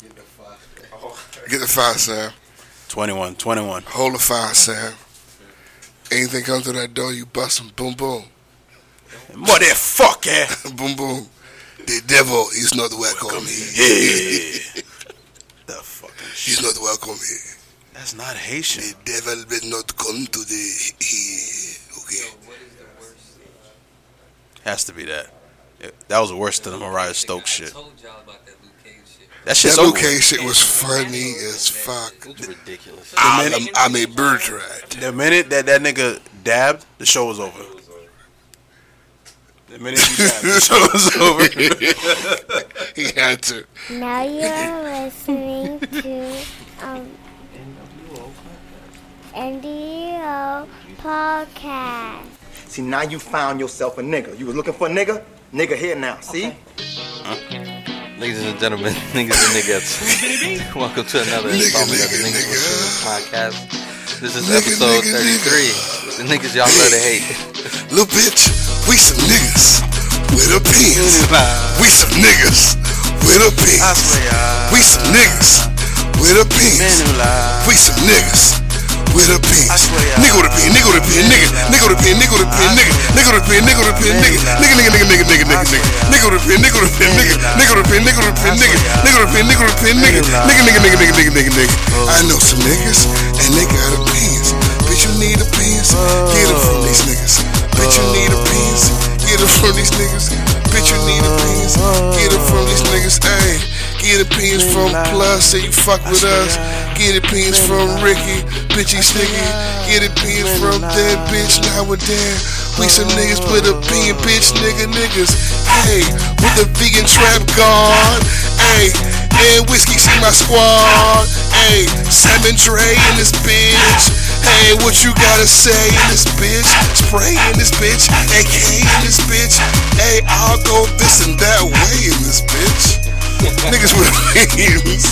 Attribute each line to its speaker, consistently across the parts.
Speaker 1: Get the five.
Speaker 2: Get the five, Sam.
Speaker 3: 21, 21.
Speaker 2: Hold the five, Sam. Anything comes to that door, you bust them. Boom, boom.
Speaker 3: Motherfucker!
Speaker 2: boom, boom. The devil is not welcome here.
Speaker 3: Yeah. the fucking shit.
Speaker 2: He's not welcome here.
Speaker 3: That's not Haitian.
Speaker 2: The devil will not come to the here. Okay.
Speaker 3: Has to be that. It- that was worse than the Mariah Stokes shit.
Speaker 1: I told y'all about that Luke Cage shit.
Speaker 3: That shit's
Speaker 2: That
Speaker 3: over.
Speaker 2: Luke Cage shit was funny as fuck.
Speaker 4: It's ridiculous.
Speaker 2: I'm, a- I'm a bird rat.
Speaker 3: The minute that that nigga dabbed, the show was over. The minute he dabbed, the show was over.
Speaker 2: He had to.
Speaker 5: Now you're listening to um, NDO podcast.
Speaker 6: See, now you found yourself a nigga. You was looking for a nigga? Nigga here now, see?
Speaker 4: Ladies and gentlemen, niggas and niggas, welcome to another installment of the
Speaker 2: nigga,
Speaker 4: Niggas with Feelings podcast. This is
Speaker 2: Nigga,
Speaker 4: episode
Speaker 2: nigga,
Speaker 4: 33. The niggas y'all love to hate.
Speaker 2: Little bitch, we some niggas with a pants. We some niggas with a pants. We some niggas with a pants. We some niggas with a pants. Nigga with a pin, nigga with a pin, nigga. Nigga with a pin, nigga with a pin, nigga. Nigga with a pin, nigga with a pin, nigga. Nigga, nigga, nigga, nigga, nigga, nigga, nigga. Nigga with a pin, nigga with a pin, nigga. Nigga with a pin, nigga with a pin, nigga. Nigga with a pin, nigga with a pin, nigga. Nigga, nigga, nigga, nigga, nigga, nigga, nigga. I know some niggas and they got opinions. Bitch, you need opinions. Get them from these niggas. Bitch, you need opinions. Get them from these niggas. Bitch, you need opinions. Get them from these niggas. Ayy, get opinions from Plus, say you fuck with us. Get opinions from Ricky. Bitch, he sticky. Get opinions from that bitch. Now we're there. We some niggas with opinion, bitch, nigga, niggas. Hey, with the vegan trap guard. Hey, and whiskey, see my squad. Hey, Simon Dre in this bitch. Hey, what you gotta say in this bitch? Spray in this bitch. AK in this bitch. Hey, I'll go this and that way in this bitch. Niggas with wings.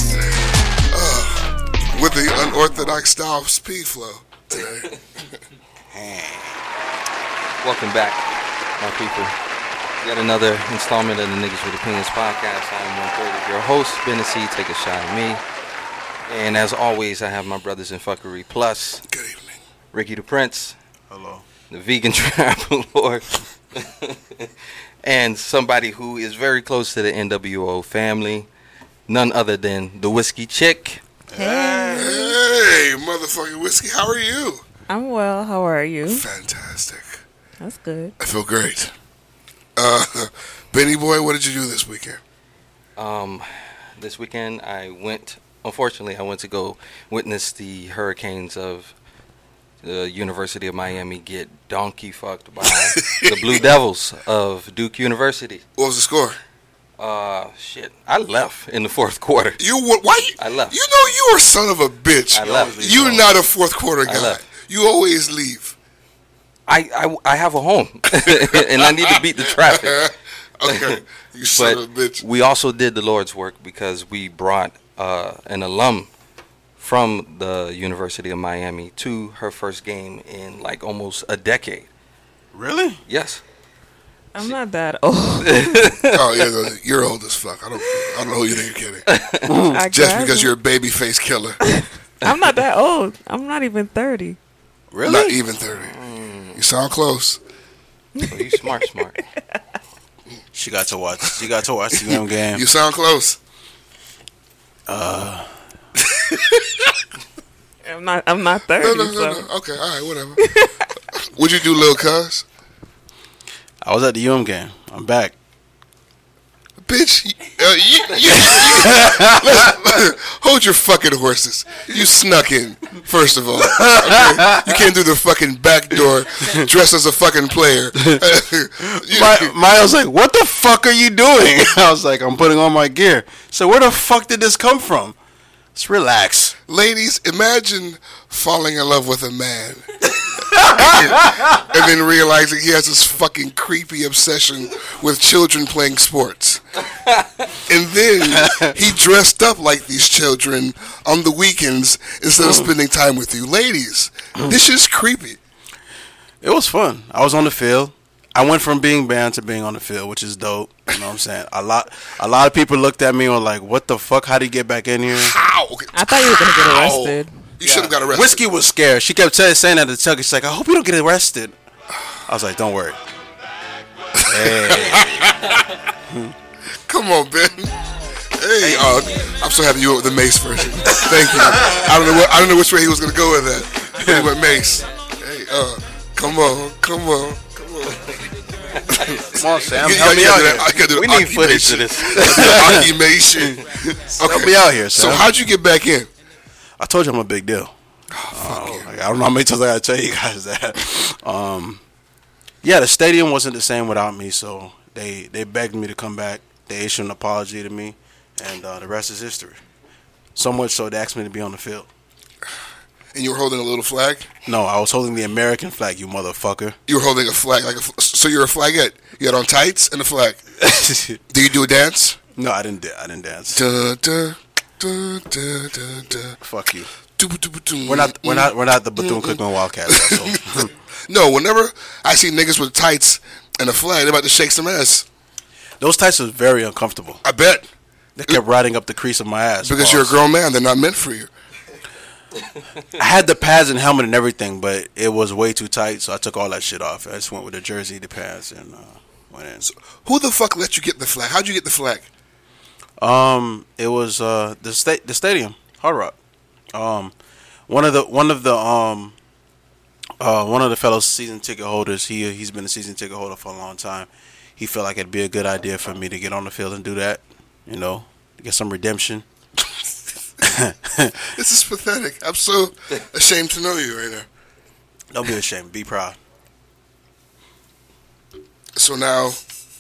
Speaker 2: Uh, with the unorthodox style of speed flow today.
Speaker 4: Welcome back, my people. Yet another installment of the Niggas with Opinions podcast. I am 130, your host, Bennessy. Take a shot at me. And as always, I have my brothers in fuckery, plus
Speaker 2: Good evening.
Speaker 4: Ricky the Prince,
Speaker 3: Hello.
Speaker 4: the vegan tribal lord, and somebody who is very close to the NWO family, none other than the Whiskey Chick.
Speaker 2: Hey, motherfucking whiskey, how are you?
Speaker 7: I'm well. How are you?
Speaker 2: Fantastic.
Speaker 7: That's good.
Speaker 2: I feel great. Uh, Benny boy, what did you do this weekend?
Speaker 4: Um, this weekend I went. Unfortunately, I went to go witness the hurricanes of the University of Miami get donkey fucked by the Blue Devils of Duke University.
Speaker 2: What was the score?
Speaker 4: Uh, shit, I left in the fourth quarter.
Speaker 2: You wa- why? You,
Speaker 4: I left.
Speaker 2: You know you are a son of a bitch.
Speaker 4: I left.
Speaker 2: You're not a fourth quarter
Speaker 4: I
Speaker 2: guy.
Speaker 4: left.
Speaker 2: You always leave.
Speaker 4: I, I, I have a home, and I need to beat the traffic.
Speaker 2: Okay, you son of a
Speaker 4: But
Speaker 2: bitch.
Speaker 4: we also did the Lord's work because we brought uh, an alum from the University of Miami to her first game in like almost a decade.
Speaker 3: Really?
Speaker 4: Yes.
Speaker 7: I'm not that old.
Speaker 2: oh yeah, no, you're old as fuck. I don't. I don't know who you think you're kidding.
Speaker 7: I
Speaker 2: Just
Speaker 7: guess.
Speaker 2: because you're a baby face killer,
Speaker 7: I'm not that old. I'm not even 30.
Speaker 3: Really?
Speaker 2: not even thirty.
Speaker 3: Mm.
Speaker 2: You sound close.
Speaker 4: So you smart, smart.
Speaker 3: She got to watch. She got to watch the damn game.
Speaker 2: You sound close.
Speaker 7: I'm not. I'm not 30.
Speaker 2: No, no, no,
Speaker 7: so.
Speaker 2: no. Okay, all right, whatever. Would you do, little cuz?
Speaker 3: I was at the UM game. I'm back.
Speaker 2: Bitch, y- uh, you, you, you- listen, hold your fucking horses. You snuck in, first of all. Okay? You came through the fucking back door dressed as a fucking player. You-
Speaker 3: My, Miles like, what the fuck are you doing? I was like, I'm putting on my gear. So where the fuck did this come from? Let's relax.
Speaker 2: ladies, imagine falling in love with a man and then realizing he has this fucking creepy obsession with children playing sports. And then he dressed up like these children on the weekends instead of spending time with you. Ladies, this is creepy.
Speaker 3: It was fun. I was on the field. I went from being banned to being on the field, which is dope. You know what I'm saying? A lot, a lot of people looked at me and were like, "What the fuck? How would he get back in here?"
Speaker 2: How?
Speaker 7: I thought you were gonna get arrested.
Speaker 2: You should have got arrested.
Speaker 3: Whiskey was scared. She kept tell- saying that to Chuck. She's like, "I hope you don't get arrested." I was like, "Don't worry."
Speaker 2: Come on, Ben. Hey, uh, I'm so happy you went with the Mace version. Thank you. I don't know what I don't know which way he was gonna go with that. But he went Mace. Hey, uh, come on, come on, come on.
Speaker 3: Come on, Sam,
Speaker 2: You- you
Speaker 3: help me
Speaker 2: gotta
Speaker 3: out
Speaker 2: do
Speaker 3: here.
Speaker 2: that- I gotta do the
Speaker 4: We need footage
Speaker 2: occupation.
Speaker 4: of this.
Speaker 2: Occupation.
Speaker 3: Help me out here,
Speaker 2: So
Speaker 3: Sam.
Speaker 2: how'd you get back in?
Speaker 3: I told you I'm a big deal.
Speaker 2: Oh,
Speaker 3: Um, like, I don't know how many times I gotta tell you guys that. Um, yeah, the stadium wasn't the same without me, so they they begged me to come back. They issued an apology to me, and uh, the rest is history. So much so they asked me to be on the field.
Speaker 2: And you were holding a little flag.
Speaker 3: No, I was holding the American flag, you motherfucker.
Speaker 2: You were holding a flag, like a, fl- so. You're a flagette. You had on tights and a flag. Do you do a dance?
Speaker 3: no, I didn't. Da- I didn't dance.
Speaker 2: Dun, dun, dun, dun, dun, dun.
Speaker 3: Fuck you.
Speaker 2: Doo-ba-doo-ba-doo.
Speaker 3: We're not. We're not. We're not the Bethune Cookman Wildcats. So.
Speaker 2: No, whenever I see niggas with tights and a flag, they're about to shake some ass.
Speaker 3: Those tights was very uncomfortable.
Speaker 2: I bet
Speaker 3: They kept riding up the crease of my ass.
Speaker 2: because you're a
Speaker 3: boss.
Speaker 2: grown man, they're not meant for you.
Speaker 3: I had the pads and helmet and everything, but it was way too tight, so I took all that shit off. I just went with the jersey, the pads, and uh, went in.
Speaker 2: Who the fuck let you get the flag? How'd you get the flag?
Speaker 3: Um, it was uh the state the stadium Hard Rock. Um, one of the one of the um uh one of the fellow season ticket holders. He he's been a season ticket holder for a long time. He felt like it'd be a good idea for me to get on the field and do that. You know, get some redemption.
Speaker 2: This is pathetic. I'm so ashamed to know you right now.
Speaker 3: Don't be ashamed. Be proud.
Speaker 2: So now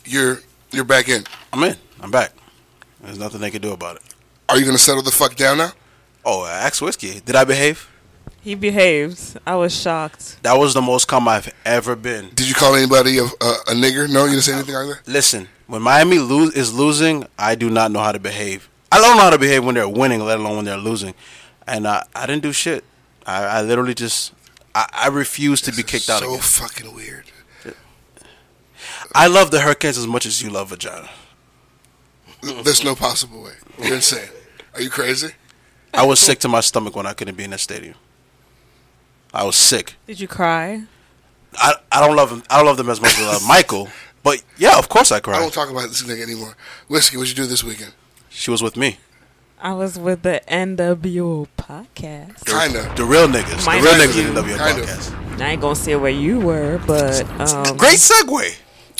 Speaker 2: you're you're back in.
Speaker 3: I'm in. I'm back. There's nothing they can do about it.
Speaker 2: Are you gonna settle the fuck down now?
Speaker 3: Oh, ask whiskey. Did I behave?
Speaker 7: He behaved. I was shocked.
Speaker 3: That was the most calm I've ever been.
Speaker 2: Did you call anybody a, a, a nigger? No, you didn't say anything like that.
Speaker 3: Listen, when Miami lose is losing, I do not know how to behave. I don't know how to behave when they're winning, let alone when they're losing. And I, I didn't do shit. I, I literally just I, I refuse to be kicked out
Speaker 2: so
Speaker 3: again.
Speaker 2: fucking weird.
Speaker 3: I love the Hurricanes as much as you love vagina.
Speaker 2: Th- There's no possible way. You're insane. Are you crazy?
Speaker 3: I was sick to my stomach when I couldn't be in that stadium. I was sick.
Speaker 7: Did you cry?
Speaker 3: I, I don't love him. I don't love them as much as I love Michael. But yeah, of course I
Speaker 2: I
Speaker 3: cried.
Speaker 2: don't talk about this nigga anymore. Whiskey, what'd you do this weekend?
Speaker 3: she was with me.
Speaker 7: I was with the NWO podcast.
Speaker 2: Kinda.
Speaker 3: The real niggas.
Speaker 7: Miami.
Speaker 3: The real niggas in the W
Speaker 2: Kind of.
Speaker 3: podcast.
Speaker 7: I ain't gonna say where you were, but um,
Speaker 3: Great segue.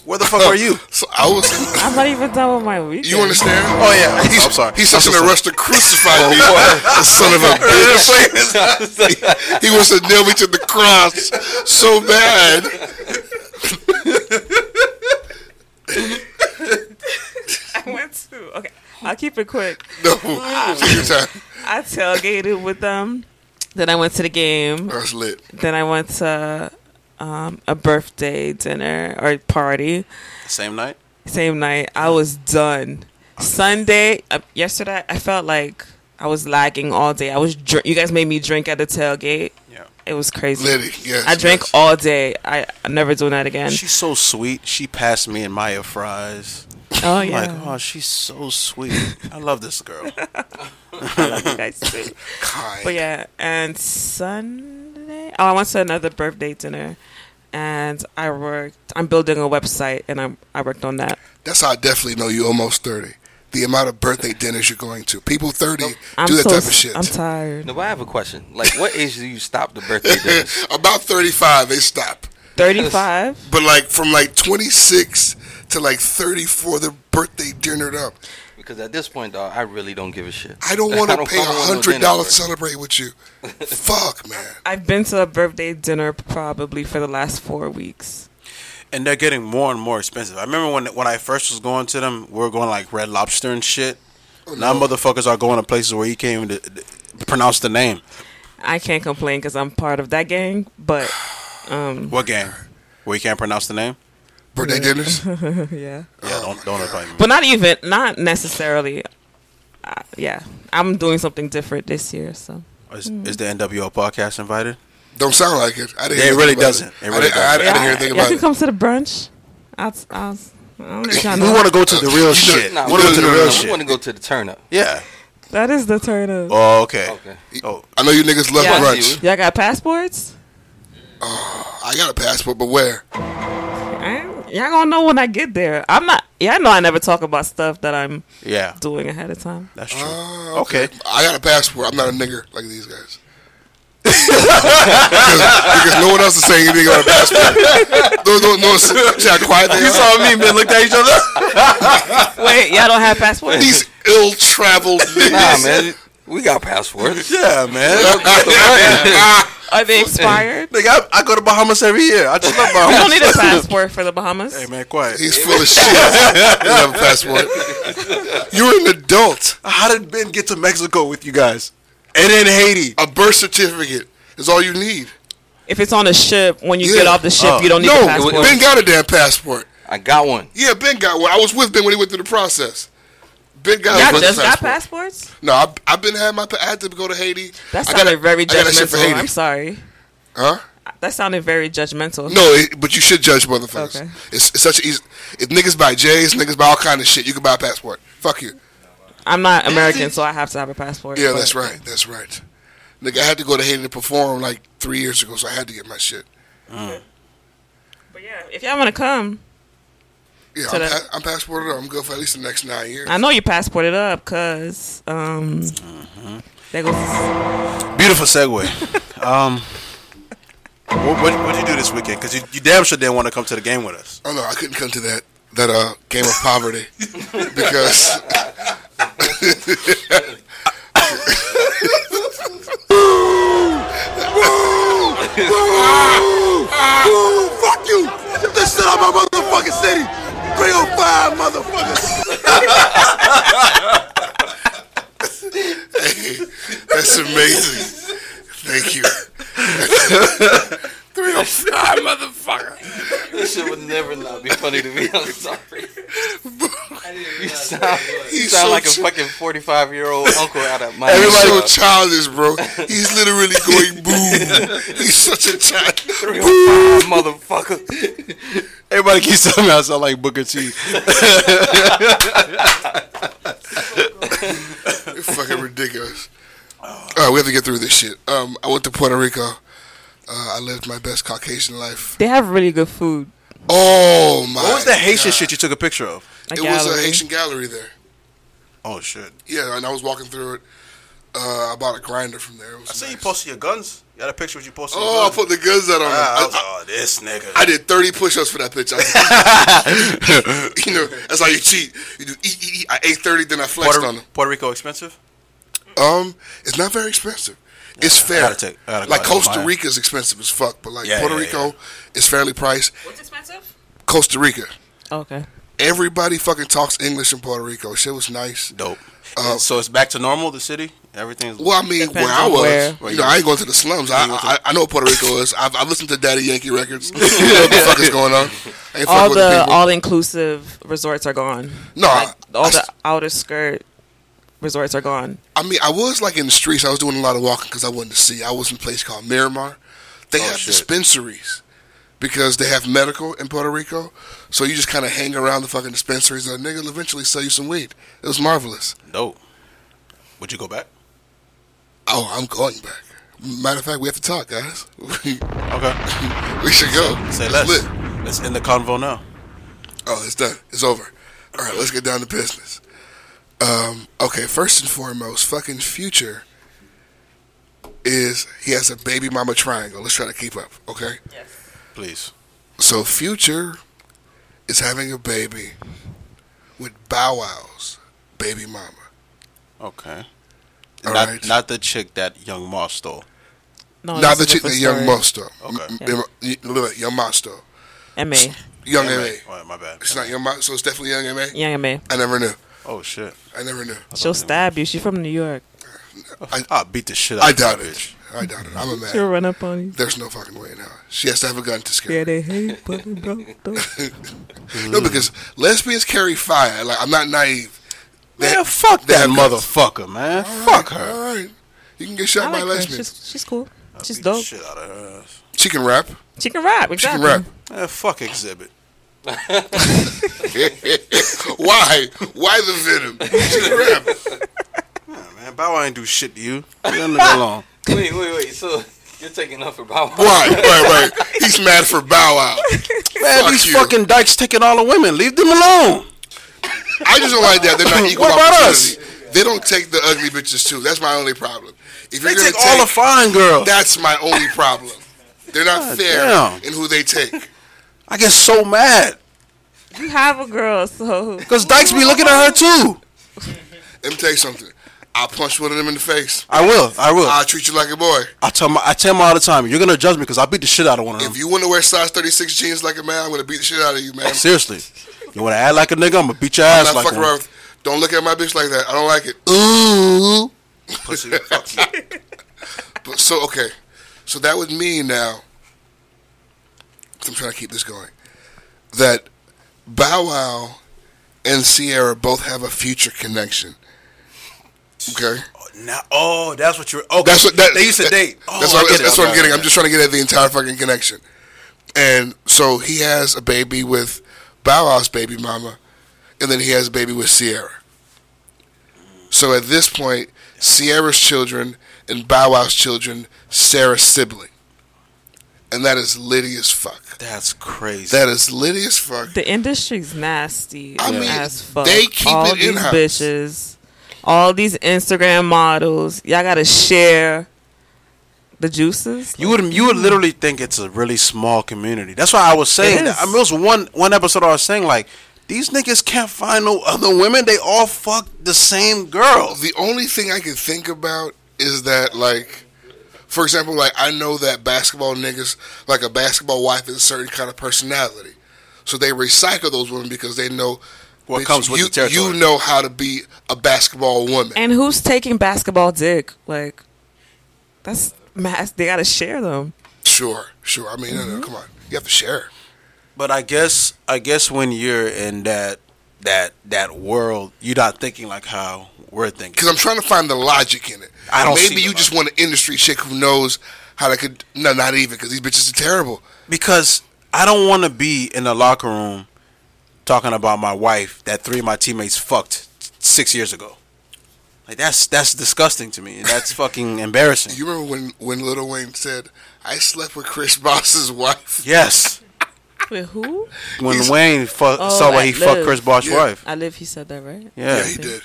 Speaker 3: Where the fuck are you?
Speaker 2: So I was.
Speaker 7: I'm not even done with my weekend.
Speaker 2: You understand?
Speaker 3: Oh yeah,
Speaker 2: He's,
Speaker 3: I'm sorry.
Speaker 2: He's
Speaker 3: I'm
Speaker 2: such
Speaker 3: so
Speaker 2: an
Speaker 3: sorry.
Speaker 2: arrest to crucify me. the son of a bitch. he wants to nail me to the cross so bad.
Speaker 7: I went to. Okay, I'll keep it quick.
Speaker 2: No. Take your time.
Speaker 7: I tailgated with them. Then I went to the game.
Speaker 2: That's lit.
Speaker 7: Then I went to um, a birthday dinner or party.
Speaker 3: Same night.
Speaker 7: Same night, I was done. Sunday, uh, yesterday, I felt like I was lagging all day. I was. Dr- you guys made me drink at the tailgate.
Speaker 3: Yeah.
Speaker 7: It was crazy.
Speaker 2: Liddy, yes.
Speaker 7: I drank
Speaker 2: yes.
Speaker 7: all day. I, I'm never doing that again.
Speaker 3: She's so sweet. She passed me and Maya fries.
Speaker 7: oh
Speaker 3: I'm
Speaker 7: yeah,
Speaker 3: Like, oh, she's so sweet. I love this girl.
Speaker 7: I love you guys too.
Speaker 2: Kind.
Speaker 7: But yeah, and Sunday, oh, I went to another birthday dinner, and I worked. I'm building a website, and I'm I worked on that.
Speaker 2: That's how I definitely know you almost 30. The amount of birthday dinners you're going to. People 30
Speaker 7: I'm
Speaker 2: do that
Speaker 7: so
Speaker 2: type of
Speaker 7: s-
Speaker 2: shit.
Speaker 7: I'm tired.
Speaker 4: No, but I have a question. Like, what age do you stop the birthday dinner?
Speaker 2: About 35, they stop.
Speaker 7: 35.
Speaker 2: But like from like 26 to like 34, they're birthday dinnered up.
Speaker 4: Because at this point, dog, I really don't give a shit.
Speaker 2: I don't want to pay a
Speaker 4: I don't want no
Speaker 2: hundred
Speaker 4: dinner
Speaker 2: dollars
Speaker 4: for
Speaker 2: to celebrate with you. Fuck, man.
Speaker 7: I've been to a birthday dinner probably for the last four weeks.
Speaker 3: and they're getting more and more expensive. I remember when when I first was going to them, we were going like Red Lobster and shit.
Speaker 2: Oh,
Speaker 3: Now motherfuckers are going to places where you can't even d- d- pronounce the name.
Speaker 7: I can't complain because I'm part of that gang, but um,
Speaker 3: What gang? Where you can't pronounce the name?
Speaker 2: Birthday dinners.
Speaker 7: yeah,
Speaker 3: Yeah, don't don't invite me.
Speaker 7: but not even not necessarily. Uh, yeah, I'm doing something different this year, so
Speaker 3: Is, is the NWO podcast invited?
Speaker 2: Don't sound like it. I didn't
Speaker 3: Yeah,
Speaker 2: hear
Speaker 3: it really
Speaker 2: anything about
Speaker 3: doesn't. It really
Speaker 2: I didn't, I- I
Speaker 3: doesn't.
Speaker 2: didn't hear anything
Speaker 7: y'all
Speaker 2: about
Speaker 7: can
Speaker 2: it.
Speaker 7: come to the brunch. I'll, I'll, I'll let y'all
Speaker 3: We
Speaker 7: know.
Speaker 3: want to go to the real shit.
Speaker 4: Nah,
Speaker 3: we
Speaker 4: we
Speaker 3: want to go to the
Speaker 2: no,
Speaker 3: real
Speaker 2: no,
Speaker 4: I want
Speaker 3: shit.
Speaker 4: to go to the turn up.
Speaker 3: Yeah.
Speaker 7: That is the turn up.
Speaker 3: Oh, okay.
Speaker 4: Okay.
Speaker 3: Oh,
Speaker 2: I know you niggas love
Speaker 7: Yeah.
Speaker 2: brunch.
Speaker 7: Y'all got passports?
Speaker 2: I got a passport, but where?
Speaker 7: I, y'all gonna know when I get there. I'm not. Y'all know I never talk about stuff that I'm
Speaker 3: yeah.
Speaker 7: doing ahead of time.
Speaker 3: That's true.
Speaker 2: Uh,
Speaker 3: okay.
Speaker 2: I got a passport. I'm not a nigger like these guys. because, because no one else is saying anything about a passport. No, no, no. See how quiet they
Speaker 3: You
Speaker 2: are?
Speaker 3: saw me, man. Looked at each other.
Speaker 7: Wait, y'all don't have passports?
Speaker 2: These ill-traveled
Speaker 4: Nah,
Speaker 2: niggas.
Speaker 4: man, we got passports.
Speaker 3: yeah, man.
Speaker 7: Are they expired?
Speaker 3: Nigga, I, I go to Bahamas every year. I just love
Speaker 7: You don't
Speaker 3: Bahamas.
Speaker 7: need a passport for the Bahamas.
Speaker 3: hey, man, quiet.
Speaker 2: He's full of shit. You have a passport. You're an adult.
Speaker 3: How did Ben get to Mexico with you guys? And then Haiti.
Speaker 2: A birth certificate is all you need.
Speaker 7: If it's on a ship, when you
Speaker 2: Yeah.
Speaker 7: get off the ship,
Speaker 3: Oh.
Speaker 7: you don't need a
Speaker 2: no,
Speaker 7: passport.
Speaker 2: Ben got a damn passport.
Speaker 4: I got one.
Speaker 2: Yeah, Ben got one. I was with Ben when he went through the process. Ben got
Speaker 7: y'all
Speaker 2: his
Speaker 7: just got
Speaker 2: passport.
Speaker 7: passports?
Speaker 2: No, I, I've been had my. pa- I had to go to Haiti.
Speaker 7: That
Speaker 2: I got
Speaker 7: sounded
Speaker 2: a-
Speaker 7: very
Speaker 2: I got a shit for
Speaker 7: judgmental.
Speaker 2: Haiti.
Speaker 7: I'm sorry.
Speaker 2: Huh?
Speaker 7: That sounded very judgmental.
Speaker 2: No, it, but you should judge motherfuckers.
Speaker 7: Okay.
Speaker 2: It's, it's such an easy. If niggas buy J's, niggas buy all kind of shit. You can buy a passport. Fuck you.
Speaker 7: I'm not American, so I have to have a passport.
Speaker 2: Yeah,
Speaker 7: but-
Speaker 2: that's right. That's right. Nigga, I had to go to Haiti to perform like three years ago, so I had to get my shit.
Speaker 7: But yeah, if y'all want to come,
Speaker 2: Yeah,
Speaker 7: So
Speaker 2: I'm,
Speaker 7: that-
Speaker 2: pa- I'm passported. up. I'm good for at least the next nine years.
Speaker 7: I know you passported up, cause um,
Speaker 2: Mm-hmm.
Speaker 7: there goes.
Speaker 3: Beautiful segue. um, what what what'd you do this weekend? Because you, you damn sure didn't want to come to the game with us.
Speaker 2: Oh no, I couldn't come to that that uh game of poverty because
Speaker 3: Fuck you! Get this shit out my motherfucking city. 305, motherfuckers.
Speaker 2: that's amazing. Thank you. Three oh five, motherfucker.
Speaker 4: This shit would never not be funny to me. I'm sorry. You sound, you
Speaker 2: He's
Speaker 4: sound
Speaker 2: so
Speaker 4: like a
Speaker 2: chi-
Speaker 4: fucking 45 year old uncle out of my.
Speaker 2: He's so childish, bro. He's literally going boom. He's such a child.
Speaker 4: motherfucker.
Speaker 3: Everybody keeps telling me I sound like Booker T.
Speaker 2: It's fucking ridiculous. All right, we have to get through this shit. Um, I went to Puerto Rico. Uh, I lived my best Caucasian life.
Speaker 7: They have really good food.
Speaker 2: Oh my!
Speaker 3: What was that Haitian shit you took a picture of?
Speaker 7: A
Speaker 2: It was a
Speaker 7: gallery.
Speaker 2: Haitian gallery there.
Speaker 3: Oh shit!
Speaker 2: Yeah, and I was walking through it. Uh, I bought a grinder from there. It was
Speaker 3: I see you
Speaker 2: nice.
Speaker 3: posted your guns. You got a picture of you posting.
Speaker 2: Oh, I
Speaker 3: your guns.
Speaker 2: put the guns out on him.
Speaker 3: Ah, I was like,
Speaker 2: I,
Speaker 3: oh, this nigga.
Speaker 2: I did 30 push-ups for that picture. you know, that's how you cheat. You do eat, eat, eat. I ate 30, then I flexed
Speaker 3: Puerto,
Speaker 2: on him.
Speaker 3: Puerto Rico expensive?
Speaker 2: Um, it's not very expensive. It's fair.
Speaker 3: gotta take- I gotta go
Speaker 2: like
Speaker 3: out and
Speaker 2: Costa
Speaker 3: buy it.
Speaker 2: Rica's expensive as fuck, but like
Speaker 3: Yeah,
Speaker 2: Puerto
Speaker 3: yeah,
Speaker 2: Rico is fairly priced.
Speaker 7: What's expensive?
Speaker 2: Costa Rica,
Speaker 7: Okay.
Speaker 2: everybody fucking talks English in Puerto Rico. Shit was nice.
Speaker 3: Dope.
Speaker 2: Uh,
Speaker 3: so it's back to normal. The city, everything's.
Speaker 2: Well, I mean,
Speaker 7: Depends
Speaker 2: where I
Speaker 7: on
Speaker 2: was,
Speaker 7: where.
Speaker 2: you know, I ain't going to the slums. I, I I know what Puerto Rico is. I've, I've listened to Daddy Yankee records. you know what the fuck is going on? I ain't
Speaker 7: All
Speaker 2: fucking with the
Speaker 7: the
Speaker 2: people.
Speaker 7: all inclusive resorts are gone.
Speaker 2: no,
Speaker 7: Like, all
Speaker 2: I,
Speaker 7: the outer skirt resorts are gone.
Speaker 2: I mean, I was like in the streets. I was doing a lot of walking because I wanted to see. I was in a place called Miramar. They have
Speaker 3: Oh, shit.
Speaker 2: dispensaries because they have medical in Puerto Rico. So you just kind of hang around the fucking dispensaries, and a nigga will eventually sell you some weed. It was marvelous.
Speaker 3: dope. Would you go back?
Speaker 2: Oh, I'm going back. Matter of fact, we have to talk, guys. we
Speaker 3: Okay.
Speaker 2: should go.
Speaker 3: Say
Speaker 2: It's
Speaker 3: less.
Speaker 2: lit.
Speaker 3: Let's end the convo now.
Speaker 2: Oh, it's done. It's over. All right, let's get down to business. Um, okay, first and foremost, fucking Future is he has a baby mama triangle. Let's try to keep up, okay?
Speaker 3: Please.
Speaker 2: So Future is having a baby with Bow Wow's baby mama.
Speaker 3: Okay.
Speaker 2: All
Speaker 3: not
Speaker 2: right.
Speaker 3: not the chick that young Ma stole.
Speaker 7: No,
Speaker 2: Not
Speaker 7: Oh, that's
Speaker 2: the
Speaker 7: a
Speaker 2: chick, the
Speaker 7: different
Speaker 2: young
Speaker 7: story.
Speaker 2: monster.
Speaker 3: Okay.
Speaker 2: M- m- m- Young monster.
Speaker 7: Ma,
Speaker 2: Young
Speaker 3: Yeah,
Speaker 2: MA.
Speaker 3: right. Alright, my bad.
Speaker 2: It's not young monster, so it's definitely young MA.
Speaker 7: young Ma.
Speaker 2: I never knew.
Speaker 3: Oh shit.
Speaker 2: I never knew.
Speaker 7: She'll stab you. She's from New York.
Speaker 3: I, will beat the shit out
Speaker 2: I
Speaker 3: of that
Speaker 2: doubt
Speaker 3: bitch.
Speaker 2: it. I doubt it. I'm a man.
Speaker 7: She'll run up on you.
Speaker 2: There's no fucking way in hell. She has to have a gun to scare.
Speaker 7: Yeah, they hate, but we broke them.
Speaker 3: Mm.
Speaker 2: No, because lesbians carry fire. Like I'm not naive.
Speaker 3: Man,
Speaker 2: That-
Speaker 3: fuck
Speaker 2: they
Speaker 3: that,
Speaker 2: have guns.
Speaker 3: motherfucker, man. fuck her.
Speaker 2: All right, you can get
Speaker 7: I
Speaker 2: shot by
Speaker 7: like
Speaker 2: a
Speaker 7: her.
Speaker 2: lesbian.
Speaker 7: She's, she's cool. She's
Speaker 3: Beat the
Speaker 7: dope.
Speaker 3: shit out of her ass.
Speaker 2: She can rap.
Speaker 7: She can rap.
Speaker 2: She
Speaker 7: Exactly.
Speaker 2: can rap.
Speaker 3: Man, fuck exhibit.
Speaker 2: Why? Why the venom? She's a rapper.
Speaker 3: Nah, man, Bow Wow ain't do shit to you. Leave that nigga alone.
Speaker 4: Wait, wait, wait. So you're taking up for Bow Wow?
Speaker 2: Right, right, right. He's mad for Bow Wow.
Speaker 3: Man,
Speaker 2: Fuck
Speaker 3: these
Speaker 2: you.
Speaker 3: fucking dykes taking all the women. Leave them alone.
Speaker 2: I just don't like that. They're not equal
Speaker 3: What about us?
Speaker 2: opportunity. They don't take the ugly bitches too. That's my only problem. If
Speaker 3: They
Speaker 2: you're gonna
Speaker 3: take all the fine girls.
Speaker 2: that's my only problem. They're not
Speaker 3: God
Speaker 2: fair
Speaker 3: damn.
Speaker 2: in who they take.
Speaker 3: I get so mad
Speaker 7: You have a girl, so
Speaker 3: because dykes be looking at her too.
Speaker 2: Let me tell you something. I'll punch one of them in the face.
Speaker 3: I will. I will.
Speaker 2: I'll treat you like a boy.
Speaker 3: I tell my, I tell my all the time. You're gonna judge me because I beat the shit out of one of them.
Speaker 2: If you want to wear size 36 jeans like a man, I'm gonna beat the shit out of you, man.
Speaker 3: Seriously, you wanna act like a nigga? I'm gonna beat your ass
Speaker 2: I'm not
Speaker 3: like
Speaker 2: fucking
Speaker 3: one.
Speaker 2: around. With, don't look at my bitch like that. I don't like it. Ooh.
Speaker 3: Pussy, fuck you.
Speaker 2: But so okay, so that would mean now. 'cause I'm trying to keep this going. That Bow Wow and Sierra both have a future connection. Okay,
Speaker 3: Now, oh, that's what you're. Okay,
Speaker 2: that's what that,
Speaker 3: they used to
Speaker 2: that-
Speaker 3: date. Oh,
Speaker 2: that's
Speaker 3: I
Speaker 2: what,
Speaker 3: get
Speaker 2: that's,
Speaker 3: it.
Speaker 2: that's what I'm
Speaker 3: Okay,
Speaker 2: getting. I'm
Speaker 3: okay.
Speaker 2: just trying to get at the entire fucking connection. And so he has a baby with Bow Wow's baby mama, and then he has a baby with Sierra. So at this point, Sierra's children and Bow Wow's children, Sarah's sibling. And that is litty as fuck.
Speaker 3: That's crazy.
Speaker 2: That is litty as fuck.
Speaker 7: the industry's nasty
Speaker 2: I mean,
Speaker 7: as fuck.
Speaker 2: they keep
Speaker 7: all
Speaker 2: it
Speaker 7: these
Speaker 2: in-house.
Speaker 7: bitches, all these Instagram models, y'all gotta share the juices.
Speaker 3: you would you would literally think it's a really small community. That's why I was saying.
Speaker 7: It
Speaker 3: That. I
Speaker 7: is.
Speaker 3: mean, it was one one episode I was saying like these niggas can't find no other women. They all fuck the same girl.
Speaker 2: the only thing I can think about is that, like, for example, like I know that basketball niggas, like a basketball wife, is a certain kind of personality, so they recycle those women because they know
Speaker 3: What
Speaker 2: bitch,
Speaker 3: comes with
Speaker 2: you,
Speaker 3: the territory.
Speaker 2: You know how to be a basketball woman.
Speaker 7: And who's taking basketball dick? Like, that's mass. They gotta share them.
Speaker 2: sure, sure. I mean, no, no, come on, you have to share.
Speaker 3: But I guess I guess when you're in that that that world, you're not thinking like how we're thinking.
Speaker 2: Because I'm trying to find the logic in it.
Speaker 3: I don't see
Speaker 2: Maybe
Speaker 3: the
Speaker 2: you just want an industry chick who knows how to. Could, no, not even because these bitches are terrible.
Speaker 3: because I don't want to be in the locker room talking about my wife that three of my teammates fucked six years ago. Like that's that's disgusting to me. That's fucking embarrassing.
Speaker 2: You remember when when Little Wayne said, "I slept with Chris Boss's wife."
Speaker 3: yes,
Speaker 7: Wait, who?
Speaker 3: when
Speaker 2: He's-
Speaker 3: Wayne fu-
Speaker 7: Oh,
Speaker 3: saw where he
Speaker 7: like
Speaker 3: fucked
Speaker 7: Liv.
Speaker 3: Chris Bosh's
Speaker 2: Yeah.
Speaker 3: wife.
Speaker 7: I live. He said that right.
Speaker 3: Yeah.
Speaker 2: yeah he did.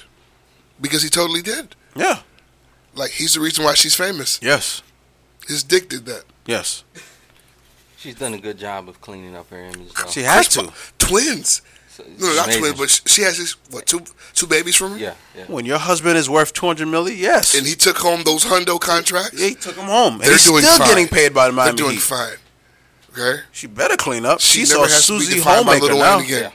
Speaker 2: Because he totally did.
Speaker 3: Yeah.
Speaker 2: Like he's the reason why she's famous.
Speaker 3: Yes.
Speaker 2: His dick did that.
Speaker 3: Yes.
Speaker 4: She's done a good job of cleaning up her image. Though.
Speaker 3: She has
Speaker 2: Chris
Speaker 3: to.
Speaker 2: Bo- twins.
Speaker 4: So it's
Speaker 2: No, no, not
Speaker 4: amazing.
Speaker 2: twins, but sh- she has his what two two babies from him.
Speaker 4: yeah, yeah.
Speaker 3: When your husband is worth two hundred million, yes,
Speaker 2: And he took home those hundo contracts.
Speaker 3: he took him home. And
Speaker 2: They're
Speaker 3: he's
Speaker 2: doing
Speaker 3: still
Speaker 2: fine.
Speaker 3: getting paid by the Miami
Speaker 2: They're doing
Speaker 3: Heat.
Speaker 2: fine. Okay.
Speaker 3: She better clean up.
Speaker 2: She
Speaker 3: She's
Speaker 2: never
Speaker 3: a
Speaker 2: has to be
Speaker 3: Susie
Speaker 2: defined by
Speaker 3: homemaker
Speaker 2: Little
Speaker 3: now.
Speaker 2: Wayne again.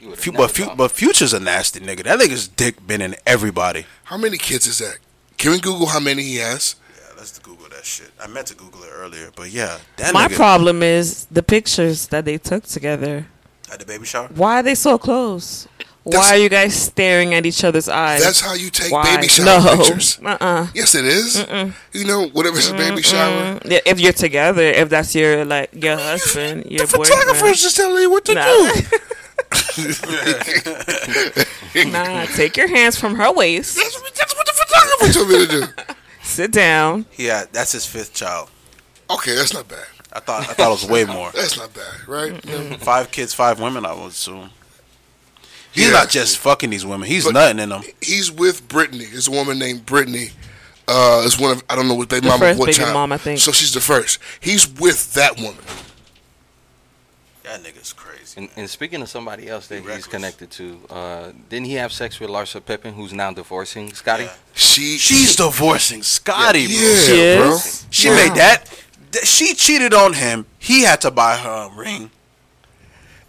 Speaker 4: You would've
Speaker 3: Fu-
Speaker 4: never
Speaker 3: but, fu-
Speaker 4: thought.
Speaker 3: but Future's a nasty nigga. That nigga's dick been in everybody.
Speaker 2: How many kids is that? Can we Google how many he has?
Speaker 3: Yeah, let's Google that shit. I meant to Google it earlier, but yeah, that
Speaker 7: My
Speaker 3: nigga
Speaker 7: problem is the pictures that they took together.
Speaker 3: at the baby shower.
Speaker 7: Why are they so close?
Speaker 2: That's-
Speaker 7: Why are you guys staring at each other's eyes?
Speaker 2: That's how you take
Speaker 7: Why?
Speaker 2: baby shower
Speaker 7: no.
Speaker 2: pictures.
Speaker 7: Uh-uh.
Speaker 2: Yes, it is. You know, whatever it's a baby shower.
Speaker 7: Mm-hmm. Yeah, if you're together, if that's your like your husband, your
Speaker 2: The photographer's
Speaker 7: boyfriend.
Speaker 2: just telling you what to
Speaker 7: Nah.
Speaker 2: do.
Speaker 7: nah, take your hands from her waist.
Speaker 2: That's, what- that's what the photographer told me to do.
Speaker 7: Sit down.
Speaker 3: Yeah, that's his fifth child.
Speaker 2: Okay, that's not bad.
Speaker 3: I thought I thought it was way more.
Speaker 2: That's not bad, right?
Speaker 3: Five kids, five women. I would assume. He's
Speaker 2: Yeah.
Speaker 3: not just fucking these women. He's
Speaker 2: But-
Speaker 3: nothing in them.
Speaker 2: he's with Brittany. It's a woman named Brittany. Uh, it's one of I don't know what they mama
Speaker 7: first
Speaker 2: what
Speaker 7: baby
Speaker 2: child.
Speaker 7: mom, I think.
Speaker 2: So she's the first. He's with that woman.
Speaker 3: That nigga's crazy.
Speaker 4: And, and speaking of somebody else that
Speaker 3: Reckless.
Speaker 4: he's connected to, uh, didn't he have sex with Larsa Pippen, who's now divorcing Scotty?
Speaker 3: Yeah.
Speaker 2: She
Speaker 3: She's divorcing Scotty.
Speaker 2: yeah,
Speaker 3: bro.
Speaker 7: She
Speaker 2: bro.
Speaker 7: is?
Speaker 3: She
Speaker 7: Wow.
Speaker 3: made that. th- She cheated on him. He had to buy her a ring.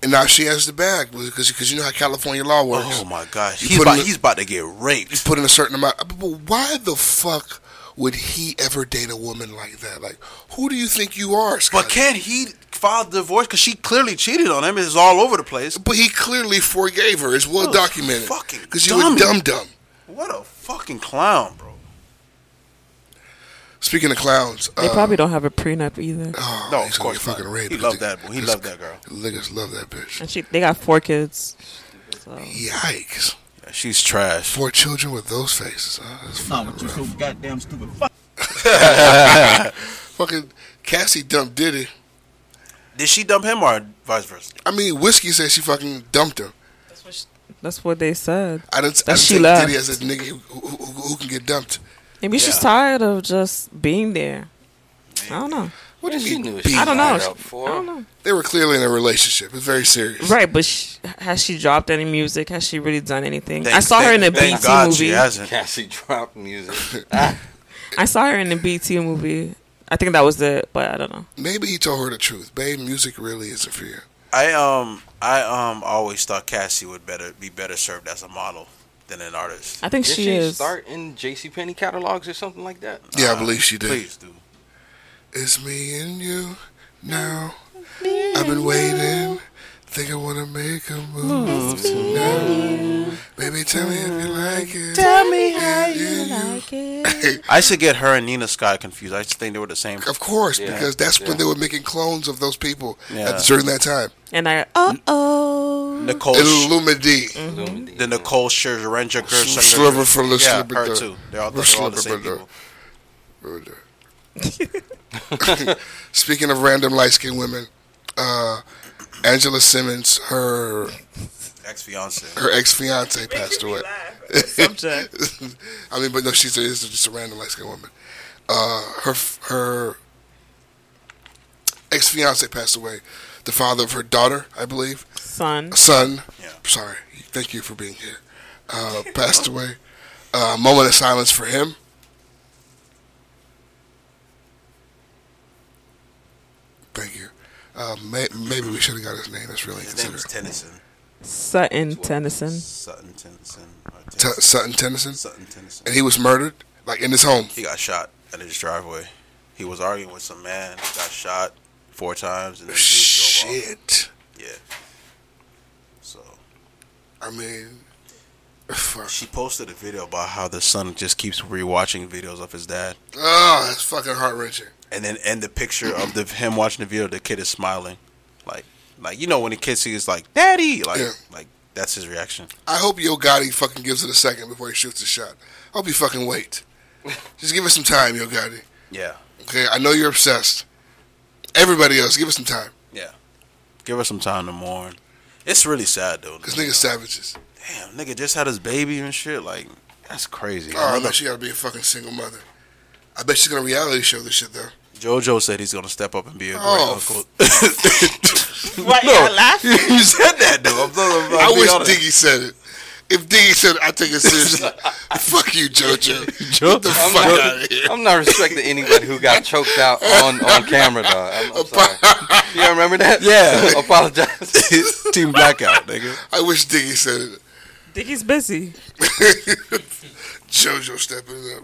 Speaker 2: And now she has the bag because because you know how California law works.
Speaker 3: Oh my gosh,
Speaker 2: You
Speaker 3: he's
Speaker 2: put
Speaker 3: about,
Speaker 2: him in-
Speaker 3: he's about to get
Speaker 2: You
Speaker 3: raped.
Speaker 2: put in a certain amount. Uh, But why the fuck would he ever date a woman like that? Like, who do you think you are, Scotty?
Speaker 3: But can he file divorce? Because she clearly cheated on him. It's all over the place.
Speaker 2: But he clearly forgave her. It's well
Speaker 3: Oh,
Speaker 2: documented.
Speaker 3: fucking
Speaker 2: because you a
Speaker 3: dummy.
Speaker 2: dumb dumb.
Speaker 3: What a fucking clown, bro.
Speaker 2: Speaking of clowns,
Speaker 7: They
Speaker 2: uh,
Speaker 7: probably don't have a prenup either.
Speaker 2: oh,
Speaker 3: No,
Speaker 2: he's
Speaker 3: of
Speaker 2: gonna
Speaker 3: course
Speaker 2: get
Speaker 3: not.
Speaker 2: fucking raped.
Speaker 3: He loved that boy. He
Speaker 2: This-
Speaker 3: loved that girl.
Speaker 2: Niggas love that bitch.
Speaker 7: And she, they got four kids. So.
Speaker 2: Yikes!
Speaker 3: She's trash.
Speaker 2: Four children with those faces. Huh? That's fucking rough.
Speaker 8: goddamn stupid.
Speaker 2: Fucking Cassie dumped Diddy.
Speaker 3: Did she dump him or vice versa?
Speaker 2: I mean, Whiskey said she fucking dumped him.
Speaker 7: That's what, that's what they said.
Speaker 2: I didn't. I
Speaker 7: That
Speaker 2: didn't
Speaker 7: she
Speaker 2: take
Speaker 7: left.
Speaker 2: Diddy as a nigga who, who, who, who can get dumped.
Speaker 7: Maybe she's
Speaker 3: Yeah.
Speaker 7: tired of just being there. I don't know.
Speaker 2: What do
Speaker 4: she
Speaker 2: you
Speaker 4: knew
Speaker 2: mean?
Speaker 4: what she
Speaker 2: beat?
Speaker 7: I don't know.
Speaker 4: Tied up
Speaker 7: She-
Speaker 4: for?
Speaker 7: I don't know.
Speaker 2: They were clearly in a relationship. It's very serious.
Speaker 7: Right, but sh has she dropped any music? Has she really done anything? I
Speaker 3: Thank-
Speaker 7: saw her in a
Speaker 3: thank- thank
Speaker 7: BT
Speaker 3: God She
Speaker 7: movie.
Speaker 3: hasn't.
Speaker 4: Cassie dropped music.
Speaker 7: I saw her in a BT movie. I think that was it, but I don't know.
Speaker 2: Maybe he told her the truth. Babe, music really is a fear.
Speaker 3: I um I um always thought Cassie would better be better served as a model than an artist.
Speaker 7: I think
Speaker 4: Did
Speaker 7: she,
Speaker 4: she,
Speaker 7: is.
Speaker 4: start in J.C. Penney catalogs or something like that?
Speaker 2: Yeah,
Speaker 7: Uh,
Speaker 2: I believe she did.
Speaker 3: Please do.
Speaker 2: It's me and you now. I've been waiting. Think I wanna make a move tonight. Baby, tell me if you like it. Mm. Tell me how you like
Speaker 3: I should get her and Nina Sky confused. I just think they were the same.
Speaker 2: Of course,
Speaker 4: Yeah,
Speaker 2: because that's
Speaker 4: yeah.
Speaker 2: when they were making clones of those people
Speaker 3: Yeah.
Speaker 2: at, during that time.
Speaker 7: and I, uh oh.
Speaker 3: Nicole, Sh-
Speaker 2: Illumidi.
Speaker 4: Lumidi.
Speaker 3: the Nicole Scherzinger,
Speaker 2: Sliver from the
Speaker 3: yeah,
Speaker 2: Slipper
Speaker 3: her
Speaker 2: Door.
Speaker 3: too. They're all, they're all the same
Speaker 2: Slipper Door.
Speaker 3: people.
Speaker 2: Speaking of random light skinned women, uh, Angela Simmons, her
Speaker 3: Ex fiance.
Speaker 2: her ex fiance passed away.
Speaker 7: Subject.
Speaker 2: I mean, but no, she's a, is just a random light skinned woman. Uh, her her ex fiance passed away. The father of her daughter, I believe,
Speaker 7: Son.
Speaker 2: son.
Speaker 3: Yeah.
Speaker 2: Sorry, thank you for being here. Uh, passed away. Uh, moment of silence for him. Thank you. Uh, may, maybe we should have got his name. That's really
Speaker 3: His name
Speaker 2: inconsiderate.
Speaker 3: is Tennyson.
Speaker 7: Sutton Tennyson.
Speaker 3: Sutton Tennyson. or
Speaker 2: T-
Speaker 3: Tennyson.
Speaker 2: Sutton Tennyson,
Speaker 3: Sutton Tennyson.
Speaker 2: and he was murdered like in his home.
Speaker 3: He got shot at his driveway. He was arguing with some man. Got shot four times and then he drove off.
Speaker 2: Shit.
Speaker 3: Yeah. So
Speaker 2: I mean, fuck.
Speaker 3: she posted a video about how the son just keeps rewatching videos of his dad,
Speaker 2: Oh, that's fucking heart wrenching.
Speaker 3: and then and the picture of the him watching the video, the kid is smiling, like like you know when the kid sees like daddy, like
Speaker 2: Yeah.
Speaker 3: like that's his reaction.
Speaker 2: I hope Yo Gotti fucking gives it a second before he shoots the shot. I hope he fucking wait. Just give it some time, Yo Gotti.
Speaker 3: Yeah.
Speaker 2: Okay, I know you're obsessed. Everybody else, give it some time.
Speaker 3: Yeah. Give her some time to mourn. It's really sad though.
Speaker 2: Cause niggas savages.
Speaker 3: Damn, nigga just had his baby and shit. Like, that's crazy.
Speaker 2: Oh, I know she gotta be a fucking single mother. I bet she's gonna reality show this shit though.
Speaker 3: JoJo said he's gonna step up and be a great
Speaker 2: Oh,
Speaker 3: uncle.
Speaker 7: Why y'all laughing?
Speaker 3: you said that though. I'm not, I'm
Speaker 2: I
Speaker 3: being
Speaker 2: wish
Speaker 3: honest.
Speaker 2: Diggy said it. If Diggy said it, I take it seriously. Fuck you, JoJo.
Speaker 3: Jo-
Speaker 2: The
Speaker 4: I'm
Speaker 2: fuck
Speaker 4: not-
Speaker 2: out of here.
Speaker 4: I'm not respecting anybody who got choked out on, on camera, dog. I'm, I'm sorry. You all remember that?
Speaker 3: Yeah.
Speaker 4: Apologize.
Speaker 3: Team Blackout, nigga.
Speaker 2: I wish Diggy said it.
Speaker 7: Dicky's busy.
Speaker 2: JoJo stepping up,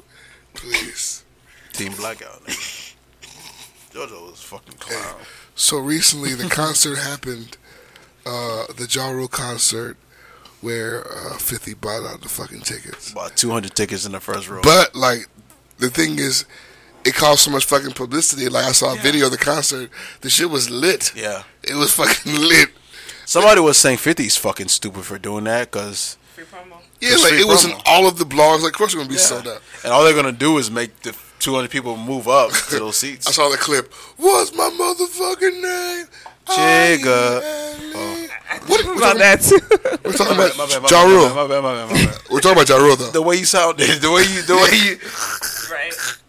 Speaker 2: please.
Speaker 3: Team Blackout, nigga. JoJo was a fucking clown.
Speaker 2: So recently, the concert happened, uh, the Ja Rule concert, where uh, 50 bought out the fucking tickets.
Speaker 3: About 200 tickets in the first row.
Speaker 2: But, like, the thing is, it caused so much fucking publicity. Like, I saw a video of the concert. The shit was lit.
Speaker 3: yeah.
Speaker 2: It was fucking lit.
Speaker 3: Somebody was saying 50's fucking stupid for doing that because.
Speaker 2: Yeah,
Speaker 3: It's
Speaker 2: like,
Speaker 3: free
Speaker 2: it was in
Speaker 3: promo.
Speaker 2: all of the blogs. Like, of course, it's going to be sold out.
Speaker 3: And all they're gonna do is make the 200 people move up to those seats.
Speaker 2: I saw the clip. What's my motherfucking name?
Speaker 3: Jigga.
Speaker 2: Oh. What, we're,
Speaker 7: About
Speaker 2: talking,
Speaker 7: that too.
Speaker 2: we're talking
Speaker 3: My bad, my bad,
Speaker 2: about
Speaker 3: my
Speaker 2: Ja
Speaker 3: bad,
Speaker 2: Rule.
Speaker 3: my bad, my bad, my bad.
Speaker 2: We're talking about Ja Rule, though.
Speaker 3: The way you sounded, the way you, the way you,
Speaker 7: right.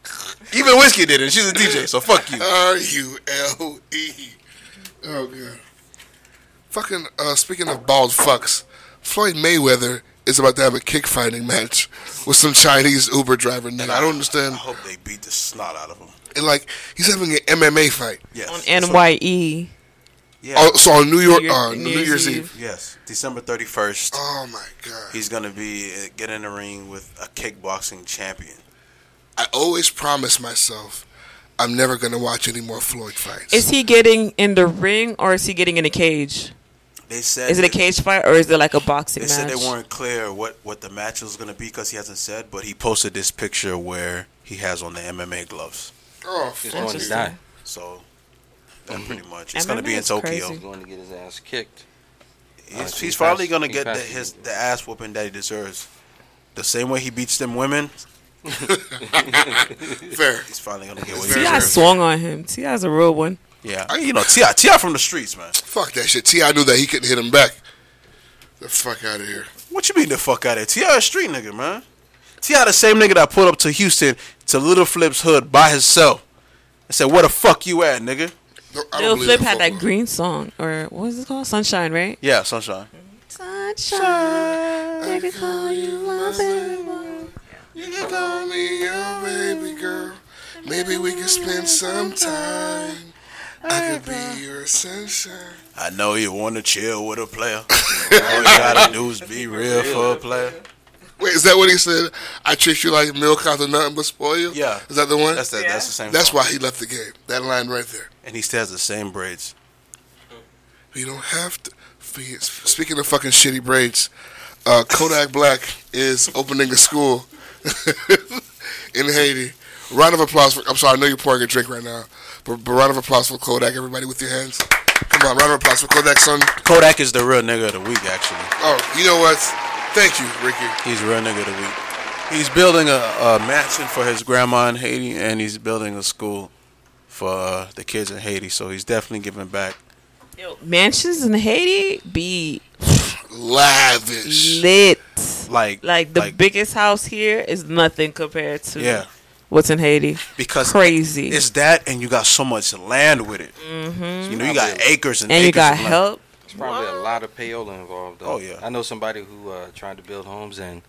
Speaker 3: even whiskey did it. She's a DJ, so fuck you.
Speaker 2: R U L E. Oh god. Fucking. Uh, speaking of bald fucks, Floyd Mayweather is about to have a kick fighting match with some Chinese Uber driver. Nigga, I don't
Speaker 3: I
Speaker 2: understand.
Speaker 3: hope they beat the snot out of him.
Speaker 2: And, like he's having an MMA fight.
Speaker 3: Yes.
Speaker 7: On
Speaker 3: That's what-
Speaker 7: NYE.
Speaker 3: Yeah.
Speaker 2: Oh, so on New York,
Speaker 7: New Year-
Speaker 2: uh, New, Year's Eve.
Speaker 3: Yes. December 31st,
Speaker 2: Oh my god.
Speaker 3: he's going to be uh, get in the ring with a kickboxing champion.
Speaker 2: I always promise myself I'm never gonna watch any more Floyd fights.
Speaker 7: Is he getting in the ring or is he getting in a cage?
Speaker 3: They said
Speaker 7: Is it a
Speaker 3: that-
Speaker 7: cage fight or is it like a boxing
Speaker 3: They
Speaker 7: match?
Speaker 3: said they weren't clear what what the match was gonna be because he hasn't said. But he posted this picture where he has on the MMA gloves.
Speaker 2: Oh,
Speaker 4: He's
Speaker 2: fuck
Speaker 4: going to
Speaker 2: you.
Speaker 7: Interesting.
Speaker 4: die.
Speaker 3: So that
Speaker 4: Mm-hmm.
Speaker 3: pretty much it's gonna
Speaker 7: MMA
Speaker 3: be in
Speaker 7: is
Speaker 3: Tokyo.
Speaker 7: crazy.
Speaker 4: He's going to get his ass kicked.
Speaker 3: He's,
Speaker 4: Uh,
Speaker 3: he's
Speaker 4: he
Speaker 3: probably
Speaker 4: passed-
Speaker 3: gonna
Speaker 4: he
Speaker 3: get the,
Speaker 4: passed
Speaker 3: his
Speaker 4: it.
Speaker 3: the ass whooping that he deserves. The same way he beats them women,
Speaker 2: Fair.
Speaker 3: he's finally gonna get what he
Speaker 2: Fair.
Speaker 7: T.I.
Speaker 3: deserves.
Speaker 7: swung on him. T.I.'s a real one.
Speaker 3: Yeah, I- you know Ti Ti from the streets, man.
Speaker 2: Fuck that shit. T.I. knew that he couldn't hit him back. The fuck out of here.
Speaker 3: What you mean the fuck out of Ti a street nigga, man? Ti the same nigga that pulled up to Houston to Little Flip's hood by himself and said, "Where the fuck you at, nigga?"
Speaker 2: No, I don't
Speaker 7: Lil
Speaker 2: believe
Speaker 7: Flip
Speaker 2: in
Speaker 7: had that
Speaker 2: football.
Speaker 7: green song, or what was it called? Sunshine, right?
Speaker 3: Yeah, sunshine.
Speaker 7: Sunshine, they could call you my baby.
Speaker 2: You can call me your baby girl. Maybe we can spend some time. I could be your sunshine.
Speaker 3: I know you want to chill with a player. All you gotta do is be real for a player.
Speaker 2: Wait, is that what he said? I treat you like milk out of nothing but spoil you?
Speaker 3: Yeah.
Speaker 2: Is that the one?
Speaker 3: That's the, that's the same.
Speaker 2: That's
Speaker 3: song.
Speaker 2: why he left the game. That line right there.
Speaker 3: And he still has the same braids.
Speaker 2: We don't have to. Speaking of fucking shitty braids, uh, Kodak Black is opening a school in Haiti. Round of applause for. I'm sorry, I know you're pouring a drink right now, but, but round of applause for Kodak. Everybody with your hands. Come on, round of applause for Kodak, son.
Speaker 3: Kodak is the real nigga of the week. Actually,
Speaker 2: Oh, you know what? Thank you, Ricky.
Speaker 3: he's the real nigga of the week. He's building a, a mansion for his grandma in Haiti, and he's building a school for uh, the kids in Haiti. So he's definitely giving back.
Speaker 7: Yo, mansions in Haiti be
Speaker 2: Lavish.
Speaker 7: lit.
Speaker 3: Like
Speaker 7: Like the biggest house here is nothing compared to
Speaker 3: Yeah,
Speaker 7: what's in Haiti.
Speaker 3: because
Speaker 7: Crazy.
Speaker 3: It's that, and you got so much land with it.
Speaker 7: Mm-hmm.
Speaker 3: You know, you got acres and,
Speaker 7: and
Speaker 3: acres
Speaker 7: you got
Speaker 3: of land.
Speaker 7: help.
Speaker 4: There's probably a lot of payola involved. Though.
Speaker 3: Oh, yeah.
Speaker 4: I know somebody who uh, tried to build homes and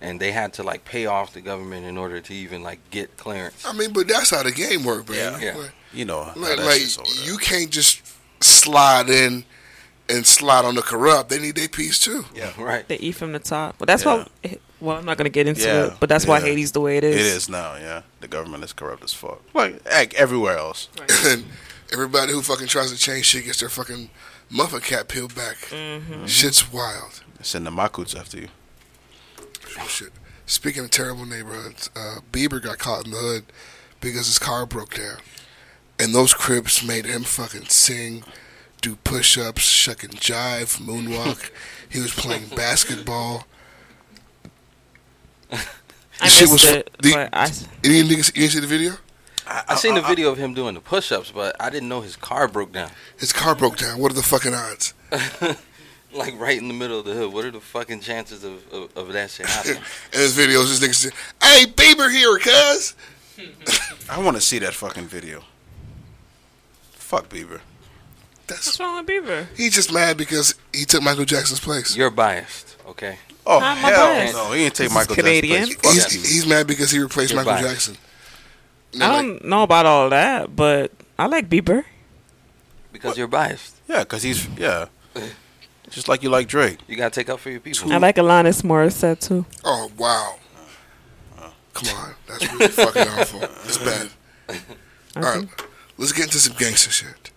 Speaker 4: and they had to like pay off the government in order to even like get clearance.
Speaker 2: I mean, but that's how the game works, man.
Speaker 4: Yeah. Yeah.
Speaker 3: You know, how
Speaker 2: Like,
Speaker 3: that
Speaker 2: like,
Speaker 3: shit's over there.
Speaker 2: you can't just slide in and slide on the corrupt. They need their piece too.
Speaker 4: Right.
Speaker 7: They eat from the top. But that's why. Well, I'm not gonna get into
Speaker 3: Yeah.
Speaker 7: it. But that's why
Speaker 3: Yeah.
Speaker 7: Haiti's the way it is.
Speaker 3: It is now, yeah. The government is corrupt as fuck. Like like everywhere else.
Speaker 2: and everybody who fucking tries to change shit gets their fucking muffin cap peeled back.
Speaker 7: Mm-hmm.
Speaker 2: Shit's wild.
Speaker 3: Send the Makuts after you.
Speaker 2: Shit. Speaking of terrible neighborhoods, uh, Bieber got caught in the hood because his car broke down, and those cribs made him fucking sing, do push-ups, shuck and jive, moonwalk. he was playing basketball.
Speaker 7: I
Speaker 2: Shit
Speaker 7: missed
Speaker 2: was-
Speaker 7: it.
Speaker 2: the-
Speaker 7: but I,
Speaker 2: Any niggas? You see the video?
Speaker 4: I seen the video of him doing the push-ups, but I didn't know his car broke down.
Speaker 2: His car broke down. What are the fucking odds?
Speaker 4: Like right in the middle of the hood. What are the fucking chances of, of, of that shit happening?
Speaker 2: In his videos, this nigga said, "Hey, Bieber here, cuz."
Speaker 3: I want to see that fucking video. Fuck Bieber.
Speaker 2: That's
Speaker 7: what's wrong with Bieber?
Speaker 2: He's just mad because he took Michael Jackson's place.
Speaker 4: You're biased, okay?
Speaker 3: Oh
Speaker 7: Not my
Speaker 3: hell
Speaker 7: bias.
Speaker 3: no, he didn't take
Speaker 7: This
Speaker 3: Michael
Speaker 7: is Canadian.
Speaker 3: Jackson's place.
Speaker 2: he's,
Speaker 3: Fuck Bieber.
Speaker 2: he's mad because he replaced
Speaker 4: You're
Speaker 2: Michael
Speaker 4: biased.
Speaker 2: Jackson. And
Speaker 7: I
Speaker 2: I'm like,
Speaker 7: don't know about all that, but I like Bieber.
Speaker 4: Because you're biased.
Speaker 3: Yeah, because he's yeah. Just like you like Drake.
Speaker 4: You gotta take up for your people.
Speaker 7: I like Alanis Morissette too.
Speaker 2: oh wow, come on, that's really fucking awful. It's bad.
Speaker 7: I
Speaker 2: All right,
Speaker 7: think.
Speaker 2: let's get into some gangster shit.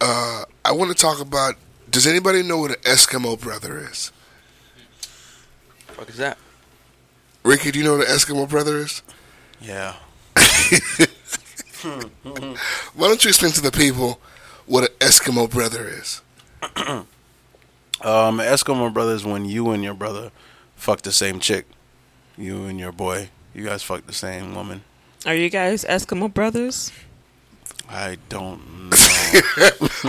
Speaker 2: Uh, I want to talk about. Does anybody know what an Eskimo brother is?
Speaker 4: fuck is that?
Speaker 2: Ricky, do you know what an Eskimo brother is?
Speaker 3: Yeah.
Speaker 2: Why don't you explain to the people what an Eskimo brother is?
Speaker 3: Um Eskimo brothers when you and your brother fuck the same chick. You and your boy. You guys fuck the same woman.
Speaker 7: Are you guys Eskimo brothers?
Speaker 3: I don't know.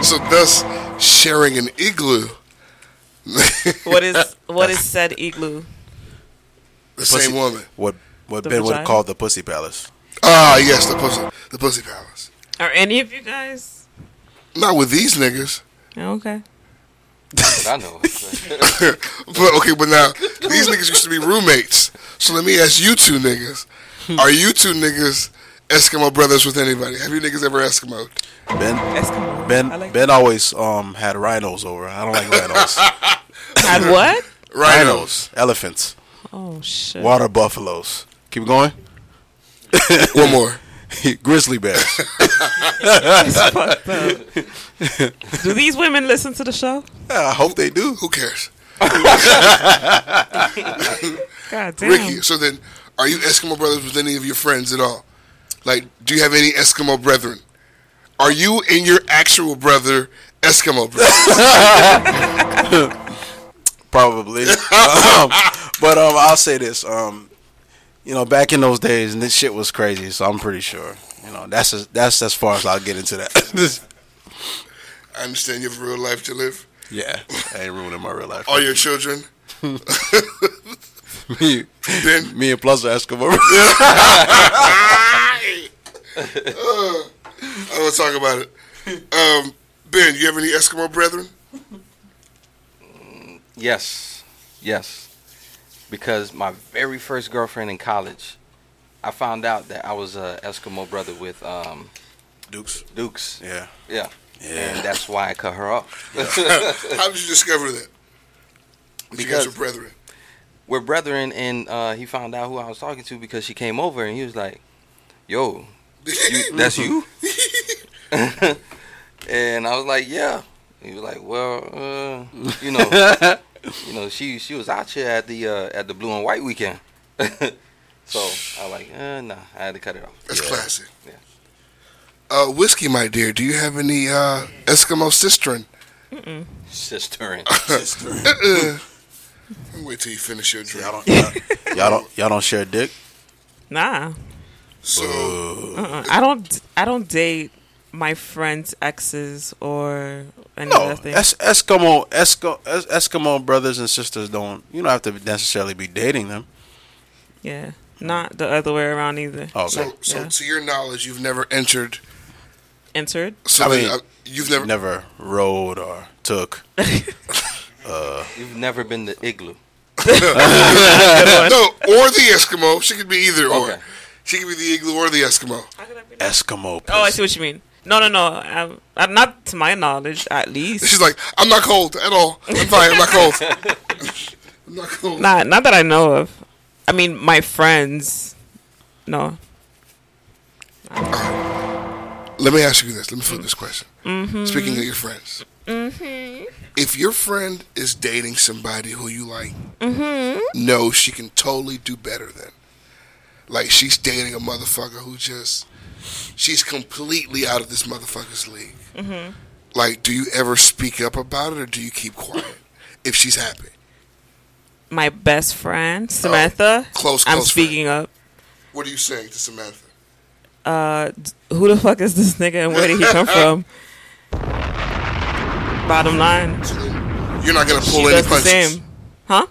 Speaker 2: So thus sharing an igloo,
Speaker 7: What is what is said igloo?
Speaker 2: the
Speaker 3: Pussy-
Speaker 2: same woman.
Speaker 3: what what
Speaker 7: The
Speaker 3: Ben would
Speaker 7: vagina?
Speaker 3: call the pussy palace.
Speaker 2: Ah, yes, the pussy, the pussy palace.
Speaker 7: Are any of you guys?
Speaker 2: Not with these niggas.
Speaker 7: Okay.
Speaker 4: But I know.
Speaker 2: But okay, but now these niggas used to be roommates. So let me ask you two niggas: Are you two niggas Eskimo brothers with anybody? Have you niggas ever Eskimoed?
Speaker 3: Ben
Speaker 7: Eskimo.
Speaker 3: Ben
Speaker 7: I like
Speaker 3: Ben always um had rhinos over. I don't like rhinos.
Speaker 7: Had what?
Speaker 3: rhinos, elephants,
Speaker 7: Oh shit.
Speaker 3: water buffaloes. Keep going.
Speaker 2: One more.
Speaker 3: grizzly bears.
Speaker 7: Do these women listen to the show?
Speaker 3: I hope they do.
Speaker 2: Who cares?
Speaker 7: God damn.
Speaker 2: Ricky, so then, are you Eskimo brothers with any of your friends at all? Like, do you have any Eskimo brethren? Are you and your actual brother Eskimo brothers?
Speaker 3: Probably. um, but um, I'll say this. Um, you know, back in those days, and this shit was crazy. So I'm pretty sure. You know, that's as, that's as far as I'll get into that.
Speaker 2: I understand you have a real life to live.
Speaker 3: yeah, I ain't ruining my real life.
Speaker 2: All your children.
Speaker 3: me,
Speaker 2: Then,
Speaker 3: me and Plus are Eskimo.
Speaker 2: I don't want to talk about it. Um, ben, you have any Eskimo brethren?
Speaker 4: Yes, yes. Because my very first girlfriend in college, I found out that I was a Eskimo brother with um,
Speaker 3: Dukes.
Speaker 4: Dukes.
Speaker 3: Yeah.
Speaker 4: Yeah.
Speaker 3: Yeah.
Speaker 4: And that's why I cut her off.
Speaker 2: How did you discover that? That you guys
Speaker 4: Because-
Speaker 2: were brethren.
Speaker 4: We're brethren, and uh, he found out who I was talking to because she came over and he was like, Yo, you, that's you? and I was like, Yeah. He was like, Well, uh, you know, you know, she she was out here at the uh, at the blue and white weekend. so I was like, uh, nah, I had to cut it off.
Speaker 2: That's classic.
Speaker 4: Yeah.
Speaker 2: Uh, whiskey, my dear. Do you have any uh, Eskimo cistern?
Speaker 4: Sister.
Speaker 2: Uh-uh. Wait till you finish your drink.
Speaker 3: Y'all don't, y'all, y'all don't y'all don't share dick.
Speaker 7: Nah.
Speaker 2: So,
Speaker 7: Uh-uh. I don't. I don't date my friends' exes or any
Speaker 3: No,
Speaker 7: other thing.
Speaker 3: Es- Eskimo Esko- Es- Eskimo brothers and sisters don't. You don't have to necessarily be dating them.
Speaker 7: yeah, not the other way around either.
Speaker 3: Oh, okay.
Speaker 2: so, so
Speaker 7: Yeah.
Speaker 2: to your knowledge, you've never entered.
Speaker 7: Entered.
Speaker 2: So
Speaker 3: I
Speaker 2: then,
Speaker 3: mean,
Speaker 2: uh, you've never.
Speaker 3: never rode or took.
Speaker 4: You've never been to Igloo.
Speaker 2: no, or the Eskimo. She could be either or.
Speaker 4: Okay.
Speaker 2: She could be the igloo or the Eskimo.
Speaker 3: Eskimo.
Speaker 7: Oh, I
Speaker 3: pussy.
Speaker 7: see what you mean. No, no, no. I'm, I'm not to my knowledge, at least.
Speaker 2: She's like, I'm not cold at all. I'm fine. I'm not cold. I'm not cold.
Speaker 7: Not, not that I know of. I mean, my friends. No.
Speaker 2: Let me ask you this. Let me flip this question.
Speaker 7: Mm-hmm.
Speaker 2: Speaking of your friends, if your friend is dating somebody who you like, no, she can totally do better than. Like she's dating a motherfucker who just she's completely out of this motherfucker's league.
Speaker 7: Mm-hmm.
Speaker 2: Like, do you ever speak up about it or do you keep quiet if she's happy?
Speaker 7: My best friend, Samantha.
Speaker 2: Oh. Close,
Speaker 7: I'm
Speaker 2: close
Speaker 7: speaking up.
Speaker 2: What are you saying to Samantha?
Speaker 7: Uh, d- who the fuck is this nigga and where did he come from? Bottom line.
Speaker 2: You're not gonna
Speaker 7: She
Speaker 2: pull any
Speaker 7: does the
Speaker 2: punches.
Speaker 7: same. Huh?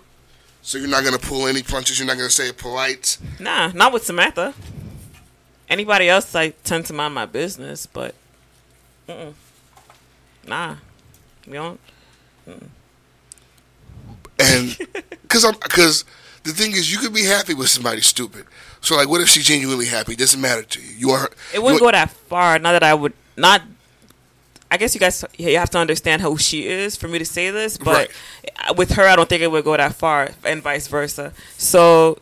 Speaker 2: So you're not gonna pull any punches. You're not gonna say it polite.
Speaker 7: Nah, not with Samantha. Anybody else, I tend to mind my business, but mm-mm. nah, we don't.
Speaker 2: and because I'm because the thing is, you could be happy with somebody stupid. So like, what if she's genuinely happy? Doesn't matter to you. You are.
Speaker 7: It wouldn't
Speaker 2: you
Speaker 7: go that far. Not that I would not. I guess you guys you have to understand who she is for me to say this, but with her, I don't think it would go that far, and vice versa. So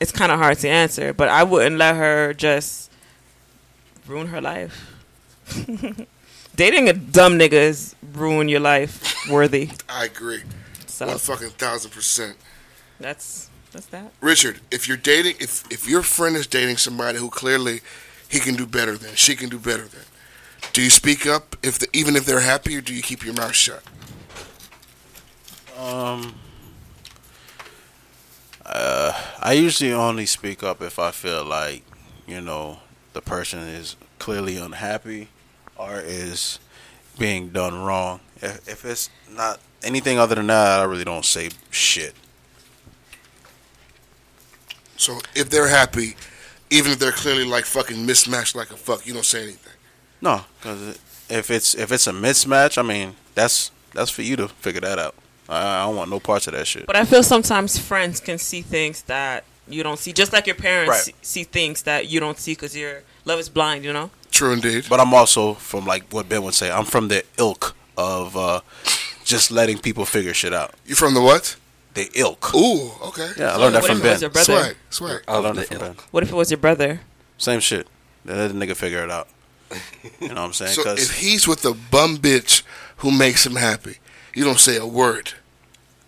Speaker 7: it's kind of hard to answer, but I wouldn't let her just ruin her life. Dating a dumb nigga is ruin your life worthy.
Speaker 2: I agree. One
Speaker 7: So
Speaker 2: fucking thousand percent.
Speaker 7: that's that's that.
Speaker 2: Richard, if you're dating, if if your friend is dating somebody who clearly he can do better than, she can do better than, do you speak up if the, even if they're happy, or do you keep your mouth shut?
Speaker 3: Um, uh, I usually only speak up if I feel like, you know, the person is clearly unhappy or is being done wrong. If, if it's not anything other than that, I really don't say shit.
Speaker 2: So if they're happy, even if they're clearly like fucking mismatched like a fuck, you don't say anything.
Speaker 3: No, because if it's if it's a mismatch, I mean, that's that's for you to figure that out. I, I don't want no parts of that shit.
Speaker 7: But I feel sometimes friends can see things that you don't see, just like your parents
Speaker 3: Right.
Speaker 7: see, see things that you don't see because your love is blind. You know.
Speaker 2: True indeed.
Speaker 3: But I'm also from like what Ben would say. I'm from the ilk of uh, just letting people figure shit out.
Speaker 2: You from the what?
Speaker 3: The ilk.
Speaker 2: Ooh, okay.
Speaker 3: Yeah, I learned that
Speaker 7: what
Speaker 3: from
Speaker 7: if it was
Speaker 3: Ben.
Speaker 7: your brother?
Speaker 2: Swag, swag.
Speaker 3: I learned it from Ben.
Speaker 7: What if it was your brother?
Speaker 3: Same shit. Let the nigga figure it out. You know what I'm saying?
Speaker 2: So
Speaker 3: 'Cause-
Speaker 2: if he's with a bum bitch who makes him happy, you don't say a word.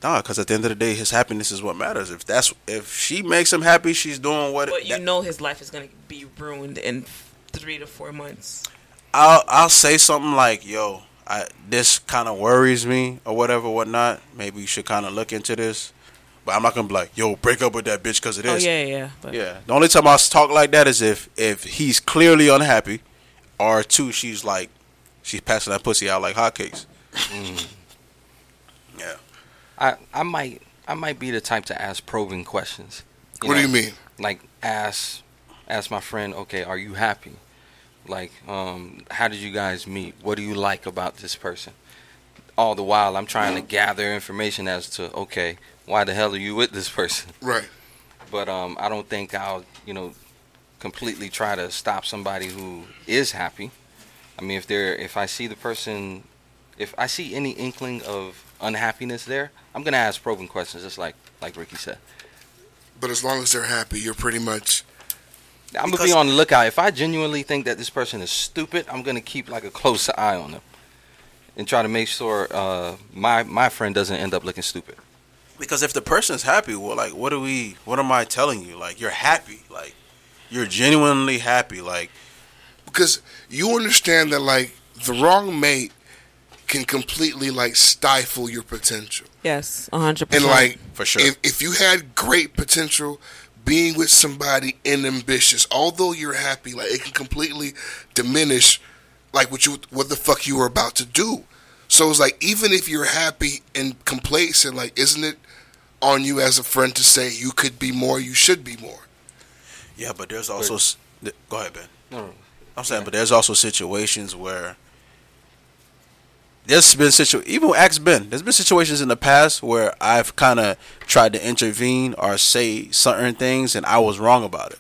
Speaker 3: Nah, because at the end of the day, his happiness is what matters. If that's if she makes him happy, she's doing what.
Speaker 7: But you
Speaker 3: that-
Speaker 7: know his life is gonna be ruined in three to four months.
Speaker 3: I'll I'll say something like, "Yo, I this kind of worries me or whatever, whatnot. Maybe you should kind of look into this." But I'm not gonna be like, "Yo, break up with that bitch because it is."
Speaker 7: Oh yeah, yeah. But
Speaker 3: Yeah. The only time I talk like that is if if he's clearly unhappy, or two, she's like, she's passing that pussy out like hotcakes.
Speaker 2: Mm.
Speaker 3: Yeah.
Speaker 4: I, I might I might be the type to ask probing questions.
Speaker 2: what do
Speaker 4: know?
Speaker 2: you mean?
Speaker 4: Like ask ask my friend, okay, are you happy? Like, um, how did you guys meet? What do you like about this person? All the while I'm trying to gather information as to okay, why the hell are you with this person?
Speaker 2: Right.
Speaker 4: But um, I don't think I'll you know completely try to stop somebody who is happy. I mean, if they're if I see the person, if I see any inkling of unhappiness there, I'm gonna ask probing questions, just like like Ricky said.
Speaker 2: But as long as they're happy, you're pretty much
Speaker 4: I'm gonna
Speaker 3: Because-
Speaker 4: be on the lookout. If I genuinely think that this person is stupid, I'm gonna keep like a close eye on them and try to make sure uh, my my friend doesn't end up looking stupid.
Speaker 3: Because if the person's happy, well, like, what do we? What am I telling you? Like, you're happy. Like, you're genuinely happy. Like,
Speaker 2: because you understand that like the wrong mate can completely like stifle your potential.
Speaker 7: yes, hundred
Speaker 2: And
Speaker 7: percent.
Speaker 2: like
Speaker 3: For sure.
Speaker 2: if, if you had great potential being with somebody and ambitious, although you're happy, like it can completely diminish like what you what the fuck you were about to do. So it's like even if you're happy and complacent, like isn't it on you as a friend to say you could be more, you should be more.
Speaker 3: yeah, but there's also. s- th- Go ahead, Ben.
Speaker 4: No, no,
Speaker 3: I'm saying, but there's also situations where there's been situ even ask Ben. There's been situations in the past where I've kind of tried to intervene or say certain things, and I was wrong about it.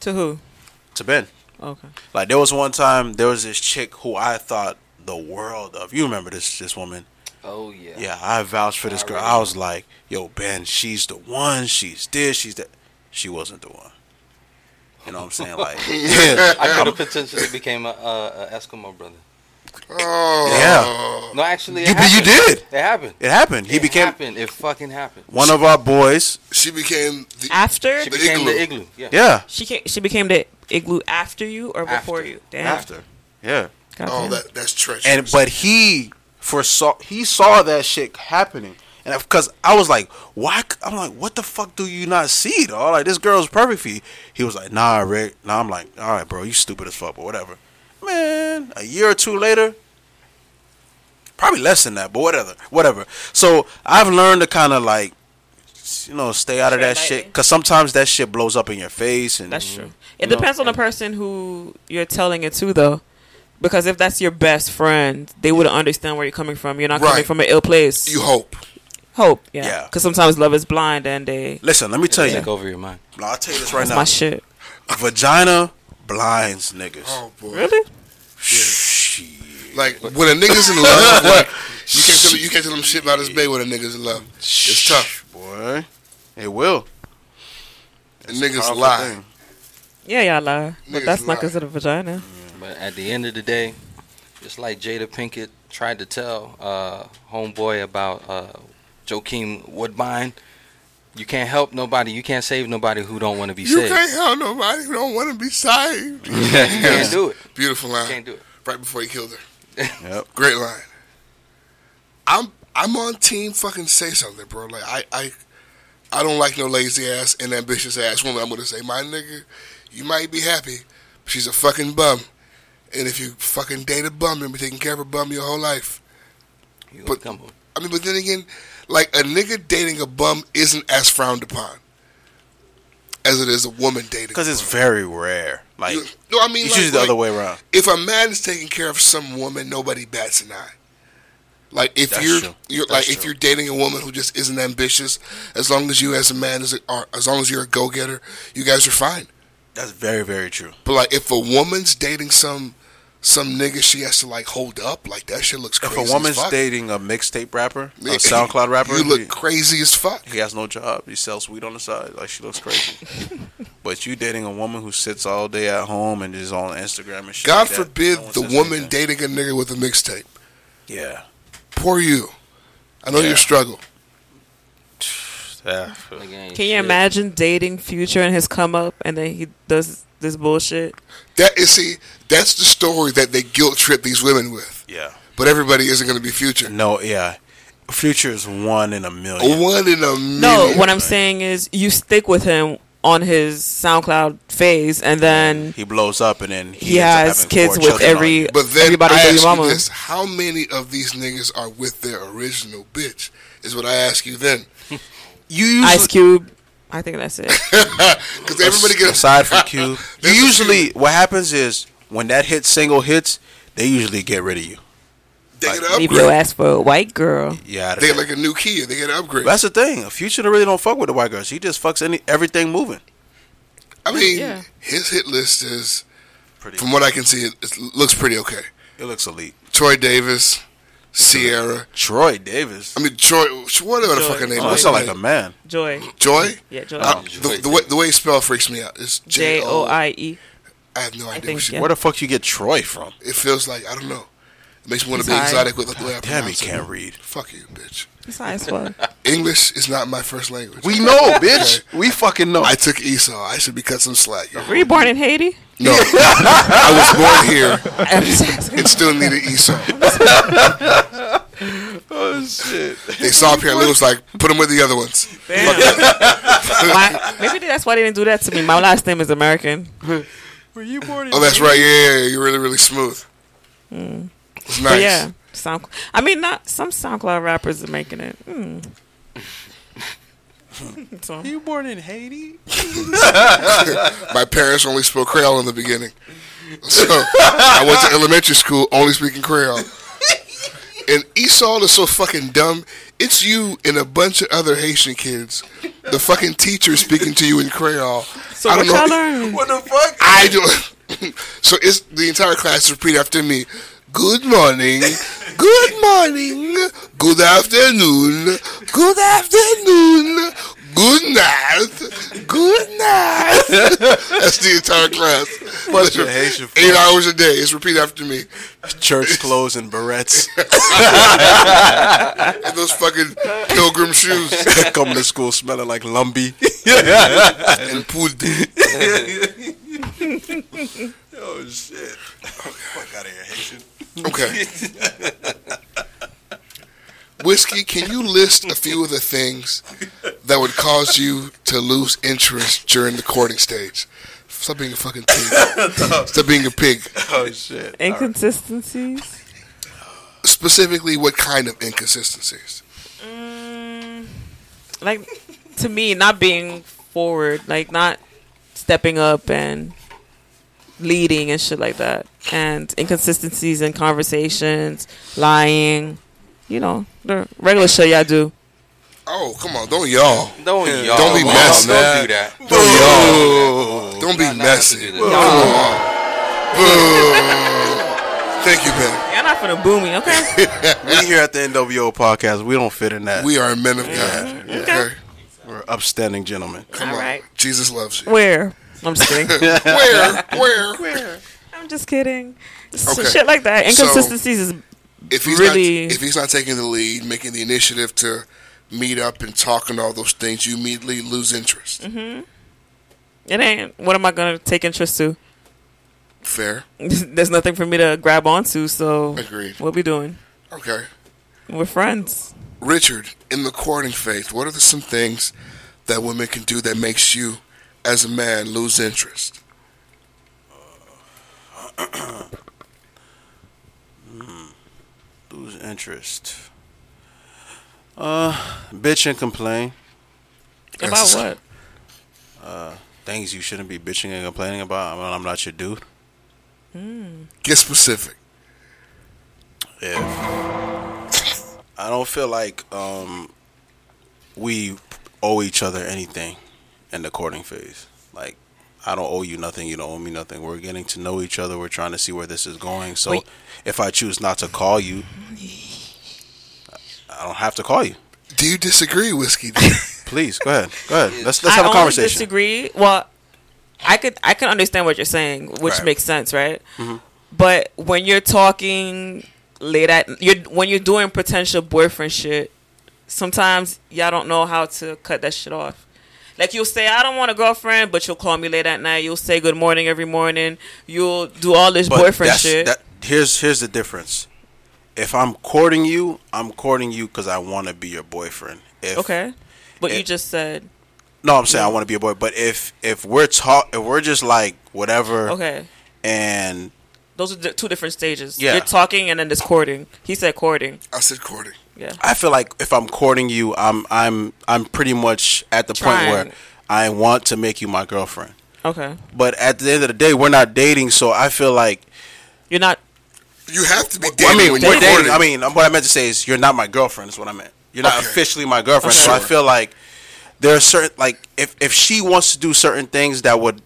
Speaker 7: to who?
Speaker 3: To Ben,
Speaker 7: Okay.
Speaker 3: like there was one time there was this chick who I thought the world of. You remember this this woman?
Speaker 4: Oh yeah.
Speaker 3: Yeah, I vouched for this girl. I was like, yo, Ben, she's the one. She's this. She's that. She wasn't the one. You know what I'm saying? Like, yeah,
Speaker 4: I could have potentially became a, a, a Eskimo brother.
Speaker 2: Oh
Speaker 3: Yeah.
Speaker 4: No, actually, it
Speaker 3: You- but you
Speaker 4: happened.
Speaker 3: did.
Speaker 4: It happened.
Speaker 3: it happened. He
Speaker 4: it
Speaker 3: became
Speaker 4: Happened. It fucking happened.
Speaker 3: one of our boys.
Speaker 2: she became the
Speaker 7: After
Speaker 4: She
Speaker 2: The
Speaker 4: became the
Speaker 2: igloo.
Speaker 4: igloo. Yeah.
Speaker 3: Yeah.
Speaker 7: she came, she became the igloo after you or before
Speaker 4: After.
Speaker 7: you? Damn.
Speaker 3: After. Yeah.
Speaker 7: God
Speaker 2: Oh
Speaker 7: damn.
Speaker 2: that that's treacherous.
Speaker 3: And but he foresaw he saw that shit happening. And because I was like, why? c- I'm like, what the fuck do you not see, dog? Like, this girl's perfect for you. He was like, nah, Rick. Nah, I'm like, all right, bro, you stupid as fuck, or whatever. Man, a year or two later, probably less than that, but whatever, whatever. So I've learned to kind of like, you know, stay out of
Speaker 7: Tread
Speaker 3: that shit
Speaker 7: lightly.
Speaker 3: because sometimes that shit blows up in your face, and
Speaker 7: That's true. It
Speaker 4: No,
Speaker 7: depends on the
Speaker 4: and-
Speaker 7: person who you're telling it to, though. Because if that's your best friend, they would understand where you're coming from. You're not coming
Speaker 2: Right.
Speaker 7: from an ill place.
Speaker 2: you hope.
Speaker 7: hope, yeah.
Speaker 3: Yeah.
Speaker 7: Because sometimes love is blind, and they
Speaker 3: listen, let me tell you,
Speaker 4: Take over your mind.
Speaker 3: Nah, I'll tell you this right
Speaker 7: that's
Speaker 3: now.
Speaker 7: my shit.
Speaker 3: Vagina blinds niggas.
Speaker 2: Oh boy.
Speaker 7: Really?
Speaker 3: Shit.
Speaker 2: Like when a nigga's in love, like, you can't tell you can't tell them shit about his baby when a nigga's in love. It's tough.
Speaker 3: boy. It will.
Speaker 2: And niggas lie.
Speaker 7: Yeah, y'all lie. But
Speaker 2: Niggas
Speaker 7: that's
Speaker 2: lie.
Speaker 7: not considered vagina.
Speaker 4: But at the end of the day, just like Jada Pinkett tried to tell uh, homeboy about uh, Joaquin Woodbine, you can't help nobody. You can't save nobody who don't want to be
Speaker 2: You
Speaker 4: saved.
Speaker 2: can't help nobody who don't want to be saved.
Speaker 4: you can't do it.
Speaker 2: Beautiful
Speaker 4: You
Speaker 2: line.
Speaker 4: can't do it.
Speaker 2: Right before he killed her.
Speaker 3: Yep.
Speaker 2: Great line. I'm I'm on team fucking say something, bro. Like I I I don't like no lazy ass and ambitious ass woman. I'm gonna say, my nigga, you might be happy, but she's a fucking bum. And if you fucking date a bum, you'll be taking care of a bum your whole life.
Speaker 4: You
Speaker 2: But-
Speaker 4: come on.
Speaker 2: I mean, but then again, like a nigga dating a bum isn't as frowned upon as it is a woman dating.
Speaker 3: Because
Speaker 2: a
Speaker 3: it's
Speaker 2: bum.
Speaker 3: very rare. Like,
Speaker 2: You- no, I mean,
Speaker 3: it's
Speaker 2: like,
Speaker 3: usually the
Speaker 2: like,
Speaker 3: other way around.
Speaker 2: If a man is taking care of some woman, nobody bats an eye. Like if
Speaker 3: That's
Speaker 2: you're,
Speaker 3: true.
Speaker 2: you're
Speaker 3: That's
Speaker 2: like if
Speaker 3: true.
Speaker 2: you're dating a woman who just isn't ambitious, as long as you as a man is a, are, as long as you're a go getter, you guys are fine.
Speaker 3: That's very, very true.
Speaker 2: But like if a woman's dating some some nigga, she has to like hold up. Like that shit looks
Speaker 3: If
Speaker 2: crazy.
Speaker 3: a woman's
Speaker 2: as fuck.
Speaker 3: dating a mixtape rapper, a SoundCloud rapper,
Speaker 2: you look
Speaker 3: he-
Speaker 2: crazy as fuck.
Speaker 3: he, has no job. He sells weed on the side. Like, she looks crazy. but you dating a woman who sits all day at home and is on Instagram and shit. like
Speaker 2: God
Speaker 3: that,
Speaker 2: forbid
Speaker 3: no one
Speaker 2: the
Speaker 3: says
Speaker 2: woman
Speaker 3: anything.
Speaker 2: dating a nigga with a mixtape.
Speaker 3: Yeah.
Speaker 2: Poor you. I know
Speaker 3: Yeah.
Speaker 2: your struggle.
Speaker 3: Yeah.
Speaker 4: Nigga ain't
Speaker 7: Can you
Speaker 4: shit.
Speaker 7: imagine dating Future and his come up, and then he does this bullshit?
Speaker 2: That is see, that's the story that they guilt trip these women with.
Speaker 3: Yeah.
Speaker 2: But everybody isn't going to be future.
Speaker 3: No. Yeah. Future is one in a million.
Speaker 2: One in a million.
Speaker 7: No, what I'm saying is you stick with him on his SoundCloud phase, and then
Speaker 3: He blows up and then
Speaker 7: he
Speaker 3: ends up
Speaker 7: has
Speaker 3: having
Speaker 7: kids
Speaker 3: four
Speaker 7: with
Speaker 3: children on you.
Speaker 7: every
Speaker 2: But then
Speaker 7: everybody
Speaker 2: I
Speaker 7: but
Speaker 2: ask
Speaker 7: your mama.
Speaker 2: you this: How many of these niggas are with their original bitch? Is what I ask you then,
Speaker 3: You usually,
Speaker 7: Ice Cube. I think that's it.
Speaker 2: because everybody gets
Speaker 3: aside from Q. you
Speaker 2: There's a
Speaker 3: usually what happens is when that hit single hits, they usually get rid of you.
Speaker 2: they get an
Speaker 7: Leave your
Speaker 2: upgrade.
Speaker 7: ass for a white girl.
Speaker 3: Yeah.
Speaker 2: They get like a new Kia. They get an upgrade.
Speaker 3: That's the thing. Future really don't fuck with the white girls. He just fucks any everything moving.
Speaker 2: I mean,
Speaker 7: Yeah.
Speaker 2: his hit list is,
Speaker 3: Pretty.
Speaker 2: from what I can see, it, it looks pretty okay.
Speaker 3: It looks elite.
Speaker 2: Troy Davis, Sierra.
Speaker 3: Troy Davis.
Speaker 2: I mean, Troy. Whatever the
Speaker 7: Joy.
Speaker 2: fucking name.
Speaker 3: Oh, that
Speaker 2: is.
Speaker 3: sound like a man.
Speaker 7: Joy.
Speaker 2: Joy.
Speaker 7: Yeah, Oh, Joy.
Speaker 2: Uh, the, the way the way it's spelled freaks me out. It's
Speaker 7: J O I E.
Speaker 2: I have no idea.
Speaker 7: think,
Speaker 2: what she,
Speaker 7: yeah.
Speaker 3: Where the fuck you get Troy from?
Speaker 2: It feels like I don't know. It makes me want to
Speaker 7: He's
Speaker 2: be
Speaker 7: high.
Speaker 2: exotic with the way I
Speaker 3: Damn, he
Speaker 2: pronounce it.
Speaker 3: can't read.
Speaker 2: Fuck you, bitch.
Speaker 7: It's high as fuck.
Speaker 2: English is not my first language.
Speaker 3: We know, bitch. We fucking know.
Speaker 2: I took Esau. I should be cut some slack. yo.
Speaker 7: Were you born in Haiti?
Speaker 2: No, I was born here
Speaker 7: I'm just asking.
Speaker 2: and still needed Esau.
Speaker 3: oh shit.
Speaker 2: They saw Pierre Lou was like, put him with the other ones.
Speaker 7: Damn. Why- maybe that's why they didn't do that to me. My last name is American.
Speaker 3: Were you born?
Speaker 2: Oh, that's right. Yeah, yeah, yeah. You're really, really smooth. It's
Speaker 7: Hmm. But
Speaker 2: nice.
Speaker 7: yeah, Sound. I mean, not some SoundCloud rappers are making it. Hmm. so,
Speaker 3: you born in Haiti?
Speaker 2: My parents only spoke Creole in the beginning. So I went to elementary school only speaking Creole. And Esau is so fucking dumb. It's you and a bunch of other Haitian kids. The fucking teacher speaking to you in Creole.
Speaker 7: so what y'all learn?
Speaker 3: What the fuck?
Speaker 2: I do. so it's the entire class repeat after me. Good morning. Good morning. Good afternoon. Good afternoon. Good night. Good night. That's the entire class.
Speaker 3: Bunch of Haitian fucks.
Speaker 2: Eight hours a day. It's repeat after me.
Speaker 3: Church clothes and barrettes.
Speaker 2: And those fucking pilgrim shoes
Speaker 3: Come to school smelling like lumbi.
Speaker 2: and pood.
Speaker 3: oh shit. Fuck out of here, Haitian.
Speaker 2: Okay. Whiskey, can you list a few of the things that would cause you to lose interest during the courting stage? Stop being a fucking pig. Stop being a pig.
Speaker 3: Oh shit.
Speaker 7: Inconsistencies.
Speaker 2: Specifically, what kind of inconsistencies?
Speaker 7: Mm, like to me, not being forward, like not stepping up and leading and shit like that, and inconsistencies in conversations, lying. You know, the regular shit y'all do.
Speaker 2: Oh, come on. Don't y'all.
Speaker 4: Don't y'all.
Speaker 2: Don't be
Speaker 4: Mom,
Speaker 2: messy,
Speaker 4: Don't do that.
Speaker 2: Don't be
Speaker 4: Not- not have to
Speaker 2: messy.
Speaker 4: do that.
Speaker 2: Come on. Boo. Thank you, Ben.
Speaker 7: Y'all not finna boo me, okay?
Speaker 3: We here at the NWO podcast, we don't fit in that. We
Speaker 2: We are men of God. Okay?
Speaker 3: are upstanding gentlemen.
Speaker 2: Come
Speaker 7: All
Speaker 2: on.
Speaker 7: right.
Speaker 2: Jesus loves you.
Speaker 7: Where? I'm just kidding.
Speaker 2: Where? Where?
Speaker 7: I'm just kidding. S-
Speaker 2: Okay.
Speaker 7: Shit like that.
Speaker 2: So-
Speaker 7: Inconsistencies is
Speaker 2: if he's
Speaker 7: really-
Speaker 2: not if he's not taking the lead, making the initiative to meet up and talk and all those things, you immediately lose interest.
Speaker 3: Mm-hmm.
Speaker 7: it ain't. What am I gonna take interest to?
Speaker 2: Fair,
Speaker 7: There's nothing for me to grab onto. So
Speaker 2: agreed.
Speaker 7: what we doing?
Speaker 2: Okay,
Speaker 7: We're friends.
Speaker 2: Richard, in the courting phase, what are the, some things that women can do that makes you, as a man, lose interest?
Speaker 3: Lose interest. Uh bitch and complain.
Speaker 7: About what?
Speaker 3: Things you shouldn't be bitching and complaining about when I'm not your dude.
Speaker 2: Get specific.
Speaker 3: if I don't feel like um, we owe each other anything in the courting phase. Like I don't owe you nothing, you don't owe me nothing. We're getting to know each other. We're trying to see where this is going. So
Speaker 7: Wait.
Speaker 3: if I choose not to call you, I I don't have to call you.
Speaker 2: Do you disagree, whiskey?
Speaker 3: Please go ahead. Go ahead. Let's let's
Speaker 7: I
Speaker 3: have a
Speaker 7: only
Speaker 3: conversation.
Speaker 7: disagree. Well, I could I can understand what you're saying, which
Speaker 3: Right. Mm-hmm.
Speaker 7: makes sense, right? But when you're talking late at you're when you're doing potential boyfriend shit, sometimes y'all don't know how to cut that shit off. Like you'll say, I don't want a girlfriend, but you'll call me late at night. You'll say good morning every morning. You'll do all this
Speaker 3: But
Speaker 7: boyfriend
Speaker 3: that's-
Speaker 7: shit.
Speaker 3: That, here's here's the difference. If I'm courting you, I'm courting you because I want to be your boyfriend. If,
Speaker 7: okay, but you
Speaker 3: it-
Speaker 7: just said
Speaker 3: No, I'm saying I want to be a boy. But if if we're talk, if we're just like whatever.
Speaker 7: okay.
Speaker 3: And
Speaker 7: Those are the two different stages.
Speaker 3: Yeah.
Speaker 7: You're talking and then there's courting. He said courting.
Speaker 2: I said courting.
Speaker 7: Yeah.
Speaker 3: I feel like if I'm courting you, I'm I'm I'm pretty much at the point
Speaker 7: Trying.
Speaker 3: where I want to make you my girlfriend.
Speaker 7: Okay.
Speaker 3: But at the end of the day, we're not dating, so I feel like
Speaker 7: You're not
Speaker 2: You have to be dating
Speaker 3: Well, I mean,
Speaker 2: when
Speaker 3: we're
Speaker 2: you're
Speaker 3: dating.
Speaker 2: courting.
Speaker 3: I mean, what I meant to say is, you're not my girlfriend. Is what I meant. You're not
Speaker 2: Okay.
Speaker 3: officially my girlfriend. So I
Speaker 2: Sure.
Speaker 3: feel like there are certain, like, if if she wants to do certain things that would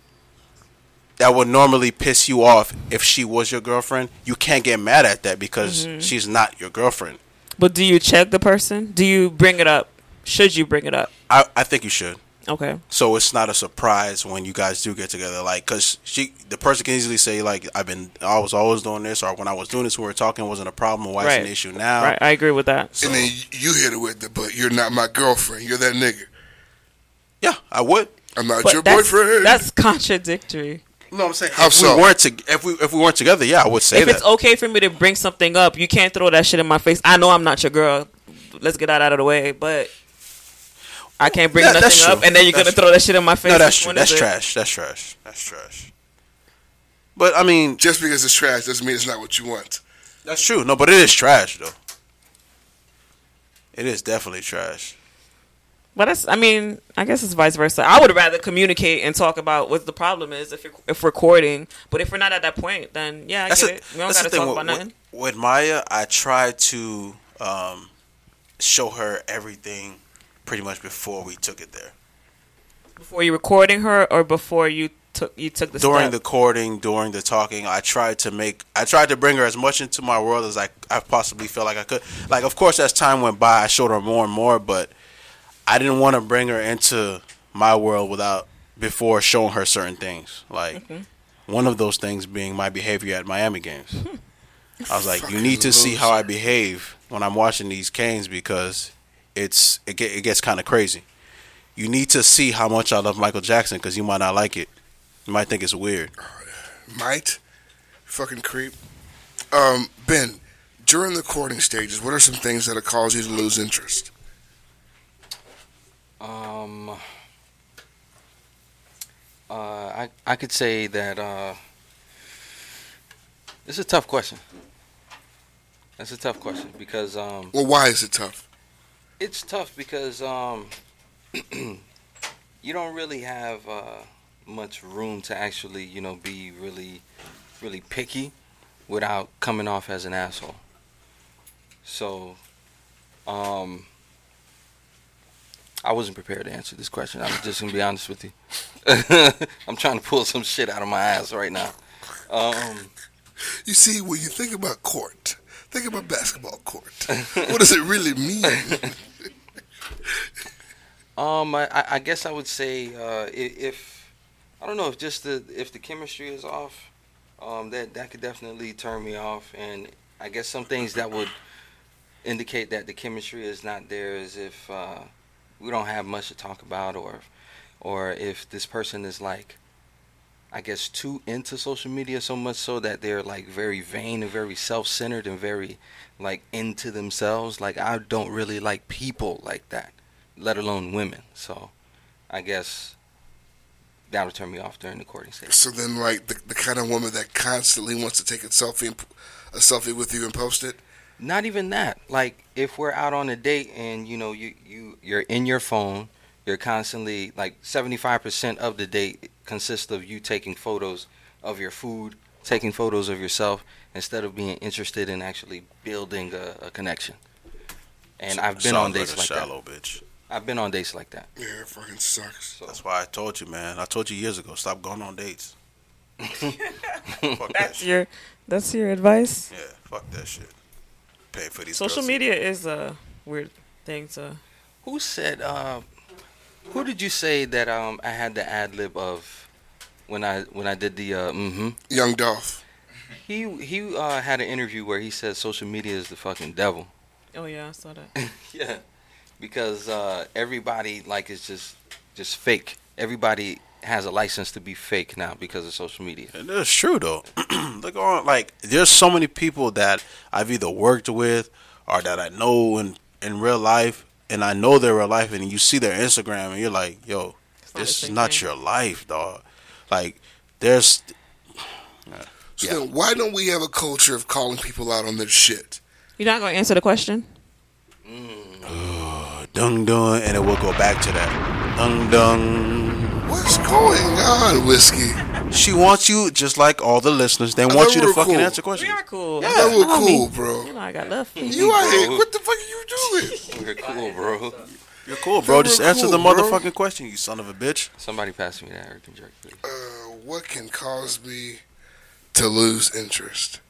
Speaker 3: that would normally piss you off if she was your girlfriend, you can't get mad at that because
Speaker 7: Mm-hmm.
Speaker 3: she's not your girlfriend.
Speaker 7: But do you check the person? Do you bring it up? Should you bring it up?
Speaker 3: I I think you should.
Speaker 7: Okay.
Speaker 3: So it's not a surprise when you guys do get together, like, cause she, the person can easily say, like, I've been, I was always doing this, or when I was doing this, we were talking, it wasn't a problem. Why
Speaker 7: Right.
Speaker 3: it's an issue now?
Speaker 7: right. I agree with that.
Speaker 2: and then you hit it with the, but you're not my girlfriend. You're that nigga.
Speaker 3: Yeah, I would.
Speaker 2: I'm not
Speaker 7: But
Speaker 2: your
Speaker 7: that's,
Speaker 2: boyfriend.
Speaker 7: That's contradictory.
Speaker 3: No, I'm saying
Speaker 2: How
Speaker 3: if
Speaker 2: Oh, so?
Speaker 3: we weren't to, if we if we weren't together, yeah, I would say
Speaker 7: if
Speaker 3: that.
Speaker 7: it's okay for me to bring something up, you can't throw that shit in my face. I know I'm not your girl. Let's get that out of the way. But I can't bring
Speaker 3: Yeah, that's
Speaker 7: nothing up,
Speaker 3: true.
Speaker 7: and then you're
Speaker 3: That's
Speaker 7: gonna throw that shit in my face.
Speaker 3: no, that's
Speaker 7: Which
Speaker 3: true.
Speaker 7: one
Speaker 3: That's
Speaker 7: is it?
Speaker 3: trash. That's trash. That's trash. But I mean,
Speaker 2: Just because it's trash doesn't mean it's not what you want.
Speaker 3: that's true. No, but it is trash though. It is definitely trash.
Speaker 7: But that's. I mean, I guess it's vice versa. I would rather communicate and talk about what the problem is if you're, if recording. But if we're not at that point, then yeah, I
Speaker 3: That's
Speaker 7: get
Speaker 3: a,
Speaker 7: it. We don't
Speaker 3: that's the
Speaker 7: gotta
Speaker 3: thing
Speaker 7: talk
Speaker 3: with,
Speaker 7: about nothing.
Speaker 3: with, with Maya. I try to um, show her everything pretty much before we took it there.
Speaker 7: Before you recording her, or before you took you took the
Speaker 3: during the
Speaker 7: step?
Speaker 3: courting, during the talking, I tried to make, I tried to bring her as much into my world as I, I possibly felt like I could. Like, of course, as time went by, I showed her more and more, but I didn't want to bring her into my world without before showing her certain things. Like, one of those things being my behavior at Miami games. I was like, you need to see how I behave when I'm watching these Canes because it's it, get, it gets kind of crazy. You need to see how much I love Michael Jackson because you might not like it. You might think it's weird.
Speaker 2: Might. Fucking creep. Um, ben, during the courting stages, what are some things that have caused you to lose interest?
Speaker 4: Um, uh, I I could say that uh, it's a tough question. That's a tough question because um,
Speaker 2: Well, why is it tough?
Speaker 4: it's tough because um, you don't really have uh, much room to actually, you know, be really, really picky without coming off as an asshole. So, um, I wasn't prepared to answer this question. I'm just gonna be honest with you. I'm trying to pull some shit out of my ass right now. Um,
Speaker 2: You see, when you think about court, think about basketball court. what does it really mean?
Speaker 4: Um, I, I- I guess I would say uh, i- if I don't know if just the if the chemistry is off, um, that that could definitely turn me off. And I guess some things that would indicate that the chemistry is not there is if uh, we don't have much to talk about, or or if this person is like, I guess too into social media so much so that they're like very vain and very self-centered and very like into themselves. Like I don't really like people like that let alone women. So I guess that'll turn me off during the courting stage.
Speaker 2: so then, like the, the kind of woman that constantly wants to take a selfie, and, p- a selfie with you and post it.
Speaker 4: Not even that. Like if we're out on a date and you know you you you're in your phone, you're constantly like 75% of the date consists of you taking photos of your food, taking photos of yourself instead of being interested in actually building a, a connection. And I've been
Speaker 3: Sounds like
Speaker 4: on dates
Speaker 3: a
Speaker 4: like that.
Speaker 3: shallow bitch.
Speaker 4: I've been on dates like that.
Speaker 2: Yeah, it fucking sucks.
Speaker 4: So
Speaker 3: That's why I told you, man. I told you years ago, stop going on dates. fuck that shit.
Speaker 7: your that's your advice.
Speaker 3: Yeah, fuck that shit. Pay for these
Speaker 7: Social
Speaker 3: girls.
Speaker 7: media is a weird thing to.
Speaker 4: Who said? Uh, who did you say that um, I had the ad lib of when I when I did the uh, mm-hmm.
Speaker 2: Young Dolph.
Speaker 4: He he uh, had an interview where he said social media is the fucking devil.
Speaker 7: Oh yeah, I saw that.
Speaker 4: Yeah, because uh, everybody like is just just fake. Everybody has a license to be fake now because of social media.
Speaker 3: And that's true though. Look on like there's so many people that I've either worked with or that I know in in real life and I know their real life and you see their Instagram and you're like, yo,
Speaker 7: not the
Speaker 3: this is
Speaker 7: same
Speaker 3: not
Speaker 7: thing.
Speaker 3: your life, dog. Like there's
Speaker 2: So then why don't we have a culture of calling people out on their shit?
Speaker 7: You're not gonna answer the question.
Speaker 4: Mm.
Speaker 3: dung dung and it will go back to that. Dung dung.
Speaker 2: What's going on, Whiskey?
Speaker 3: She wants you just like all the listeners. They
Speaker 2: I
Speaker 3: want
Speaker 2: thought
Speaker 3: you
Speaker 2: we
Speaker 3: to
Speaker 2: were
Speaker 3: fucking
Speaker 2: cool.
Speaker 3: answer
Speaker 7: We
Speaker 3: questions.
Speaker 7: are cool.
Speaker 2: That was
Speaker 7: I
Speaker 2: cool,
Speaker 7: mean,
Speaker 2: bro.
Speaker 7: You know I got love. for you.
Speaker 2: You out here? What the fuck are you doing?
Speaker 4: We're cool, bro.
Speaker 3: You're cool, bro.
Speaker 2: we're
Speaker 3: Just answer the
Speaker 2: cool, bro.
Speaker 3: motherfucking question, you son of a bitch.
Speaker 4: Somebody pass me that Eric and Jerk. please.
Speaker 2: Uh, what can cause me to lose interest?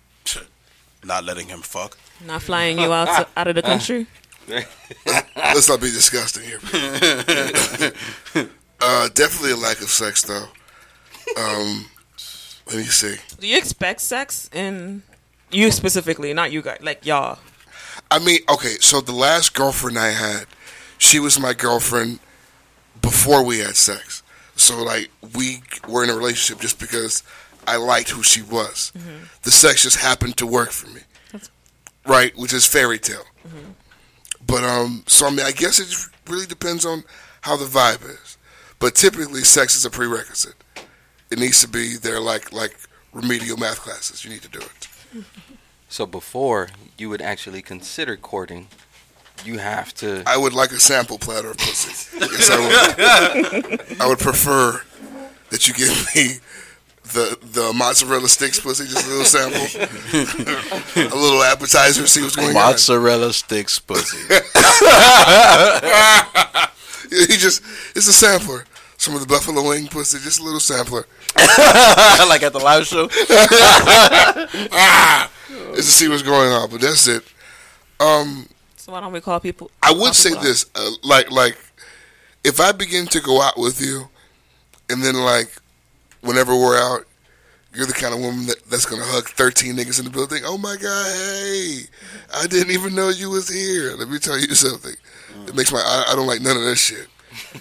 Speaker 3: Not letting him fuck.
Speaker 7: Not flying you out to, out of the country.
Speaker 2: Let's not be disgusting here. people. uh, definitely a lack of sex, though. Um, let me see.
Speaker 7: Do you expect sex in you specifically, not you guys, like y'all?
Speaker 2: I mean, okay, so the last girlfriend I had, she was my girlfriend before we had sex. So, like, we were in a relationship just because I liked who she was. The sex just happened to work for me. right, which is fairy tale. But, um, so, I mean, I guess it just really depends on how the vibe is. But typically, sex is a prerequisite. It needs to be there, like, like remedial math classes. You need to do it.
Speaker 4: So before you would actually consider courting, you have to.
Speaker 2: I would like a sample platter of pussy. Yes, I would. I would prefer that you give me the the mozzarella sticks pussy, just a little sample, a little appetizer, see what's going
Speaker 3: Mozzarella sticks pussy.
Speaker 2: on. You just it's a sampler. Some of the buffalo wing pussy, just a little sampler.
Speaker 3: like at the live show.
Speaker 2: Just to see what's going on. But that's it. Um,
Speaker 7: So why don't we call people?
Speaker 2: I would say
Speaker 7: people out?
Speaker 2: this, uh, like like if I begin to go out with you, and then like whenever we're out, you're the kind of woman that, that's gonna hug thirteen niggas in the building. Oh my god, hey, I didn't even know you was here. Let me tell you something. It makes my I, I don't like none of that shit.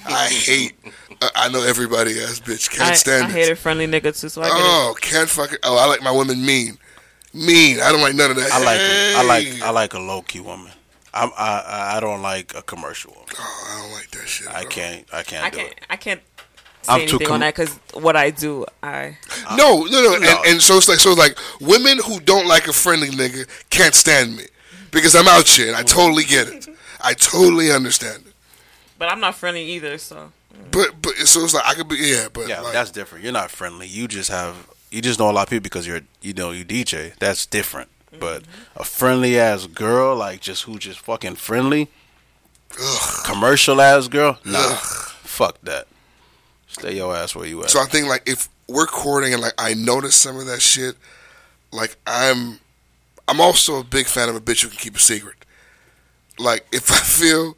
Speaker 2: I hate. Uh, I know everybody ass bitch can't
Speaker 7: I,
Speaker 2: stand
Speaker 7: I
Speaker 2: it.
Speaker 7: hate a friendly nigga too, so I get it.
Speaker 2: Oh, can't fucking. Oh, I like my women mean, mean. I don't like none of that.
Speaker 3: I like I like
Speaker 2: Hey.
Speaker 3: I like a low key woman. I'm, I I- I don't like a commercial woman.
Speaker 2: Oh, I don't like that shit.
Speaker 3: I
Speaker 2: bro.
Speaker 3: can't I can't
Speaker 7: I
Speaker 3: do
Speaker 7: can't.
Speaker 3: it.
Speaker 7: I can't say
Speaker 3: I'm too
Speaker 7: anything
Speaker 3: com-
Speaker 7: on that because what I do, I
Speaker 2: No, no, no.
Speaker 3: No.
Speaker 2: And, and so it's like, so it's like, women who don't like a friendly nigga can't stand me because I'm out here and I totally get it. I totally understand it.
Speaker 7: but I'm not friendly either. So
Speaker 2: But but so it's like I could be yeah, but
Speaker 3: Yeah,
Speaker 2: like,
Speaker 3: that's different. You're not friendly. You just have you just know a lot of people because you're you know you DJ. That's different. But
Speaker 2: Mm-hmm.
Speaker 3: a friendly ass girl like just who just fucking friendly,
Speaker 2: ugh.
Speaker 3: commercial ass girl. Nah,
Speaker 2: Ugh.
Speaker 3: fuck that. Stay your ass where you at.
Speaker 2: So I think like if we're courting and like I notice some of that shit, like I'm, I'm also a big fan of a bitch who can keep a secret. Like if I feel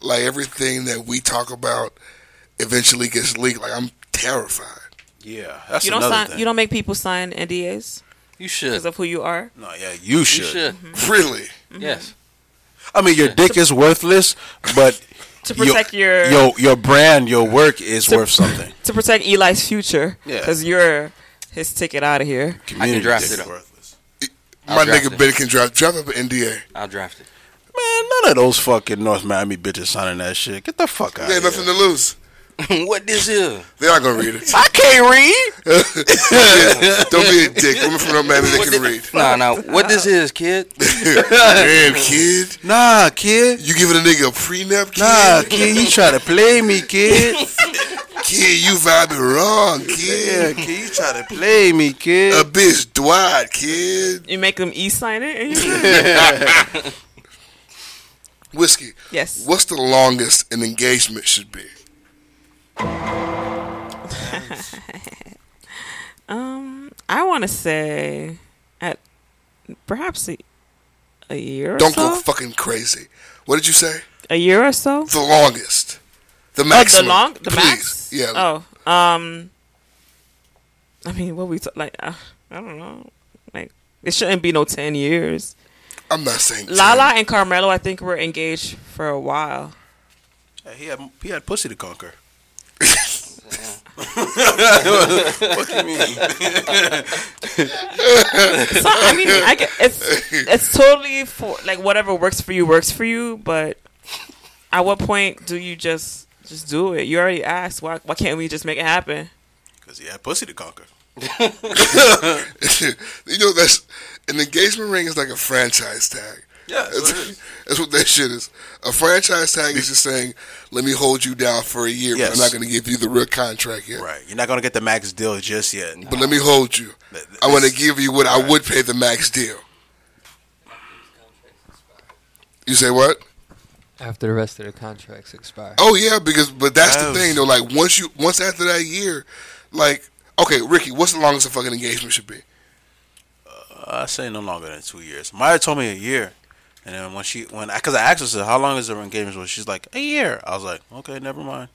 Speaker 2: like everything that we talk about eventually gets leaked, like I'm terrified.
Speaker 3: yeah, that's
Speaker 7: you don't
Speaker 3: another
Speaker 7: sign.
Speaker 3: thing.
Speaker 7: You don't make people sign NDAs
Speaker 4: You should.
Speaker 7: because of who you are.
Speaker 3: no, yeah, you
Speaker 4: You
Speaker 3: should.
Speaker 4: should.
Speaker 2: Mm-hmm, Really.
Speaker 4: Yes.
Speaker 3: I mean, your dick is worthless, but
Speaker 7: To protect your-
Speaker 3: your your brand, your work is worth something.
Speaker 7: to protect Eli's future
Speaker 3: Yeah.
Speaker 7: because you're his ticket out of here.
Speaker 3: Community
Speaker 4: draft
Speaker 3: dick
Speaker 4: it
Speaker 3: is
Speaker 4: up.
Speaker 3: worthless.
Speaker 2: My
Speaker 4: I'll draft
Speaker 2: nigga
Speaker 4: it.
Speaker 2: Ben can drop drop up an NDA.
Speaker 4: I'll draft it.
Speaker 3: Man, none of those fucking North Miami bitches signing that shit. Get the fuck out.
Speaker 2: They
Speaker 3: of
Speaker 2: ain't nothing
Speaker 3: here.
Speaker 2: to lose.
Speaker 4: what this is?
Speaker 2: They're not gonna read it.
Speaker 3: I can't read.
Speaker 2: Yeah, Don't be a dick. Women from no man that can read.
Speaker 4: No, no. What this is, kid?
Speaker 2: Damn kid,
Speaker 3: Nah, kid.
Speaker 2: you giving a nigga a prenup, kid?
Speaker 3: Nah, kid. You try to play me, kid.
Speaker 2: Kid, you vibing wrong,
Speaker 3: yeah,
Speaker 2: kid.
Speaker 3: kid. You try to play me, kid.
Speaker 2: A bitch Dwight, kid.
Speaker 7: You make them e sign it. And you
Speaker 2: Whiskey.
Speaker 7: yes.
Speaker 2: What's the longest an engagement should be?
Speaker 7: Um, I want to say at perhaps a, a year. Or
Speaker 2: Don't
Speaker 7: so?
Speaker 2: go fucking crazy. What did you say?
Speaker 7: a year or so. Oh,
Speaker 2: The longest. Oh, The Oh. maximum.
Speaker 7: the long, the
Speaker 2: Please.
Speaker 7: max.
Speaker 2: Yeah.
Speaker 7: Oh, um, I mean, what we talk, like? Uh, I don't know. Like, it shouldn't be no ten years.
Speaker 2: I'm not saying
Speaker 7: Lala and Carmelo, I think, were engaged for a while.
Speaker 3: Yeah, he had he had pussy to conquer.
Speaker 7: So I mean, I get, it's it's totally for like whatever works for you works for you. But at what point do you just just do it? You already asked. Why why can't we just make it happen?
Speaker 3: Because he had pussy to conquer.
Speaker 2: ten. you know that's an engagement ring is like a franchise tag.
Speaker 3: Yeah,
Speaker 2: That's, that's what that shit is. A franchise tag is just saying, "Let me hold you down for a year, but
Speaker 3: Yes.
Speaker 2: I'm not going to give you the real contract yet.
Speaker 3: Right. You're not gonna get the max deal just yet.
Speaker 2: But let me hold you.
Speaker 3: Th- th-
Speaker 2: I want to give you what I would pay the max deal." You say what?
Speaker 1: After the rest of the contracts expire.
Speaker 2: Oh yeah, because but that's the
Speaker 3: Oh.
Speaker 2: thing though. Like once you once after that year, like okay, Ricky, what's the longest a fucking engagement should be?
Speaker 3: uh, I say no longer than two years. Maya told me a year, and then when she when because I asked her said, how long is her engagement? was?" she's like a year. I was like, okay, never mind.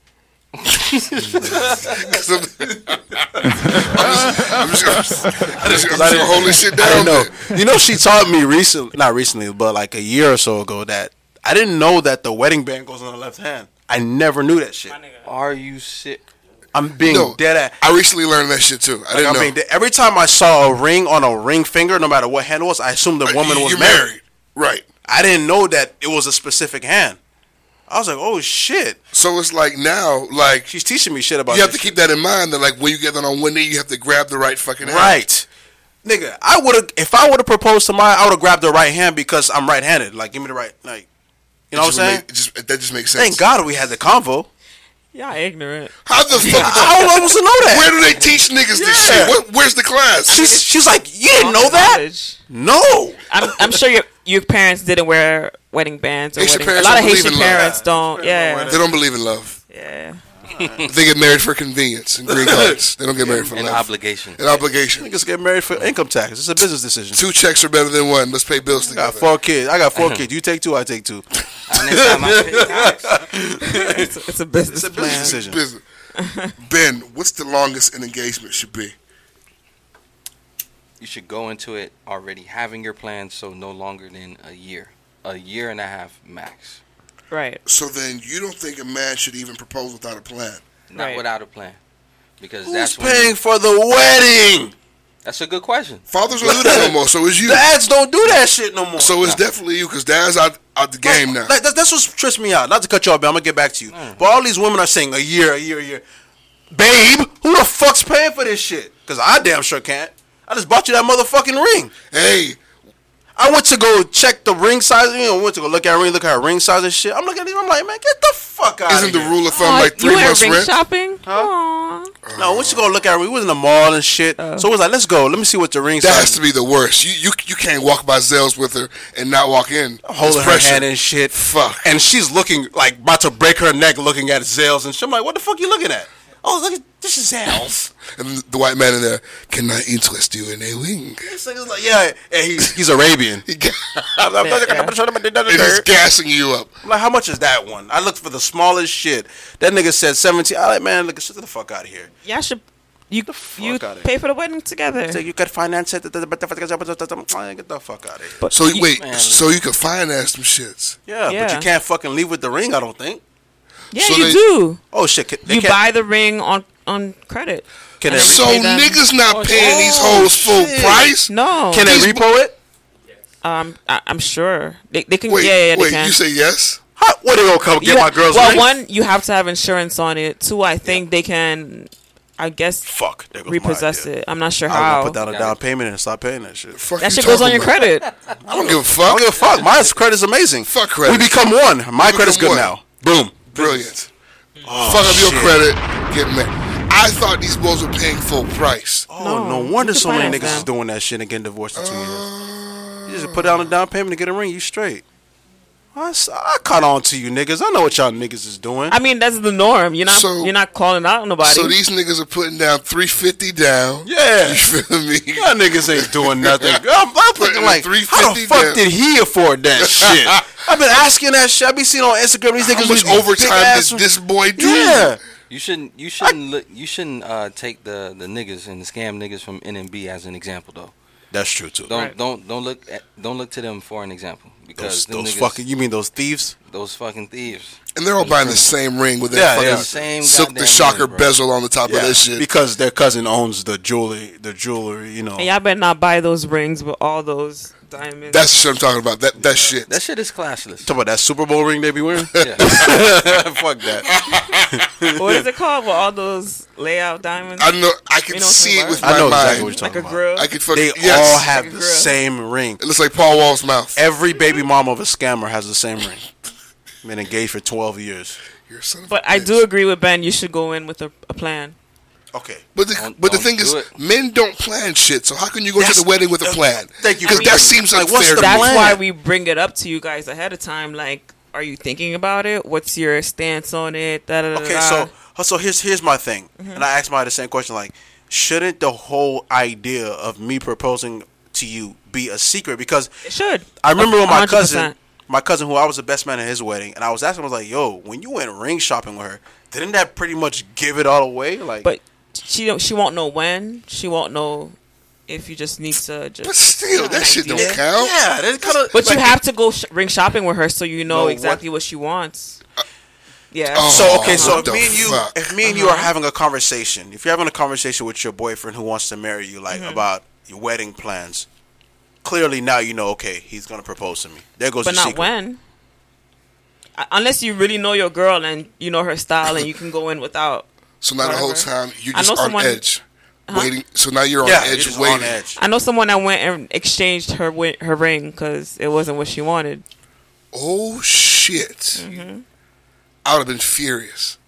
Speaker 2: 'Cause I'm, I'm just, I'm just, I'm just, I'm just, I'm
Speaker 3: I
Speaker 2: just
Speaker 3: didn't-
Speaker 2: holding shit down.
Speaker 3: I didn't know.
Speaker 2: there.
Speaker 3: You know, she taught me recently, not recently, but like a year or so ago that I didn't know that the wedding band goes on the left hand. I never knew that shit.
Speaker 4: Are you sick?
Speaker 3: I'm being
Speaker 2: No.
Speaker 3: dead ass.
Speaker 2: I recently learned that shit too. I
Speaker 3: I
Speaker 2: didn't know.
Speaker 3: mean, th- every time I saw a ring on a ring finger, no matter what hand it was, I assumed the woman
Speaker 2: Uh, You-
Speaker 3: was
Speaker 2: you're
Speaker 3: married.
Speaker 2: right?
Speaker 3: I didn't know that it was a specific hand. I was like, oh shit.
Speaker 2: So it's like now, like
Speaker 3: She's teaching me shit about
Speaker 2: you have to
Speaker 3: this
Speaker 2: keep that in mind that like when you get that on one knee, you have to grab the right fucking hand.
Speaker 3: Right. Nigga, I would have if I would have proposed to Maya, I would have grabbed the right hand because I'm right-handed. Like, give me the right, like, you know what I'm
Speaker 2: It just
Speaker 3: saying?
Speaker 2: make- it just, that just makes sense.
Speaker 3: Thank God we had the convo.
Speaker 7: Y'all ignorant.
Speaker 2: How the fuck?
Speaker 3: I was supposed to know that.
Speaker 2: where do they teach niggas this
Speaker 3: Yeah.
Speaker 2: shit? What, where's the class?
Speaker 3: she's she's like, you didn't know
Speaker 7: All
Speaker 3: that?
Speaker 7: knowledge.
Speaker 3: No.
Speaker 7: I'm I'm sure your your parents didn't wear wedding bands or
Speaker 2: Haitian
Speaker 7: wedding. A
Speaker 2: parents
Speaker 7: lot of
Speaker 2: don't believe
Speaker 7: Haitian
Speaker 2: in love.
Speaker 7: parents don't. Yeah,
Speaker 2: they don't believe in love.
Speaker 7: yeah.
Speaker 2: They get married for convenience and green cards. They don't get married for
Speaker 4: An
Speaker 2: love.
Speaker 4: obligation.
Speaker 2: An obligation.
Speaker 3: Niggas get married for income tax. It's a business decision.
Speaker 2: Two checks are better than one. Let's pay bills
Speaker 3: I got
Speaker 2: together.
Speaker 3: four kids. I got four kids. You take two, I take two.
Speaker 4: I next time I pick Alex.
Speaker 7: It's, a- it's a business
Speaker 3: It's a
Speaker 7: plan.
Speaker 3: business decision.
Speaker 2: Business. ben, what's the longest an engagement should be?
Speaker 4: you should go into it already having your plans, so no longer than a year, a year and a half max.
Speaker 7: Right.
Speaker 2: So then you don't think a man should even propose without a plan?
Speaker 4: Not
Speaker 7: Right.
Speaker 4: without a plan, because
Speaker 3: Who's
Speaker 4: that's when-
Speaker 3: paying for the wedding?
Speaker 4: that's a good question.
Speaker 2: Fathers don't do that no more. So it's you.
Speaker 3: Dads don't do that shit no more.
Speaker 2: So it's definitely you because dad's out, out the game now.
Speaker 3: Like, that, that's what trips me out. Not to cut you off, but I'm gonna get back to you. But all these women are saying a year, a year, a year. Babe, who the fuck's paying for this shit? Cause I damn sure can't. I just bought you that motherfucking ring.
Speaker 2: Hey,
Speaker 3: I went to go check the ring size. You know, I went to go look at a ring, look at her ring size and shit. I'm looking at it. I'm like, man, get the fuck out.
Speaker 2: isn't the
Speaker 3: here.
Speaker 2: rule of thumb
Speaker 7: Aw,
Speaker 2: like three
Speaker 7: Oh, you went
Speaker 2: months
Speaker 7: ring
Speaker 2: rent?
Speaker 7: shopping? Aw.
Speaker 3: No, what you gonna look at? We was in the mall and shit. so it was like, let's go. Let me see what the ring
Speaker 2: That
Speaker 3: size.
Speaker 2: has to be the worst. You you you can't walk by Zell's with her and not walk in.
Speaker 3: Holding
Speaker 2: It's
Speaker 3: her
Speaker 2: pressure.
Speaker 3: hand and shit.
Speaker 2: Fuck.
Speaker 3: And she's looking like about to break her neck, looking at Zales and shit. I'm like, what the fuck you looking at? I was like, this is Zales.
Speaker 2: And the white man in there cannot interest you in a wing.
Speaker 3: This nigga's like, yeah, and he's he's Arabian.
Speaker 2: He got-
Speaker 3: I'm
Speaker 2: It is
Speaker 3: like,
Speaker 2: gassing you up.
Speaker 3: how much is that one? I looked for the smallest shit. That nigga said seventeen. I like, man, look, shut the fuck out of here.
Speaker 7: Y'all should you you
Speaker 3: outta here.
Speaker 7: pay for the wedding together.
Speaker 3: So you could finance it. Get the fuck out of here.
Speaker 7: But
Speaker 2: So
Speaker 7: you-
Speaker 2: wait, so you can finance them shits.
Speaker 3: Yeah, but
Speaker 7: Yeah.
Speaker 3: you can't fucking leave with the ring. I don't think.
Speaker 7: Yeah,
Speaker 2: so
Speaker 7: you
Speaker 2: they-
Speaker 7: do.
Speaker 3: Oh shit, can, they
Speaker 7: You
Speaker 3: can't,
Speaker 7: buy the ring on on credit.
Speaker 3: Can
Speaker 7: And
Speaker 3: they,
Speaker 2: So
Speaker 7: repay them.
Speaker 2: niggas not paying these
Speaker 3: oh,
Speaker 2: hoes full
Speaker 3: shit.
Speaker 2: price.
Speaker 7: No,
Speaker 3: can they
Speaker 2: These-
Speaker 3: repo it?
Speaker 7: um, I, I'm sure they, they can.
Speaker 2: Wait,
Speaker 7: yeah, yeah, they
Speaker 2: wait.
Speaker 7: can.
Speaker 2: You say yes?
Speaker 3: How, what they gonna come get
Speaker 7: You
Speaker 3: my
Speaker 7: ha-
Speaker 3: girls?
Speaker 7: Well,
Speaker 3: ring?
Speaker 7: one, you have to have insurance on it. Two, I think they can. I guess
Speaker 3: fuck,
Speaker 2: oh,
Speaker 3: there goes my
Speaker 7: repossess
Speaker 3: idea.
Speaker 7: it. I'm not sure
Speaker 3: I
Speaker 7: how.
Speaker 3: would put down a down payment and stop paying that shit.
Speaker 2: Fuck
Speaker 7: that
Speaker 2: you
Speaker 7: shit goes on
Speaker 2: talking
Speaker 7: your
Speaker 2: about?
Speaker 7: credit.
Speaker 2: I don't give a
Speaker 3: I don't
Speaker 2: fuck.
Speaker 3: give a fuck. My credit's amazing.
Speaker 2: Fuck credit.
Speaker 3: We become one. My credit's good
Speaker 2: become
Speaker 3: now.
Speaker 2: one.
Speaker 3: Boom. Oh,
Speaker 2: Brilliant. fuck up your
Speaker 3: shit.
Speaker 2: credit. Get mad. I thought these boys were paying full price.
Speaker 3: Oh, no,
Speaker 7: No,
Speaker 3: wonder
Speaker 7: you can
Speaker 3: so many
Speaker 7: finance
Speaker 3: niggas
Speaker 7: them.
Speaker 3: is doing that shit and getting divorced in two years. You just put down a down payment and get a ring, you straight. I, s- I caught on to you niggas. I know what y'all niggas is doing.
Speaker 7: I mean, that's the norm. You're not
Speaker 2: So-
Speaker 7: you're not calling out nobody.
Speaker 2: So these niggas are putting down three fifty down.
Speaker 3: yeah.
Speaker 2: You feel me?
Speaker 3: Y'all niggas ain't doing nothing. I'm, I'm looking
Speaker 2: Putting
Speaker 3: like,
Speaker 2: the
Speaker 3: how the
Speaker 2: 350
Speaker 3: fuck
Speaker 2: down.
Speaker 3: did he afford that shit? I've been asking that shit. I be seeing on Instagram these niggas
Speaker 2: How much
Speaker 3: with these
Speaker 2: overtime
Speaker 3: big-ass-
Speaker 2: did this boy do?
Speaker 3: Yeah.
Speaker 4: You shouldn't. You shouldn't. look, you shouldn't uh, take the the niggas and the scam niggas from NMB as an example, though.
Speaker 3: That's true too.
Speaker 4: Don't
Speaker 7: Right.
Speaker 4: don't don't look at, don't look to them for an example
Speaker 3: Those,
Speaker 4: because them
Speaker 3: those
Speaker 4: niggas-
Speaker 3: fucking. You mean those thieves?
Speaker 4: those fucking thieves.
Speaker 2: And they're all buying the same ring with that
Speaker 3: Yeah,
Speaker 2: fucking
Speaker 3: yeah.
Speaker 4: Same
Speaker 2: silk
Speaker 4: goddamn
Speaker 2: the shocker
Speaker 4: ring, bro.
Speaker 2: bezel on the top of that shit.
Speaker 3: Because their cousin owns the jewelry. The jewelry, you know.
Speaker 7: And y'all better not buy those rings with all those diamonds.
Speaker 2: That's what I'm talking about. That that shit.
Speaker 4: That shit is classless.
Speaker 3: Talk about that Super Bowl ring they be wearing.
Speaker 4: Yeah.
Speaker 3: Fuck that.
Speaker 7: what is it called with all those layout diamonds?
Speaker 2: I know. I can
Speaker 7: You know what
Speaker 2: see it
Speaker 7: I'm
Speaker 2: with
Speaker 7: talking
Speaker 2: my
Speaker 3: I know
Speaker 2: mind.
Speaker 3: exactly what you're
Speaker 7: like
Speaker 3: talking
Speaker 7: a
Speaker 3: about.
Speaker 7: grill.
Speaker 2: I could fucking.
Speaker 3: They
Speaker 2: yes.
Speaker 3: all have
Speaker 7: Like a
Speaker 3: the
Speaker 7: grill.
Speaker 3: same ring.
Speaker 2: It looks like Paul Wall's mouth.
Speaker 3: Every baby mom of a scammer has the same ring. Been engaged for 12 years.
Speaker 2: You're a son of a
Speaker 7: but I
Speaker 2: bitch.
Speaker 7: do agree with Ben. You should go in with a, a plan.
Speaker 3: Okay.
Speaker 2: But the,
Speaker 4: Don't-
Speaker 2: but the
Speaker 4: don't
Speaker 2: thing
Speaker 4: do
Speaker 2: is,
Speaker 4: it.
Speaker 2: men don't plan shit. So how can you go
Speaker 3: That's-
Speaker 2: to the wedding with a
Speaker 3: uh,
Speaker 2: plan?
Speaker 3: thank you.
Speaker 2: Because
Speaker 3: I mean,
Speaker 2: that seems
Speaker 3: like,
Speaker 2: like
Speaker 3: what's the
Speaker 7: That's
Speaker 3: plan?
Speaker 7: why we bring it up to you guys ahead of time. Like, are you thinking about it? What's your stance on it? Da, da, da,
Speaker 3: Okay,
Speaker 7: da.
Speaker 3: so so here's here's my thing. And I asked my the same question like, shouldn't the whole idea of me proposing to you be a secret because
Speaker 7: it should.
Speaker 3: I remember when my
Speaker 7: 100%.
Speaker 3: cousin, my cousin who I was the best man at his wedding, and I was asking, him, I was like, "Yo, when you went ring shopping with her, didn't that pretty much give it all away?" Like,
Speaker 7: But she don't. She won't know when. She won't know if you just need to just.
Speaker 2: But still, that shit don't
Speaker 7: Yeah.
Speaker 2: count.
Speaker 3: yeah, that's kind of.
Speaker 7: But you have to go sh- ring shopping with her so you know
Speaker 3: No,
Speaker 7: exactly what? she wants. Yeah.
Speaker 2: Uh, oh.
Speaker 3: So okay, so
Speaker 2: what
Speaker 3: if
Speaker 2: the
Speaker 3: me and you,
Speaker 2: fuck?
Speaker 3: if me and you are having a conversation, if you're having a conversation with your boyfriend who wants to marry you,
Speaker 7: Mm-hmm.
Speaker 3: like about your wedding plans, clearly now you know, okay, he's gonna propose to me. There goes
Speaker 7: but
Speaker 3: the
Speaker 7: not
Speaker 3: secret.
Speaker 7: when. I- Unless you really know your girl and you know her style and you can go in without.
Speaker 2: So now the whole
Speaker 7: Whatever.
Speaker 2: time you're
Speaker 7: I
Speaker 2: just
Speaker 7: know
Speaker 2: on
Speaker 7: someone- Uh-huh.
Speaker 2: edge, waiting. So now you're on
Speaker 3: Yeah,
Speaker 2: edge,
Speaker 3: you're just
Speaker 2: waiting.
Speaker 3: on edge.
Speaker 7: I know someone that went and exchanged her wi- her ring because it wasn't what she wanted.
Speaker 2: Oh shit!
Speaker 7: Mm-hmm.
Speaker 2: I would have been furious.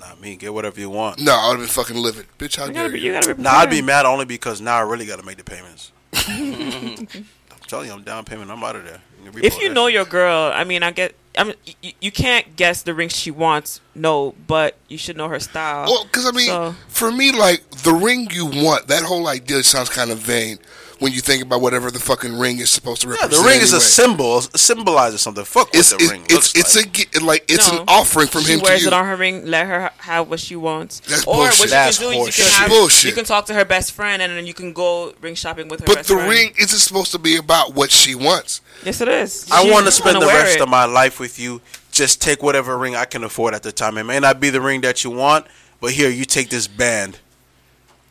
Speaker 3: Not me. Get whatever you want.
Speaker 2: No, I would have been fucking livid, bitch. How
Speaker 7: You gotta
Speaker 2: dare
Speaker 7: be.
Speaker 2: you?
Speaker 7: You gotta be.
Speaker 3: Now I'd be
Speaker 7: prepared.
Speaker 3: mad only because now I really got to make the payments. I'm telling you, I'm down payment. I'm out of there.
Speaker 7: If you know your girl, I mean, I get. I mean, you, you can't guess the ring she wants. No, but you should know her style.
Speaker 2: Well, because I mean,
Speaker 7: So-
Speaker 2: for me, like the ring you want, that whole idea sounds kind of vain when you think about whatever the fucking ring is supposed to
Speaker 3: yeah,
Speaker 2: represent.
Speaker 3: the ring is a
Speaker 2: anyway.
Speaker 3: symbol, symbolizes something. Fuck what
Speaker 2: It's
Speaker 3: the
Speaker 2: it's
Speaker 3: ring
Speaker 2: it's,
Speaker 3: looks
Speaker 2: it's
Speaker 3: like.
Speaker 2: a gi- it, like it's
Speaker 7: No.
Speaker 2: an offering from
Speaker 7: she
Speaker 2: him
Speaker 7: wears
Speaker 2: to you.
Speaker 7: it on her ring. Let her ha- have what she wants.
Speaker 2: That's
Speaker 7: or
Speaker 2: bullshit.
Speaker 7: what you
Speaker 3: That's
Speaker 7: can do is you
Speaker 3: horseshit.
Speaker 7: can have,
Speaker 2: Bullshit.
Speaker 7: you can talk to her best friend and then you can go ring shopping with her.
Speaker 2: but
Speaker 7: best
Speaker 2: the
Speaker 7: friend.
Speaker 2: ring isn't supposed to be about what she wants.
Speaker 7: Yes, it is.
Speaker 3: I
Speaker 7: She's
Speaker 3: want to
Speaker 7: gonna
Speaker 3: spend the
Speaker 7: wear
Speaker 3: rest
Speaker 7: it.
Speaker 3: of my life with you. Just take whatever ring I can afford at the time. It may not be the ring that you want, but here you take this band,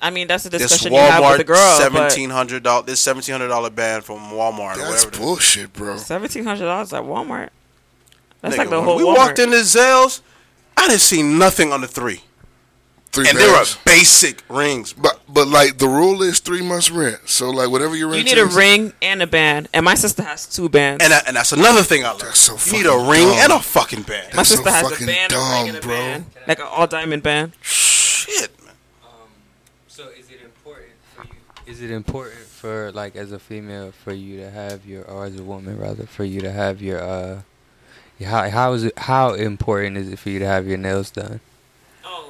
Speaker 7: I mean, that's a
Speaker 3: this
Speaker 7: discussion you have with the
Speaker 3: Walmart
Speaker 7: girl.
Speaker 3: seventeen hundred dollar, this seventeen hundred dollar band from Walmart. or
Speaker 2: That's
Speaker 3: whatever. the-
Speaker 2: bullshit, bro.
Speaker 7: Seventeen hundred dollars at Walmart. That's
Speaker 3: Nigga,
Speaker 7: like the
Speaker 3: when
Speaker 7: whole.
Speaker 3: we
Speaker 7: Walmart.
Speaker 3: walked into Zell's, I didn't see nothing on the three,
Speaker 2: Three
Speaker 3: and they were
Speaker 2: bands.
Speaker 3: basic rings.
Speaker 2: But but like the rule is three months rent. So like whatever your
Speaker 7: You
Speaker 2: rent
Speaker 7: need a
Speaker 2: is-
Speaker 7: ring and a band, and my sister has two bands.
Speaker 3: And, I, and that's another thing I learned.
Speaker 2: That's so
Speaker 3: you need a
Speaker 2: fucking
Speaker 3: ring
Speaker 2: dumb.
Speaker 3: and a fucking band.
Speaker 7: my
Speaker 2: that's so
Speaker 7: sister has
Speaker 2: fucking
Speaker 7: a band, a
Speaker 2: dumb,
Speaker 7: ring, and a
Speaker 2: bro.
Speaker 7: band, like an all diamond band.
Speaker 3: Shit, man.
Speaker 1: Um,
Speaker 9: So is it important for you?
Speaker 1: Is it important for like as a female for you to have your or as a woman rather for you to have your uh yeah, how how is it how important is it for you to have your nails done?
Speaker 7: Oh,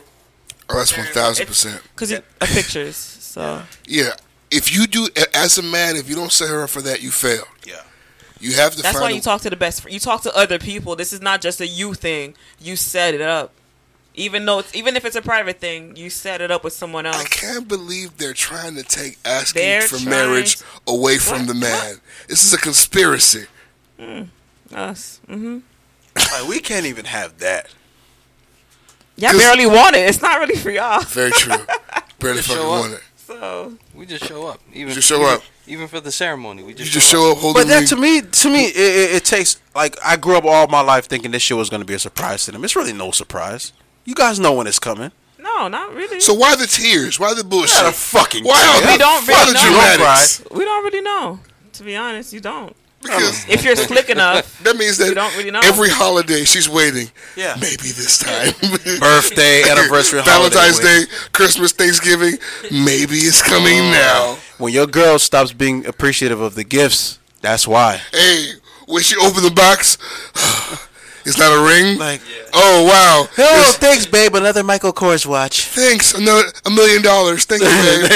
Speaker 2: Oh, that's one thousand percent.
Speaker 7: because of pictures. So
Speaker 2: Yeah. If you do as a man, if you don't set her up for that, you failed.
Speaker 3: Yeah.
Speaker 2: You have to
Speaker 7: that's
Speaker 2: find
Speaker 7: why
Speaker 2: a-
Speaker 7: you talk to the best. fr- You talk to other people. This is not just a you thing. You set it up. Even though, it's, even if it's a private thing, you set it up with someone
Speaker 2: I
Speaker 7: else.
Speaker 2: can't believe they're trying to take asking
Speaker 7: They're
Speaker 2: for
Speaker 7: trying-
Speaker 2: marriage away from
Speaker 7: What?
Speaker 2: the man. This is a conspiracy.
Speaker 7: Us. Mm-hmm.
Speaker 3: Like, we can't even have that.
Speaker 7: Y'all
Speaker 2: 'Cause-
Speaker 7: barely want it. It's not really for y'all.
Speaker 2: Very true. Barely
Speaker 4: Just
Speaker 2: fucking
Speaker 4: show up.
Speaker 2: want it.
Speaker 7: So
Speaker 4: We just show up. Even
Speaker 2: Just show
Speaker 4: even,
Speaker 2: up.
Speaker 4: Even for the ceremony, we
Speaker 2: You
Speaker 4: just,
Speaker 2: just show up holding.
Speaker 3: But that
Speaker 2: the-
Speaker 3: to me, to me, it, it, it takes like I grew up all my life thinking this shit was gonna be a surprise to them. It's really no surprise. You guys know when it's coming.
Speaker 7: no, not really.
Speaker 2: so why the tears? Why the bullshit?
Speaker 3: Not a fucking.
Speaker 2: why
Speaker 3: care.
Speaker 2: all the,
Speaker 7: We
Speaker 2: why
Speaker 7: don't
Speaker 2: the
Speaker 7: really know.
Speaker 2: dramatics?
Speaker 7: we don't really know. To be honest, you don't.
Speaker 2: Because
Speaker 7: If you're slick enough,
Speaker 2: that means that
Speaker 7: You don't really know.
Speaker 2: every holiday she's waiting.
Speaker 3: Yeah.
Speaker 2: Maybe this time.
Speaker 3: Birthday, anniversary,
Speaker 2: Valentine's
Speaker 3: holiday, Oh.
Speaker 2: Day, Christmas, Thanksgiving. Maybe it's coming now.
Speaker 3: When your girl stops being appreciative of the gifts, that's why.
Speaker 2: Hey, when she opened the box, It's not a ring.
Speaker 3: Like,
Speaker 2: oh wow.
Speaker 3: oh,
Speaker 2: It's-
Speaker 3: thanks, babe. Another Michael Kors watch.
Speaker 2: thanks. Another a million dollars. Thank you, babe.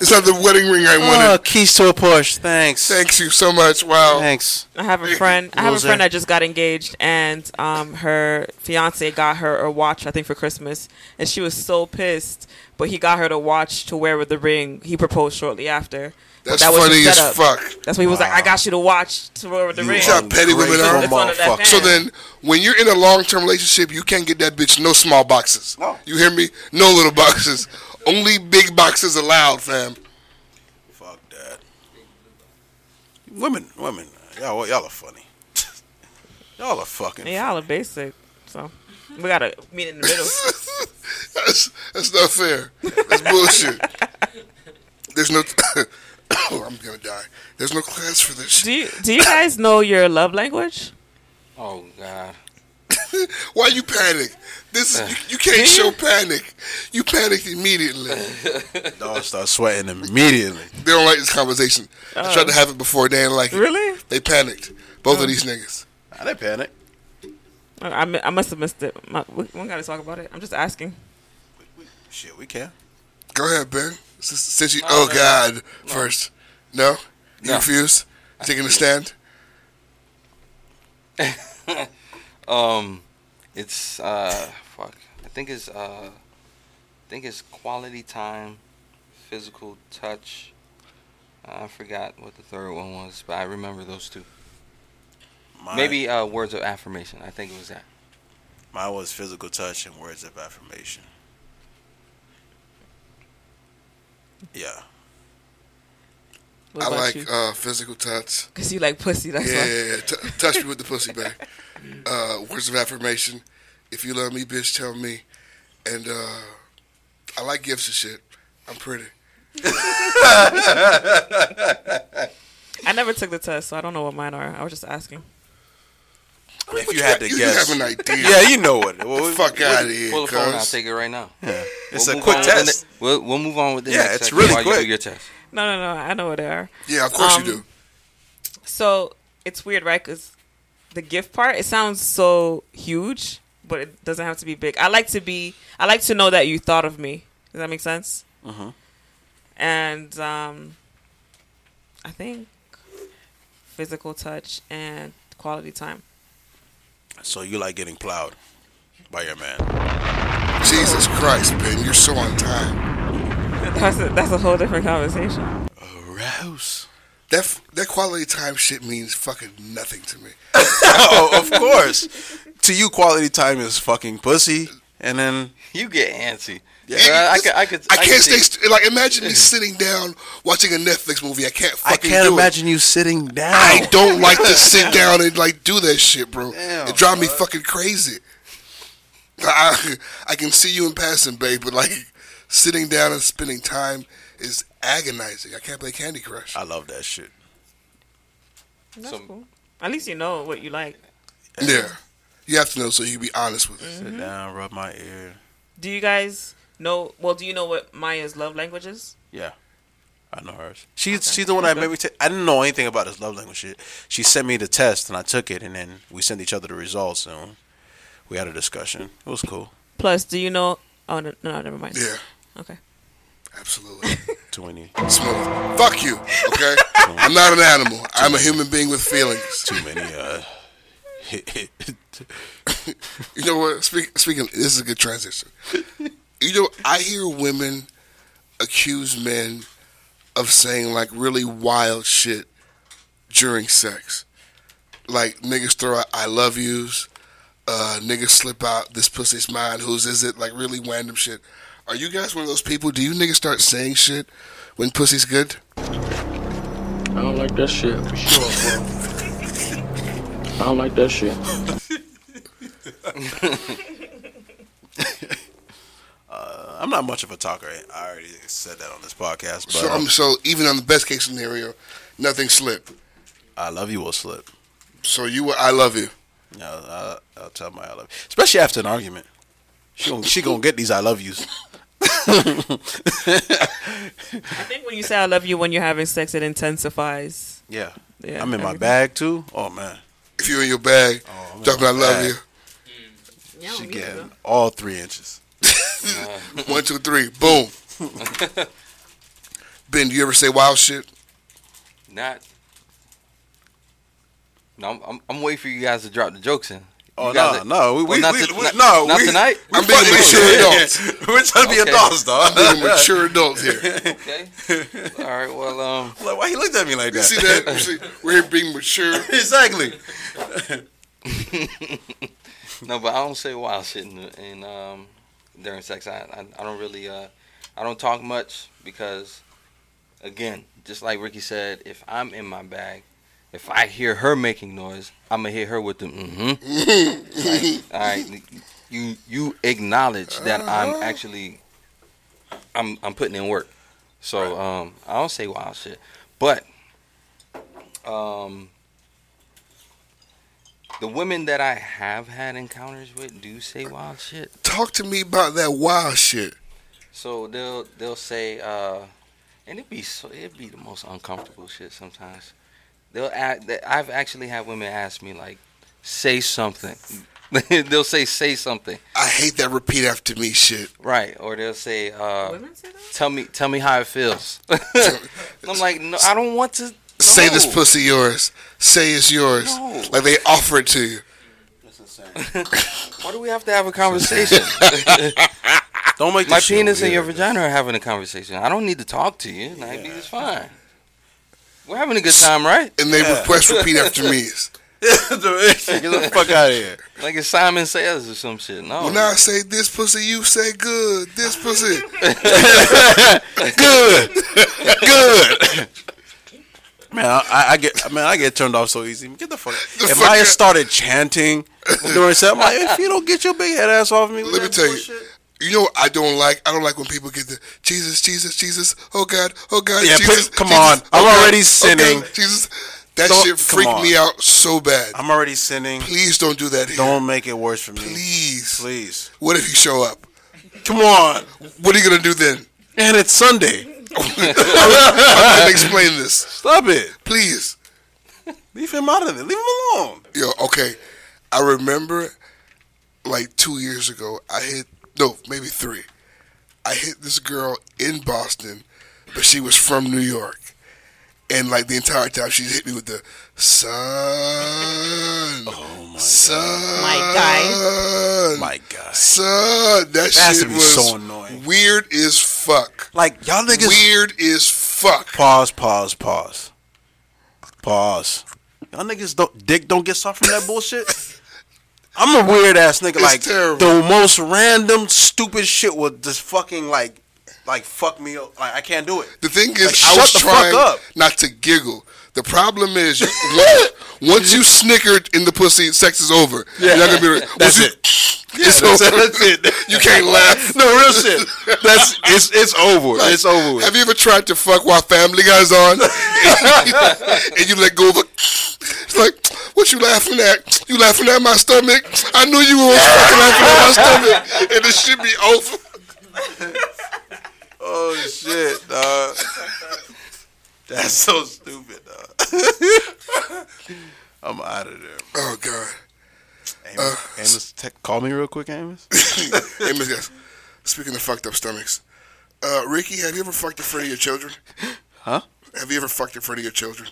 Speaker 2: it's not the wedding ring I wanted.
Speaker 3: Oh, keys to a Porsche. Thanks.
Speaker 2: Thanks you so much. Wow.
Speaker 3: Thanks.
Speaker 7: I have a friend. I have a
Speaker 3: Loser.
Speaker 7: friend that just got engaged, and um, her fiance got her a watch, I think, for Christmas, and she was so pissed. But he got her the watch to wear with the ring. He proposed shortly after. But
Speaker 2: That's
Speaker 7: that was
Speaker 2: funny
Speaker 7: his
Speaker 2: as
Speaker 7: setup.
Speaker 2: fuck.
Speaker 7: That's why he was like, "I got you the watch to wear with the ring."
Speaker 2: That's how petty women
Speaker 7: It's
Speaker 2: are.
Speaker 7: under that
Speaker 10: motherfucker.
Speaker 7: fan.
Speaker 2: So then, when you're in a long-term relationship, you can't get that bitch no small boxes.
Speaker 10: No.
Speaker 2: You hear me? No little boxes. Only big boxes allowed, fam.
Speaker 3: Fuck that. Women, women, y'all, y'all are funny. y'all are fucking.
Speaker 7: Yeah, y'all are basic. So we gotta meet in the middle.
Speaker 2: That's, that's not fair. That's bullshit. There's no. oh, I'm gonna die. There's no class for this.
Speaker 7: do you Do you guys know your love language?
Speaker 4: Oh God.
Speaker 2: Why you panic? This is, you, you can't show panic. You panicked immediately.
Speaker 3: Dog start sweating immediately.
Speaker 2: They don't like this conversation. I tried to have it before. They didn't like it.
Speaker 7: Oh. Uh, Really? Oh.
Speaker 2: They panicked. Both of these niggas.
Speaker 3: I didn't panic.
Speaker 7: I, I mi- I must have missed it. My, we, we gotta talk about it. I'm just asking.
Speaker 3: Shit, we can.
Speaker 2: Go ahead, Ben. Since, since you, oh God, first. No, you
Speaker 4: No.
Speaker 2: refuse taking a stand.
Speaker 4: Um, it's uh, fuck. I think it's uh, I think it's quality time, physical touch. Uh, I forgot what the third one was, but I remember those two.
Speaker 3: Mine,
Speaker 4: Maybe uh, words of affirmation. I think it was that.
Speaker 3: mine was physical touch and words of affirmation. Yeah,
Speaker 7: What
Speaker 2: I
Speaker 7: about
Speaker 2: like
Speaker 7: you?
Speaker 2: uh, physical touch.
Speaker 7: Cause you like pussy. That's
Speaker 2: Yeah,
Speaker 7: why.
Speaker 2: yeah, yeah. T- touch me with the pussy bag. Uh, words of affirmation. If you love me, bitch, tell me. And uh, I like gifts and shit. I'm pretty.
Speaker 7: I never took the test, so I don't know what mine are. I was just asking.
Speaker 3: if you had to
Speaker 2: you,
Speaker 3: guess.
Speaker 2: You have an idea.
Speaker 3: yeah, you know what. Well, we-
Speaker 2: Fuck out of here,
Speaker 4: Pull the phone. I'll
Speaker 2: cuz.
Speaker 4: take it right now.
Speaker 3: It's
Speaker 4: We'll
Speaker 3: a
Speaker 4: move
Speaker 3: quick
Speaker 4: on with the
Speaker 3: test.
Speaker 4: ne- we'll, we'll move on with the
Speaker 3: Yeah,
Speaker 4: next
Speaker 3: it's
Speaker 4: section
Speaker 3: really
Speaker 4: while You
Speaker 3: quick.
Speaker 4: do your test.
Speaker 7: No, no, no. I know what they are.
Speaker 2: Yeah, of course
Speaker 7: Um,
Speaker 2: you do.
Speaker 7: So it's weird, right? Because the gift part, it sounds so huge, but it doesn't have to be big. I like to be. I like to know that you thought of me. Does that make sense?
Speaker 3: Mhm.
Speaker 7: And um, I think physical touch and quality time.
Speaker 3: So you like getting plowed by your man?
Speaker 2: Jesus Christ, Ben, you're so on time.
Speaker 7: That's a, that's a whole different conversation.
Speaker 3: Arouse.
Speaker 2: That f- that quality time shit means fucking nothing to me.
Speaker 3: oh, of course. to you, quality time is fucking pussy. And then
Speaker 4: You get antsy. Yeah,
Speaker 2: And
Speaker 4: I
Speaker 2: this-
Speaker 4: could. I could.
Speaker 2: I
Speaker 4: could
Speaker 2: can't
Speaker 4: see
Speaker 2: stay. St- like, imagine me sitting down watching a Netflix movie. I can't
Speaker 3: I
Speaker 2: fucking.
Speaker 3: can't
Speaker 2: do it.
Speaker 3: imagine you sitting down.
Speaker 2: I don't like to sit down and like do that shit, bro.
Speaker 3: Damn,
Speaker 2: it drives me fucking crazy. I, I can see you in passing, babe, but like sitting down and spending time is agonizing. I can't play Candy Crush.
Speaker 3: I love that shit.
Speaker 7: That's
Speaker 4: Some-
Speaker 7: cool. At least you know what you like.
Speaker 2: yeah, you have to know so you can be honest with it.
Speaker 3: Sit down, rub my ear.
Speaker 7: Do you guys know? Well, do you know what Maya's love language is?
Speaker 3: Yeah. I know hers. She's she's the one that made me. T- I didn't know anything about this love language shit. She sent me the test and I took it, and then we sent each other the results and we had a discussion. It was cool.
Speaker 7: Plus, do you know? Oh no, no, never mind.
Speaker 2: Yeah,
Speaker 7: Okay.
Speaker 2: absolutely.
Speaker 3: Too many,
Speaker 2: Smooth. Fuck you. Okay, I'm not an animal. I'm a human being with feelings.
Speaker 3: too many. Uh,
Speaker 2: You know what? Speak, speaking, this is a good transition. You know, I hear women accuse men of saying like really wild shit during sex. Like niggas throw out "I love yous," uh, niggas slip out "This pussy's mine." Whose is it? Like really random shit. Are you guys one of those people? Do you niggas start saying shit when pussy's good?
Speaker 11: I don't like that shit. For sure, bro. I don't like that shit.
Speaker 3: I'm not much of a talker. I already said that on this podcast, but
Speaker 2: So, um, so even on the best case scenario, nothing slipped.
Speaker 3: I love you will slip.
Speaker 2: So you were "I love you."
Speaker 3: No, I'll, I'll tell my I love you. Especially after an argument. She gon' she gonna get these I love yous.
Speaker 7: I think when you say "I love you" when you're having sex, it intensifies.
Speaker 3: Yeah.
Speaker 7: Yeah,
Speaker 3: I'm in my
Speaker 7: everything.
Speaker 3: bag too. Oh man.
Speaker 2: if you're Oh, in your bag, dropping I love you.
Speaker 3: She getting all three inches.
Speaker 2: One, two, three, boom. ben, do you ever say wild shit?
Speaker 4: Not. No, I'm, I'm, I'm waiting for you guys to drop the jokes in.
Speaker 3: Oh
Speaker 4: You guys
Speaker 3: no,
Speaker 4: are-
Speaker 3: no, we,
Speaker 4: Well,
Speaker 3: we,
Speaker 4: not
Speaker 3: we,
Speaker 4: to-
Speaker 3: we-
Speaker 4: not-
Speaker 3: no,
Speaker 4: not
Speaker 3: we,
Speaker 4: tonight?
Speaker 3: We're
Speaker 4: I'm
Speaker 3: trying to
Speaker 4: being
Speaker 3: be
Speaker 4: mature
Speaker 3: mature adults.
Speaker 4: adults.
Speaker 3: We're trying to be
Speaker 4: Okay.
Speaker 3: adults, dog.
Speaker 2: Being mature adults here.
Speaker 4: Okay. All right. Well, um,
Speaker 3: Like, why he looked at me like
Speaker 2: You
Speaker 3: that?
Speaker 2: see that? You see, we're here being mature.
Speaker 3: exactly.
Speaker 4: no, but I don't say wild shit in, in um, during sex. I, I I don't really uh, I don't talk much because, again, just like Ricky said, if I'm in my bag, if I hear her making noise, I'm gonna hit her with the mm-hmm. like, all right, you you acknowledge that I'm actually I'm I'm putting in work. So um, I don't say wild shit, but um the women that I have had encounters with do say wild shit.
Speaker 2: Talk to me about that wild shit.
Speaker 4: So they'll they'll say, uh, and it be so it be the most uncomfortable shit sometimes. They'll act. that- I've actually had women ask me like, say something. they'll say say something,
Speaker 2: I hate that repeat after me shit.
Speaker 4: right? Or they'll say, uh,
Speaker 7: Women say that?
Speaker 4: tell me tell me how it feels. I'm like, no, I don't want to. No.
Speaker 2: Say this pussy yours. Say it's yours.
Speaker 4: No.
Speaker 2: Like they offer it to you.
Speaker 4: Why do we have to have a conversation?
Speaker 3: Don't make
Speaker 4: My
Speaker 3: this shit
Speaker 4: penis
Speaker 3: weird.
Speaker 4: and your vagina are having a conversation. I don't need to talk to you. Like, it's fine. We're having a good time, right?
Speaker 2: And they request repeat after me.
Speaker 3: Get the fuck out of here.
Speaker 4: Like it's Simon Says or some shit. No.
Speaker 2: When I say this pussy, you say good. This pussy.
Speaker 3: Good, good. Man, I, I get man, I get turned off so easy. Get the fuck. if
Speaker 2: fuck
Speaker 3: I
Speaker 2: out.
Speaker 3: had started chanting during sex, I'm like, if you don't get your big head ass off me, with
Speaker 2: Let me
Speaker 3: that
Speaker 2: tell
Speaker 3: bullshit.
Speaker 2: you. You know what I don't like? I don't like when people get the Jesus, Jesus, Jesus. Oh God, oh God.
Speaker 3: Yeah, please-
Speaker 2: Jesus,
Speaker 3: come
Speaker 2: Jesus,
Speaker 3: on. I'm
Speaker 2: God,
Speaker 3: already
Speaker 2: oh,
Speaker 3: sinning.
Speaker 2: God, Jesus, that
Speaker 3: Don't-
Speaker 2: shit
Speaker 3: come
Speaker 2: freaked
Speaker 3: on.
Speaker 2: me out so bad.
Speaker 3: I'm already sinning.
Speaker 2: Please don't do that here.
Speaker 3: Don't make it worse for me,
Speaker 2: Please.
Speaker 3: please.
Speaker 2: What if you show up?
Speaker 3: Come on,
Speaker 2: What are you gonna do then?
Speaker 3: and it's Sunday.
Speaker 2: I'm gonna explain this.
Speaker 3: Stop it.
Speaker 2: Please.
Speaker 3: Leave him out of there. Leave him alone.
Speaker 2: Yo, okay. I remember like two years ago, I hit, no, maybe three. I hit this girl in Boston, but she was from New York. And like the entire time, she hit me with the sun. Oh my sun,
Speaker 7: My guy.
Speaker 2: Sun.
Speaker 3: My God.
Speaker 2: Sun. That,
Speaker 3: That has
Speaker 2: shit
Speaker 3: to be
Speaker 2: was
Speaker 3: so annoying.
Speaker 2: weird as fuck.
Speaker 3: Like y'all niggas.
Speaker 2: Weird as fuck.
Speaker 3: Pause. Pause. Pause. Pause. Y'all niggas don't dick don't get soft from that bullshit. I'm a weird ass nigga.
Speaker 2: It's
Speaker 3: like
Speaker 2: terrible.
Speaker 3: the most random stupid shit will just fucking like like fuck me up. Like I can't do it.
Speaker 2: The thing is,
Speaker 3: Like,
Speaker 2: I
Speaker 3: shut
Speaker 2: was
Speaker 3: the fuck
Speaker 2: trying
Speaker 3: up.
Speaker 2: not to giggle. The problem is, you- once, once you snickered in the pussy, sex is over. Yeah, you're not gonna be. once
Speaker 3: That's
Speaker 2: you,
Speaker 3: it.
Speaker 2: it's over. You can't laugh.
Speaker 3: No real shit. That's it's it's over.
Speaker 2: Like,
Speaker 3: it's over with.
Speaker 2: Have you ever tried to fuck while Family Guy's on, and you let go of a? It's like, what you laughing at? You laughing at my stomach? I knew you were fucking laughing at my stomach, and it should be over.
Speaker 3: oh shit, dog. That's so stupid, dog. I'm out of there.
Speaker 2: Oh God.
Speaker 3: Amos, Amos te- call me real quick, Amos.
Speaker 2: Hey, Miss Guest, Speaking of fucked up stomachs, uh, Ricky, have you ever fucked in front of your children?
Speaker 3: Huh?
Speaker 2: Have you ever fucked in front of your children?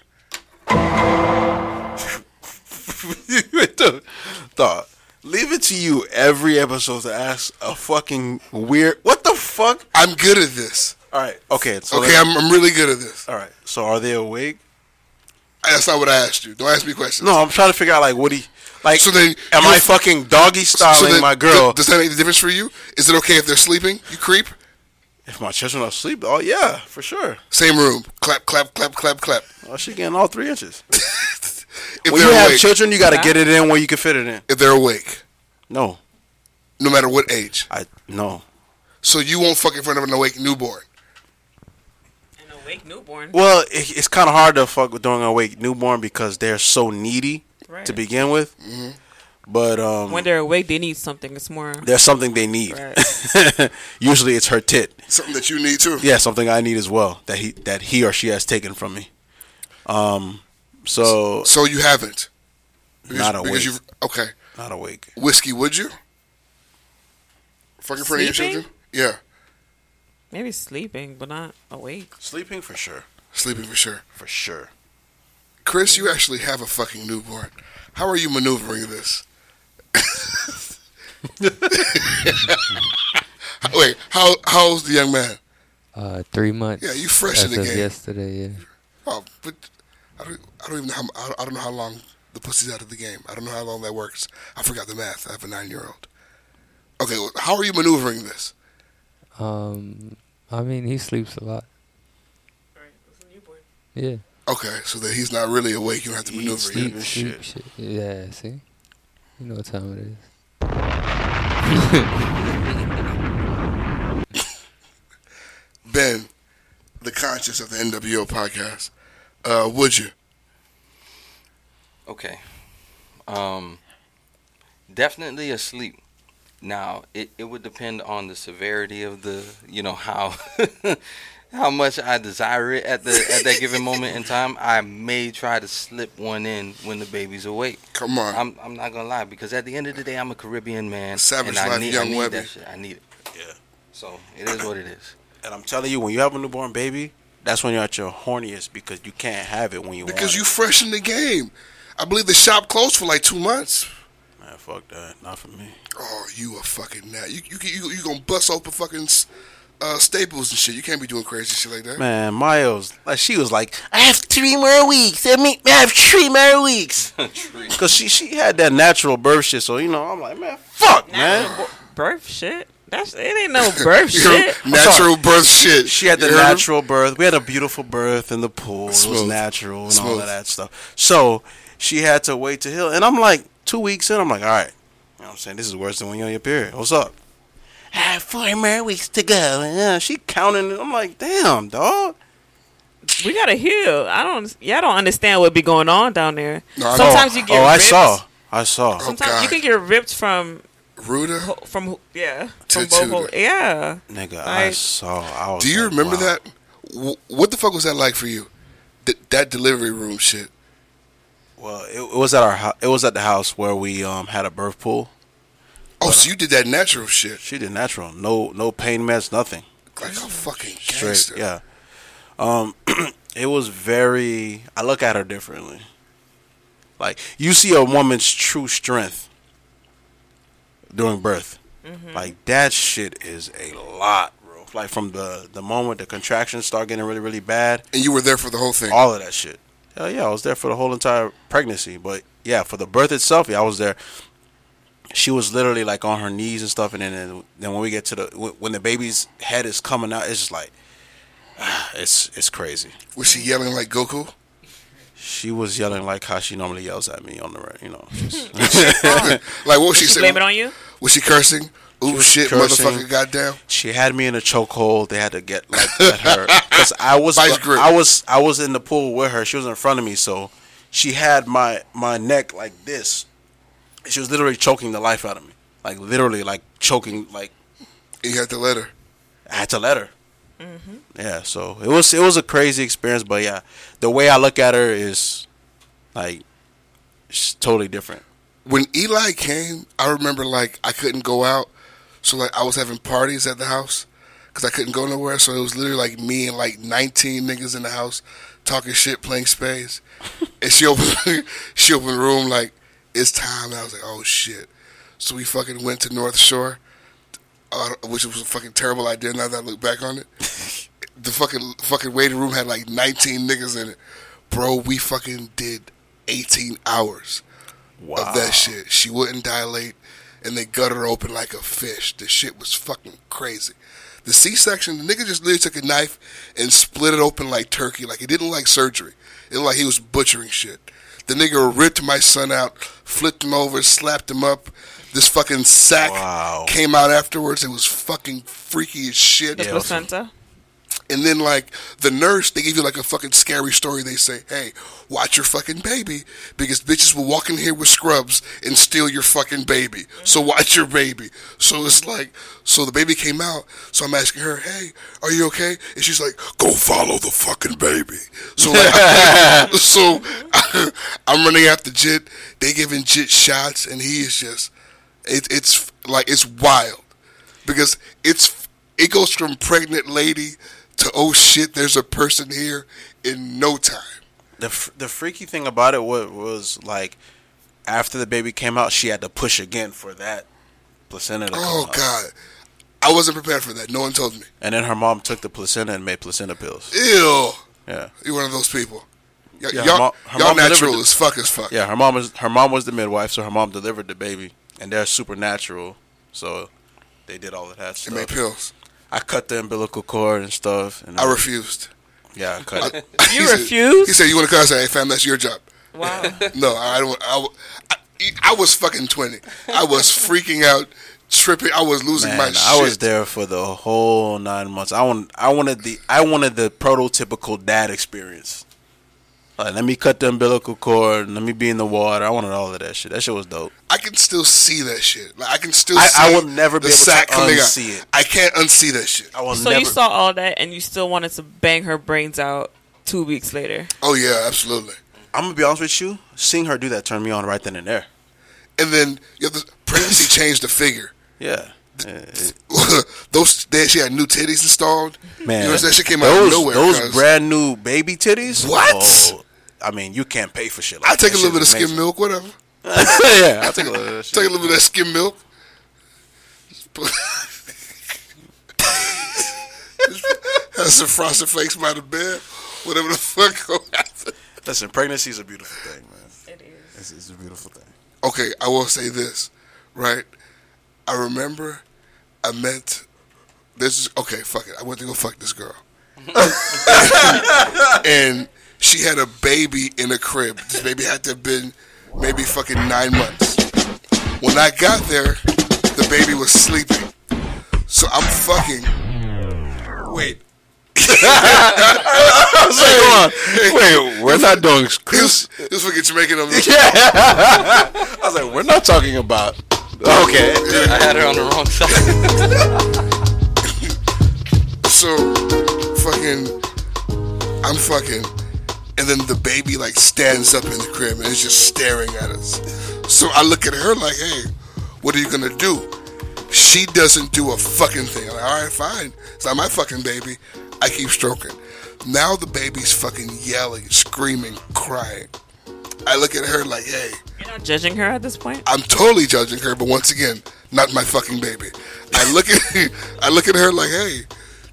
Speaker 3: Dude, dog, leave it to you every episode to ask a fucking weird. What the fuck?
Speaker 2: I'm good at this.
Speaker 3: All right, okay, so
Speaker 2: Okay,
Speaker 3: let-
Speaker 2: I'm, I'm really good at this.
Speaker 3: all right. So are they awake?
Speaker 2: That's not what I asked you. Don't ask me questions.
Speaker 3: No, I'm trying to figure out like what he like.
Speaker 2: So then
Speaker 3: am
Speaker 2: you-
Speaker 3: I fucking doggy styling
Speaker 2: then-
Speaker 3: my girl?
Speaker 2: does that make the difference for you? Is it okay if they're sleeping? You creep.
Speaker 3: if my children are asleep, oh yeah, for sure.
Speaker 2: Same room. Clap, clap, clap, clap, clap.
Speaker 3: Oh, she getting all three inches.
Speaker 2: If
Speaker 3: when you
Speaker 2: they're
Speaker 3: have
Speaker 2: awake,
Speaker 3: children, you got to get it in where you can fit it in.
Speaker 2: if they're awake,
Speaker 3: No,
Speaker 2: no matter what age,
Speaker 3: I no.
Speaker 2: so you won't fuck in front of an awake newborn.
Speaker 7: An awake newborn.
Speaker 3: Well, it, it's kind of hard to fuck with during a wake newborn because they're so needy
Speaker 7: Right.
Speaker 3: to begin with.
Speaker 2: Mm-hmm.
Speaker 3: But um,
Speaker 7: When they're awake, they need something. It's more.
Speaker 3: there's something they need. Usually, it's her tit.
Speaker 2: Something that you need too.
Speaker 3: Yeah, something I need as well that he that he or she has taken from me. Um, so
Speaker 2: So you haven't. Because,
Speaker 3: Not awake.
Speaker 2: Because you okay.
Speaker 3: Not awake.
Speaker 2: Whiskey, would you? Fucking front of your
Speaker 7: Sleeping?
Speaker 2: children? Yeah.
Speaker 7: Maybe sleeping, but not awake.
Speaker 3: Sleeping for sure.
Speaker 2: Sleeping for sure.
Speaker 3: For sure.
Speaker 2: Chris, you actually have a fucking newborn. How are you maneuvering this? Wait, how how old's the young man?
Speaker 1: Uh, three months.
Speaker 2: Yeah, you fresh in
Speaker 1: as
Speaker 2: the
Speaker 1: of
Speaker 2: game.
Speaker 1: Yesterday, yeah.
Speaker 2: Oh, but I don't, I don't even know how I don't- I don't know how long the pussy's out of the game. I don't know how long that works. I forgot the math. I have a nine year old. Okay, well, how are you maneuvering this?
Speaker 1: Um, I mean, he sleeps a lot. Yeah.
Speaker 2: Okay, so that he's not really awake. You don't have to maneuver
Speaker 1: Sleep,
Speaker 2: yet.
Speaker 1: sleep, shit. Yeah, see? You know what time it is.
Speaker 2: Ben, the conscience of the NWO podcast. Uh, would you?
Speaker 4: Okay. Um, definitely asleep. Now, it, it would depend on the severity of the, you know, how how much I desire it at the at that given moment in time. I may try to slip one in when the baby's awake.
Speaker 2: Come on.
Speaker 4: I'm, I'm not gonna lie because at the end of the day, I'm a Caribbean man.
Speaker 2: Savage
Speaker 4: and I
Speaker 2: life,
Speaker 4: need,
Speaker 2: young
Speaker 4: I need
Speaker 2: Webby.
Speaker 4: that shit. I need it. Yeah. So it is what it is.
Speaker 3: And I'm telling you, when you have a newborn baby, that's when you're at your horniest because you can't have it when you
Speaker 2: Because you
Speaker 3: want
Speaker 2: fresh in the game. I believe the shop closed for like two months.
Speaker 3: it. Man, fuck that. Not for me.
Speaker 2: Oh, you a fucking nut. You you you, you gonna bust open fucking uh, staples and shit. You can't be doing crazy shit like that.
Speaker 3: Man, Miles, like she was like, I have three more weeks. I mean, I have three more weeks. Cause she she had that natural birth shit, so you know I'm like, man, fuck, man.
Speaker 7: Birth shit? That's it ain't no birth shit.
Speaker 3: I'm sorry.
Speaker 2: Natural birth shit.
Speaker 3: She had the
Speaker 2: You heard him?
Speaker 3: natural birth. We had a beautiful birth in the pool. It was
Speaker 2: Smooth.
Speaker 3: natural and all
Speaker 2: Smooth.
Speaker 3: of that stuff. So she had to wait to heal. And I'm like, two weeks in, I'm like, all right. You know what I'm saying? This is worse than when you're on your period. What's up? I have four more weeks to go. And yeah, she counting. it. I'm like, damn, dog.
Speaker 7: We gotta heal. I don't. Y'all don't understand what be going on down there.
Speaker 2: No, I
Speaker 7: Sometimes you get.
Speaker 3: Oh, I
Speaker 7: ripped.
Speaker 3: saw. Oh, I saw.
Speaker 7: Sometimes
Speaker 2: God.
Speaker 7: you can get ripped from
Speaker 2: Ruda.
Speaker 7: from who- yeah
Speaker 2: To-
Speaker 7: from
Speaker 2: to
Speaker 7: both.
Speaker 2: the-
Speaker 7: Yeah.
Speaker 3: Nigga, I
Speaker 7: Like-
Speaker 3: saw. I was
Speaker 2: Do you
Speaker 3: like,
Speaker 2: remember
Speaker 3: wow.
Speaker 2: that? W- What the fuck was that like for you? Th- that delivery room shit.
Speaker 3: Well, it, it was at our. hou- It was at the house where we um had a birth pool.
Speaker 2: Oh, so you did that natural shit.
Speaker 3: She did natural. No, no pain meds. Nothing.
Speaker 2: Like a fucking
Speaker 3: Straight.
Speaker 2: gangster.
Speaker 3: Yeah. Um, it was very. I look at her differently. Like you see a woman's true strength during birth. Like that shit is a lot, bro. Like from the the moment the contractions start getting really really bad,
Speaker 2: And you were there for the whole thing.
Speaker 3: all of that shit. Hell yeah, I was there for the whole entire pregnancy. But yeah, for the birth itself, yeah, I was there. She was literally like on her knees and stuff, and then and then when we get to the wh- when the baby's head is coming out, it's just like it's it's crazy.
Speaker 2: Was she yelling like Goku?
Speaker 3: She was yelling like how she normally yells at me on the right, you know. just-
Speaker 2: like what was she
Speaker 7: She
Speaker 2: saying?
Speaker 7: blame it on you.
Speaker 2: Was she cursing? Ooh
Speaker 3: was
Speaker 2: shit,
Speaker 3: cursing.
Speaker 2: motherfucker, goddamn.
Speaker 3: she had me in a chokehold. They had to get like at her because I was
Speaker 2: Vice grip.
Speaker 3: I was I was in the pool with her. She was in front of me, so she had my my neck like this. She was literally choking the life out of me, like literally like choking. Like
Speaker 2: And you had to let her.
Speaker 3: I had to let her. Yeah, so it was it was a crazy experience, but yeah, the way I look at her is like she's totally different.
Speaker 2: when Eli came, I remember like I couldn't go out, so like I was having parties at the house because I couldn't go nowhere. So it was literally like me and like nineteen niggas in the house talking shit, playing space. and she opened she opened the room like it's time. And I was like, oh shit. So we fucking went to North Shore, uh, which was a fucking terrible idea. Now that I look back on it, the fucking fucking waiting room had like nineteen niggas in it. Bro, we fucking did eighteen hours of that shit. She wouldn't dilate, and they gut her open like a fish. The shit was fucking crazy. The C-section, the nigga just literally took a knife and split it open like turkey. Like it didn't look like surgery. It looked like he was butchering shit. The nigga ripped my son out, flipped him over, slapped him up. This fucking sack
Speaker 3: Wow.
Speaker 2: came out afterwards. It was fucking freaky as shit.
Speaker 7: The placenta.
Speaker 2: And then like the nurse, they give you like a fucking scary story. They say, "Hey, watch your fucking baby because bitches will walk in here with scrubs and steal your fucking baby. So watch your baby." So it's like, so the baby came out. So I'm asking her, "Hey, are you okay?" And she's like, "Go follow the fucking baby." So like, so I'm running after Jit. They giving Jit shots, and he is just it, it's like it's wild because it's it goes from pregnant lady to oh shit, there's a person here in no time.
Speaker 3: The fr- the freaky thing about it was, was like after the baby came out, she had to push again for that placenta. To
Speaker 2: Oh
Speaker 3: come out.
Speaker 2: god, I wasn't prepared for that. No one told me.
Speaker 3: And then her mom took the placenta and made placenta pills.
Speaker 2: Ew,
Speaker 3: Yeah.
Speaker 2: you're one of those people. Y-
Speaker 3: Yeah, her
Speaker 2: y'all
Speaker 3: mo- her
Speaker 2: y'all
Speaker 3: mom delivered
Speaker 2: natural
Speaker 3: the-
Speaker 2: as fuck as fuck.
Speaker 3: Yeah, her mom was her mom was the midwife, so her mom delivered the baby, and they're supernatural, so they did all of that
Speaker 2: It
Speaker 3: stuff.
Speaker 2: made pills.
Speaker 3: I cut the umbilical cord and stuff. And
Speaker 2: I refused.
Speaker 3: Yeah, I cut it.
Speaker 2: You refused? He said, "You want to cuss?" I said, "Hey, fam, that's your job." Wow. no, I don't. I, w- I- I was fucking twenty. I was freaking out, tripping. I was losing
Speaker 3: Man,
Speaker 2: my
Speaker 3: I
Speaker 2: shit.
Speaker 3: was there for the whole nine months. I want, I wanted the, I wanted the prototypical dad experience. Like, let me cut the umbilical cord. Let me be in the water. I wanted all of that shit. That shit was dope.
Speaker 2: I can still see that shit. Like I can still.
Speaker 3: I-
Speaker 2: see
Speaker 3: I will never be
Speaker 2: the
Speaker 3: able to
Speaker 2: sack coming out.
Speaker 3: unsee it.
Speaker 2: I can't unsee that shit.
Speaker 3: I will
Speaker 7: So you saw all that and you still wanted to bang her brains out two weeks later.
Speaker 2: Oh yeah, absolutely.
Speaker 3: I'm gonna be honest with you. Seeing her do that turned me on right then and there.
Speaker 2: And then you know, the pregnancy changed the figure.
Speaker 3: Yeah. Eh,
Speaker 2: those that she had new titties installed.
Speaker 3: Man,
Speaker 2: you know, that shit came
Speaker 3: those,
Speaker 2: out of nowhere.
Speaker 3: Those
Speaker 2: cuz.
Speaker 3: brand new baby titties.
Speaker 2: What?
Speaker 3: Oh, I mean, you can't pay for shit. Like
Speaker 2: I take a
Speaker 3: that.
Speaker 2: little bit of
Speaker 3: Shit
Speaker 2: skim
Speaker 3: is
Speaker 2: milk, whatever.
Speaker 3: amazing. yeah, I take a little. Of that shit.
Speaker 2: Take a little bit of that skim milk. Have some frosted flakes by the bed, whatever the fuck. go after.
Speaker 3: Listen, pregnancy is a beautiful thing, man. It is. It's, it's a beautiful thing.
Speaker 2: okay, I will say this, right? I remember I met this is okay, fuck it. I went to go fuck this girl. and she had a baby in a crib. This baby had to have been maybe fucking nine months. When I got there, the baby was sleeping. So I'm fucking wait.
Speaker 3: Wait, we're not doing.
Speaker 2: This, this fucking Jamaican on the
Speaker 3: I was like, we're not talking about. Okay.
Speaker 4: I had her on the wrong side.
Speaker 2: So, fucking, I'm fucking, and then the baby like stands up in the crib and is just staring at us. So I look at her like, hey, what are you gonna do? She doesn't do a fucking thing. I'm like, all right, fine. It's not my fucking baby. I keep stroking. Now the baby's fucking yelling, screaming, crying. I look at her like, hey,
Speaker 7: You're not judging her at this point?
Speaker 2: I'm totally judging her, but once again, not my fucking baby. I look at I look at her like, hey,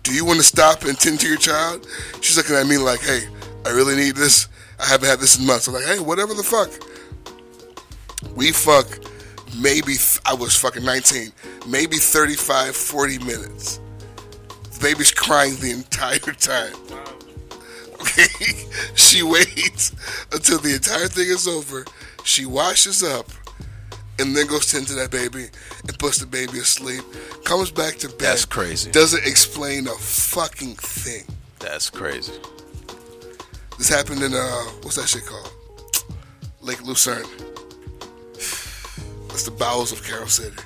Speaker 2: do you want to stop and tend to your child? She's looking at me like, hey, I really need this. I haven't had this in months. I'm like, hey, whatever the fuck. We fuck maybe th- I was fucking 19, maybe 35, 40 minutes. The baby's crying the entire time. Okay, she waits until the entire thing is over. She washes up and then goes to into that baby and puts the baby asleep. Comes back to bed.
Speaker 3: That's crazy.
Speaker 2: Doesn't explain a fucking thing.
Speaker 3: That's crazy.
Speaker 2: This happened in uh, what's that shit called? Lake Lucerne. That's the bowels of Carroll City.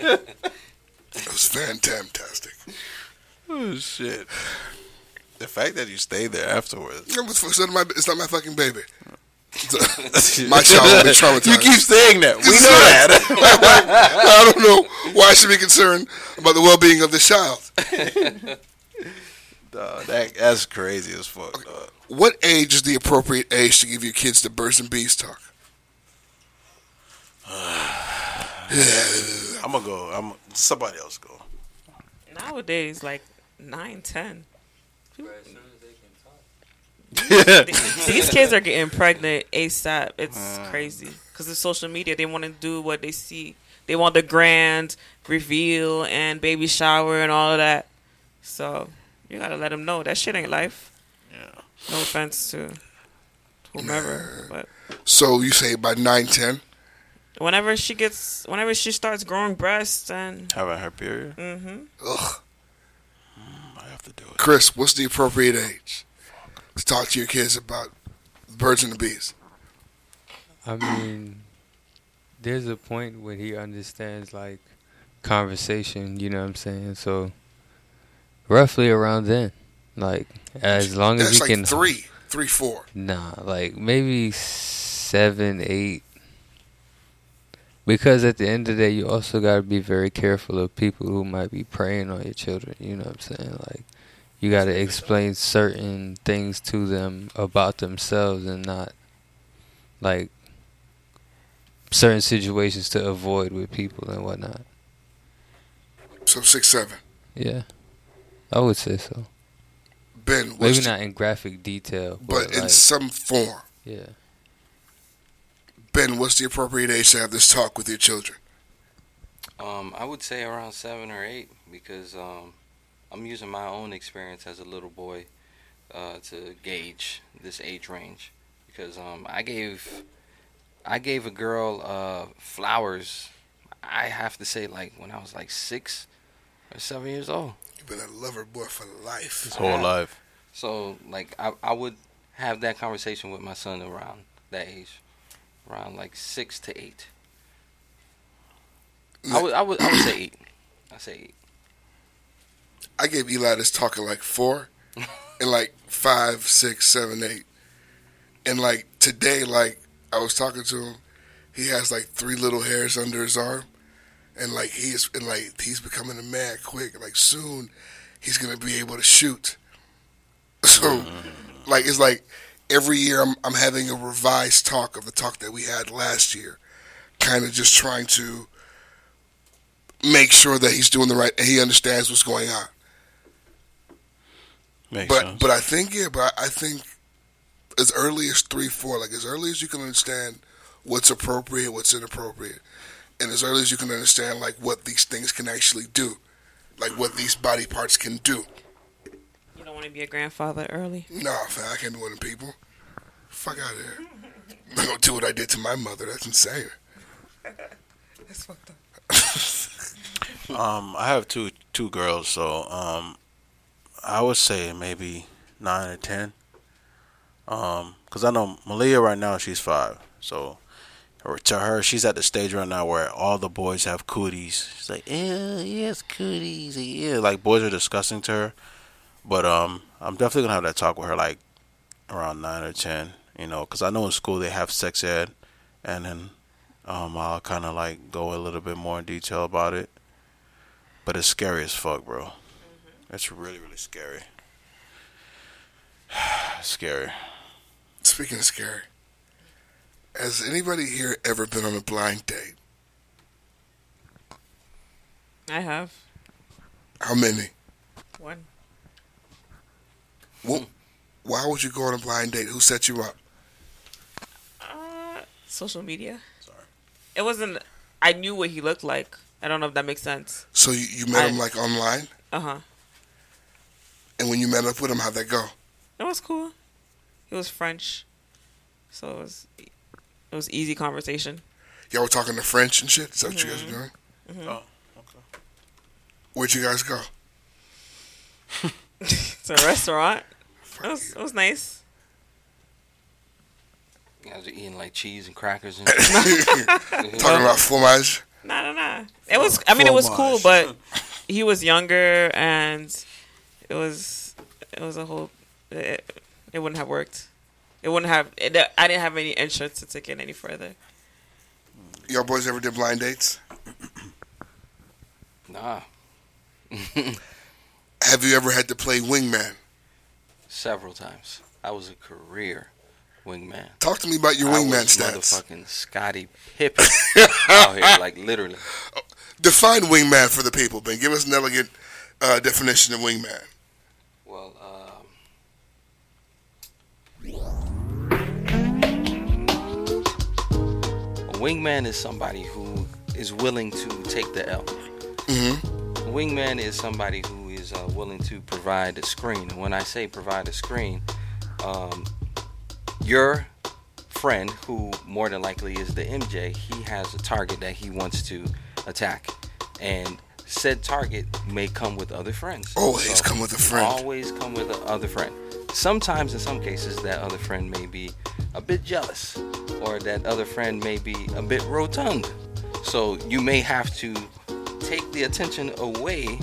Speaker 2: it was fantastic.
Speaker 3: Oh shit. The fact that you stayed there afterwards.
Speaker 2: It was- It's not my, it's not my fucking baby. uh, My child will be traumatized.
Speaker 3: You keep saying that. We know that.
Speaker 2: It's not- I don't know why I should be concerned about the well-being of this child.
Speaker 3: Dawg, Oh, that- That's crazy as fuck. dawg.
Speaker 2: What age is the appropriate age to give your kids the birds and bees talk?
Speaker 3: I'm gonna go. I'm somebody else go.
Speaker 7: Nowadays, like nine, ten. These kids are getting pregnant ASAP. It's crazy. 'Cause crazy because of social media. They want to do what they see. They want the grand reveal and baby shower and all of that. So you gotta let them know that shit ain't life. Yeah. No offense to whomever, but
Speaker 2: So you say by nine, ten?
Speaker 7: Whenever she gets, whenever she starts growing breasts and
Speaker 3: Having her period.
Speaker 7: hmm
Speaker 2: Ugh. I have to do it. Chris, what's the appropriate age to talk to your kids about birds and the bees?
Speaker 1: I mean, there's a point when he understands like conversation. You know what I'm saying? So roughly around then, like as long as
Speaker 2: That's
Speaker 1: he
Speaker 2: like
Speaker 1: can
Speaker 2: three, three, four.
Speaker 1: Nah, like maybe seven, eight. Because at the end of the day, you also got to be very careful of people who might be preying on your children. You know what I'm saying? Like, you got to explain certain things to them about themselves and not, like, certain situations to avoid with people and whatnot.
Speaker 2: So six, seven.
Speaker 1: Yeah. I would say so.
Speaker 2: Ben, what's
Speaker 1: Maybe
Speaker 2: the-
Speaker 1: not in graphic detail,
Speaker 2: but
Speaker 1: but,
Speaker 2: in
Speaker 1: like,
Speaker 2: some form.
Speaker 1: yeah.
Speaker 2: Ben, what's the appropriate age to have this talk with your children?
Speaker 4: Um, I would say around seven or eight because um, I'm using my own experience as a little boy uh, to gauge this age range because um, I gave I gave a girl uh, flowers. I have to say, like when I was like six or seven years old.
Speaker 2: You've been a lover boy for life.
Speaker 4: His whole life. So like I, I would have that conversation with my son around that age, around like six to eight. I would I would I would say eight. I say eight.
Speaker 2: I gave Eli this talk at like four, and like five, six, seven, eight, and like today, like I was talking to him, he has like three little hairs under his arm, and like he's and like he's becoming a man quick. Like soon, he's gonna be able to shoot. So, like it's like every year I'm I'm having a revised talk of the talk that we had last year, kind of just trying to make sure that he's doing the right and he understands what's going on.
Speaker 3: Makes
Speaker 2: but
Speaker 3: sense.
Speaker 2: but I think yeah, but I I think as early as three, four, like as early as you can understand what's appropriate, what's inappropriate, and as early as you can understand like what these things can actually do, like what these body parts can do.
Speaker 7: You don't want to be a grandfather early.
Speaker 2: Nah, fam, I can't do it to people. Fuck out of here. I'm not gonna do what I did to my mother. That's insane.
Speaker 7: That's fucked up.
Speaker 3: Um, I have two two girls, so um, I would say maybe nine or ten. Um, cause I know Malia right now she's five, so or to her she's at the stage right now where all the boys have cooties. She's like, yeah, yes, cooties, yeah. Like boys are disgusting to her, but um, I'm definitely gonna have that talk with her like around nine or ten, you know, cause I know in school they have sex ed, and then um, I'll kind of like go a little bit more in detail about it. But it's scary as fuck, bro. It's really, really scary. scary.
Speaker 2: Speaking of scary, has anybody here ever been on a blind date?
Speaker 7: I have
Speaker 2: How many?
Speaker 7: one.
Speaker 2: What, why would you go on a blind date? Who set you up?
Speaker 7: Uh, social media. Sorry. It wasn't. I knew what he looked like. I don't know if that makes sense.
Speaker 2: So you, you met
Speaker 7: I-
Speaker 2: him like online,
Speaker 7: Uh huh.
Speaker 2: and when you met up with him, how'd that go?
Speaker 7: It was cool. He was French, so it was it was easy conversation.
Speaker 2: Y'all were talking to French and shit. Is that what you guys were doing?
Speaker 3: Oh,
Speaker 2: Where'd you guys go?
Speaker 7: It's a restaurant. it was it was nice.
Speaker 4: I was eating like cheese and crackers and
Speaker 2: Talking about fromage.
Speaker 7: Nah, nah, nah. It was. I mean, it was cool, but he was younger, and it was it was a whole. It, it wouldn't have worked. It wouldn't have. It, I didn't have any insurance to take it any further.
Speaker 2: Y'all boys ever did blind dates?
Speaker 4: nah,
Speaker 2: Have you ever had to play wingman?
Speaker 4: several times. I was a career wingman.
Speaker 2: Talk to me about your
Speaker 4: I
Speaker 2: wingman
Speaker 4: was
Speaker 2: stats.
Speaker 4: Motherfucking Scotty Pippen out here, like literally.
Speaker 2: Define wingman for the people, Ben. Give us an elegant uh, definition of wingman.
Speaker 4: Well, um, a wingman is somebody who is willing to take the L.
Speaker 2: Mm-hmm.
Speaker 4: A wingman is somebody who is uh, willing to provide a screen. And when I say provide a screen, um, your friend, who more than likely is the MJ, he has a target that he wants to attack, and said target may come with other friends.
Speaker 2: Always come with a friend.
Speaker 4: Always come with a other friend. Sometimes, in some cases, that other friend may be a bit jealous, or that other friend may be a bit rotund. So you may have to take the attention away.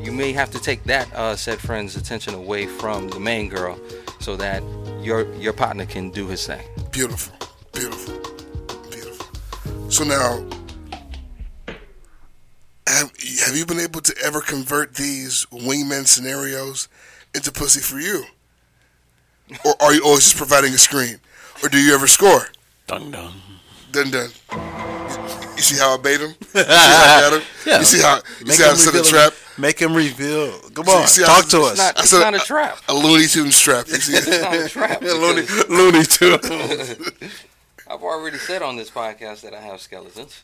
Speaker 4: You may have to take that uh, said friend's attention away from the main girl, so that your your partner can do his thing.
Speaker 2: Beautiful, beautiful, beautiful. So now, have, have you been able to ever convert these wingman scenarios into pussy for you, or are you always just providing a screen, or do you ever score?
Speaker 3: Dun dun.
Speaker 2: Dun dun. You see how I bait him? You see how I got him? You see how you see how I set a trap?
Speaker 3: Make him reveal. Come on,
Speaker 2: See- see how-
Speaker 3: talk to us.
Speaker 4: Not,
Speaker 2: I
Speaker 4: it's
Speaker 2: said-
Speaker 4: not a trap.
Speaker 2: A Looney Tunes trap. You see?
Speaker 4: It's not a trap.
Speaker 2: uh, Looney,
Speaker 4: because
Speaker 2: Looney Tunes.
Speaker 4: I've already said on this podcast that I have skeletons.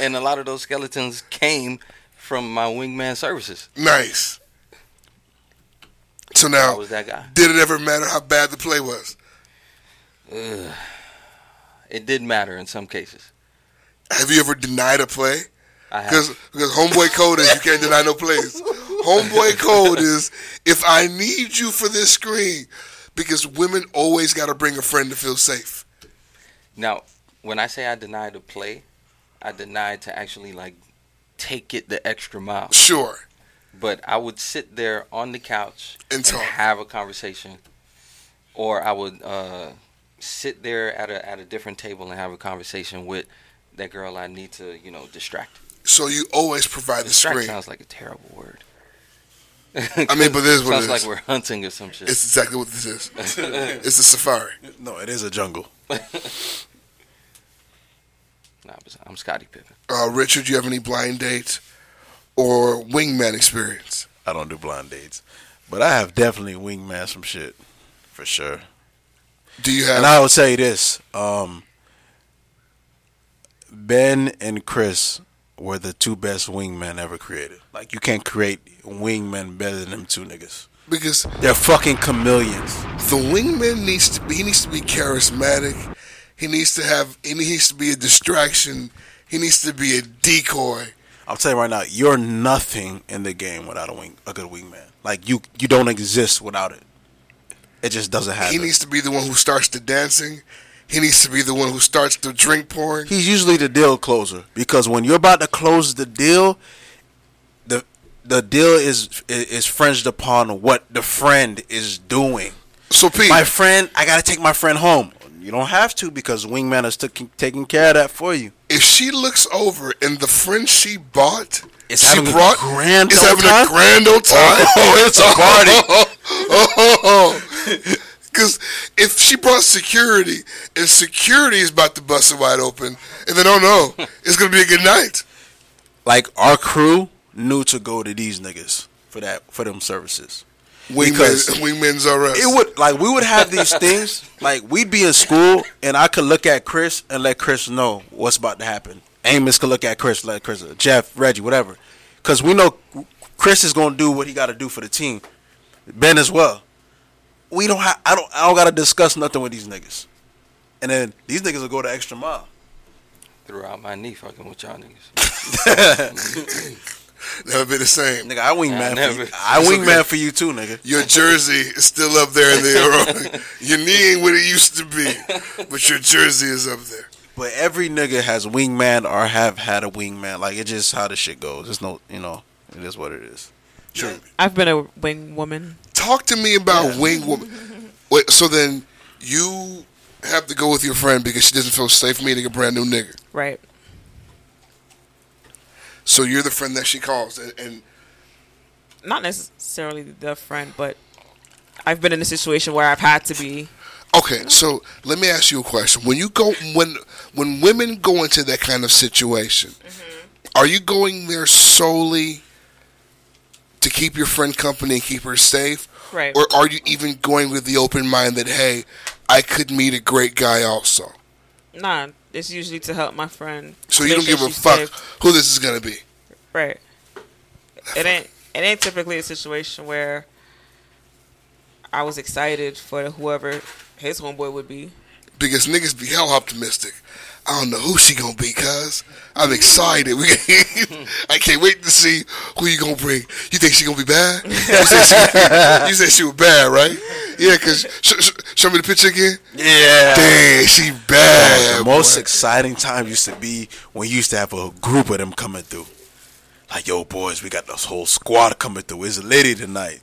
Speaker 4: and a lot of those skeletons came from my wingman services.
Speaker 2: nice. So
Speaker 4: I
Speaker 2: now,
Speaker 4: was that guy.
Speaker 2: did it ever matter how bad the play was?
Speaker 4: Ugh. It did matter in some cases.
Speaker 2: Have you ever denied a play?
Speaker 4: I have.
Speaker 2: Because because homeboy code is you can't deny no plays. Homeboy code is if I need you for this screen, because women always got to bring a friend to feel safe.
Speaker 4: Now, when I say I denied to play, I denied to actually like take it the extra mile.
Speaker 2: Sure,
Speaker 4: But I would sit there on the couch
Speaker 2: and
Speaker 4: and
Speaker 2: talk.
Speaker 4: have a conversation, or I would uh, sit there at a at a different table and have a conversation with that girl. I need to you know distract.
Speaker 2: So you always provide the
Speaker 4: Distract
Speaker 2: screen.
Speaker 4: sounds like a terrible word.
Speaker 2: I mean, but this is what
Speaker 4: sounds
Speaker 2: it
Speaker 4: like
Speaker 2: is.
Speaker 4: we're hunting or some shit.
Speaker 2: It's exactly what this is. It's a safari.
Speaker 3: No, it is a jungle.
Speaker 4: Nah, but I'm Scotty Pippen.
Speaker 2: Uh, Richard, you have any blind dates or wingman experience?
Speaker 3: I don't do blind dates, but I have definitely wingman some shit for sure.
Speaker 2: Do you have?
Speaker 3: And I will tell you this: um, Ben and Chris were the two best wingmen ever created. Like you can't create wingmen better than them two niggas.
Speaker 2: because
Speaker 3: They're fucking chameleons.
Speaker 2: the wingman needs to be, he needs to be charismatic. He needs to have he needs to be a distraction. He needs to be a decoy.
Speaker 3: I'll tell you right now, you're nothing in the game without a wing, a good wingman. Like you, you don't exist without it. It just doesn't happen.
Speaker 2: He needs to be the one who starts the dancing. He needs to be the one who starts the drink pouring.
Speaker 3: He's usually the deal closer because when you're about to close the deal, the the deal is is fringed upon what the friend is doing.
Speaker 2: So Pete,
Speaker 3: My friend, I gotta take my friend home. You don't have to because wingman is took, taking care of that for you.
Speaker 2: if she looks over and the friend she bought,
Speaker 3: Is
Speaker 2: she
Speaker 3: having a
Speaker 2: brought,
Speaker 3: grand
Speaker 2: is
Speaker 3: old
Speaker 2: having
Speaker 3: time?
Speaker 2: a grand old time.
Speaker 3: Oh, it's a party.
Speaker 2: Because if she brought security and security is about to bust it wide open, and then oh no, it's gonna be a good night.
Speaker 3: Like our crew knew to go to these niggas for that for them services. Because-
Speaker 2: Wingmen, wingmen's are us.
Speaker 3: It would like we would have these things like we'd be in school and I could look at Chris and let Chris know what's about to happen. Amos could look at Chris, let Chris, Jeff, Reggie, whatever, because we know Chris is gonna do what he got to do for the team. Ben as well. We don't have. I don't. I don't gotta discuss nothing with these niggas. And then these niggas will go the extra mile.
Speaker 4: Throughout my knee, fucking with y'all niggas.
Speaker 2: never be the same.
Speaker 3: Nigga, I wing
Speaker 4: Nah,
Speaker 3: man. For
Speaker 4: never.
Speaker 3: you. I
Speaker 2: It's
Speaker 3: wing
Speaker 2: okay.
Speaker 3: man for you too, nigga.
Speaker 2: Your jersey is still up there in the Your knee ain't what it used to be, but your jersey is up there.
Speaker 3: But every nigga has wingman or have had a wingman. Like it's just how the shit goes. It's no, you know, it is what it is.
Speaker 2: Sure.
Speaker 7: I've been a wing woman.
Speaker 2: Talk to me about wing woman. Wait, so then you have to go with your friend because she doesn't feel safe meeting a brand new nigga.
Speaker 7: Right.
Speaker 2: So you're the friend that she calls, and, and
Speaker 7: Not necessarily the friend, but I've been in a situation where I've had to be.
Speaker 2: Okay, so let me ask you a question. When you go when when women go into that kind of situation,
Speaker 7: Mm-hmm.
Speaker 2: are you going there solely to keep your friend company and keep her safe?
Speaker 7: Right.
Speaker 2: Or are you even going with the open mind that hey, I could meet a great guy also?
Speaker 7: Nah, it's usually to help my friend.
Speaker 2: So you
Speaker 7: make
Speaker 2: don't give
Speaker 7: sure
Speaker 2: a
Speaker 7: she's
Speaker 2: fuck
Speaker 7: safe.
Speaker 2: who this is gonna be.
Speaker 7: Right. It ain't. It ain't typically a situation where I was excited for whoever his homeboy would be.
Speaker 2: Because niggas be hell optimistic. I don't know who she gonna be, cuz. I'm excited. We, I can't wait to see who you gonna bring. You think she gonna be bad? You said she, you said she was bad, right? Yeah, cuz sh- sh- show me the picture again.
Speaker 3: Yeah.
Speaker 2: Damn, she bad.
Speaker 3: The most exciting time used to be when you used to have a group of them coming through. Like, yo, boys, we got this whole squad coming through. It's a lady tonight.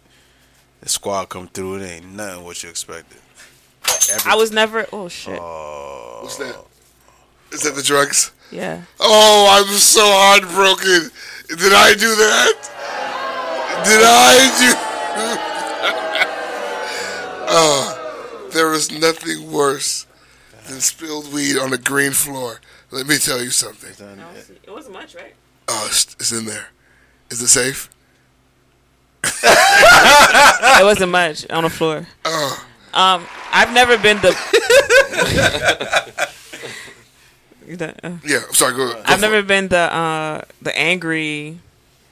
Speaker 3: The squad come through. It ain't nothing what you expected.
Speaker 7: I was never. Oh shit.
Speaker 2: What's that? Is that the drugs?
Speaker 7: Yeah.
Speaker 2: Oh, I'm so heartbroken. Did I do that? Did I do? Oh, there is nothing worse than spilled weed on a green floor. Let me tell you something.
Speaker 7: It wasn't much, right?
Speaker 2: Oh, it's, it's in there. Is it safe?
Speaker 7: it wasn't much on the floor. Um, I've never been the. You done? Oh.
Speaker 2: Yeah, I'm sorry. Go, go
Speaker 7: I've
Speaker 2: for
Speaker 7: never
Speaker 2: it.
Speaker 7: been the uh, the angry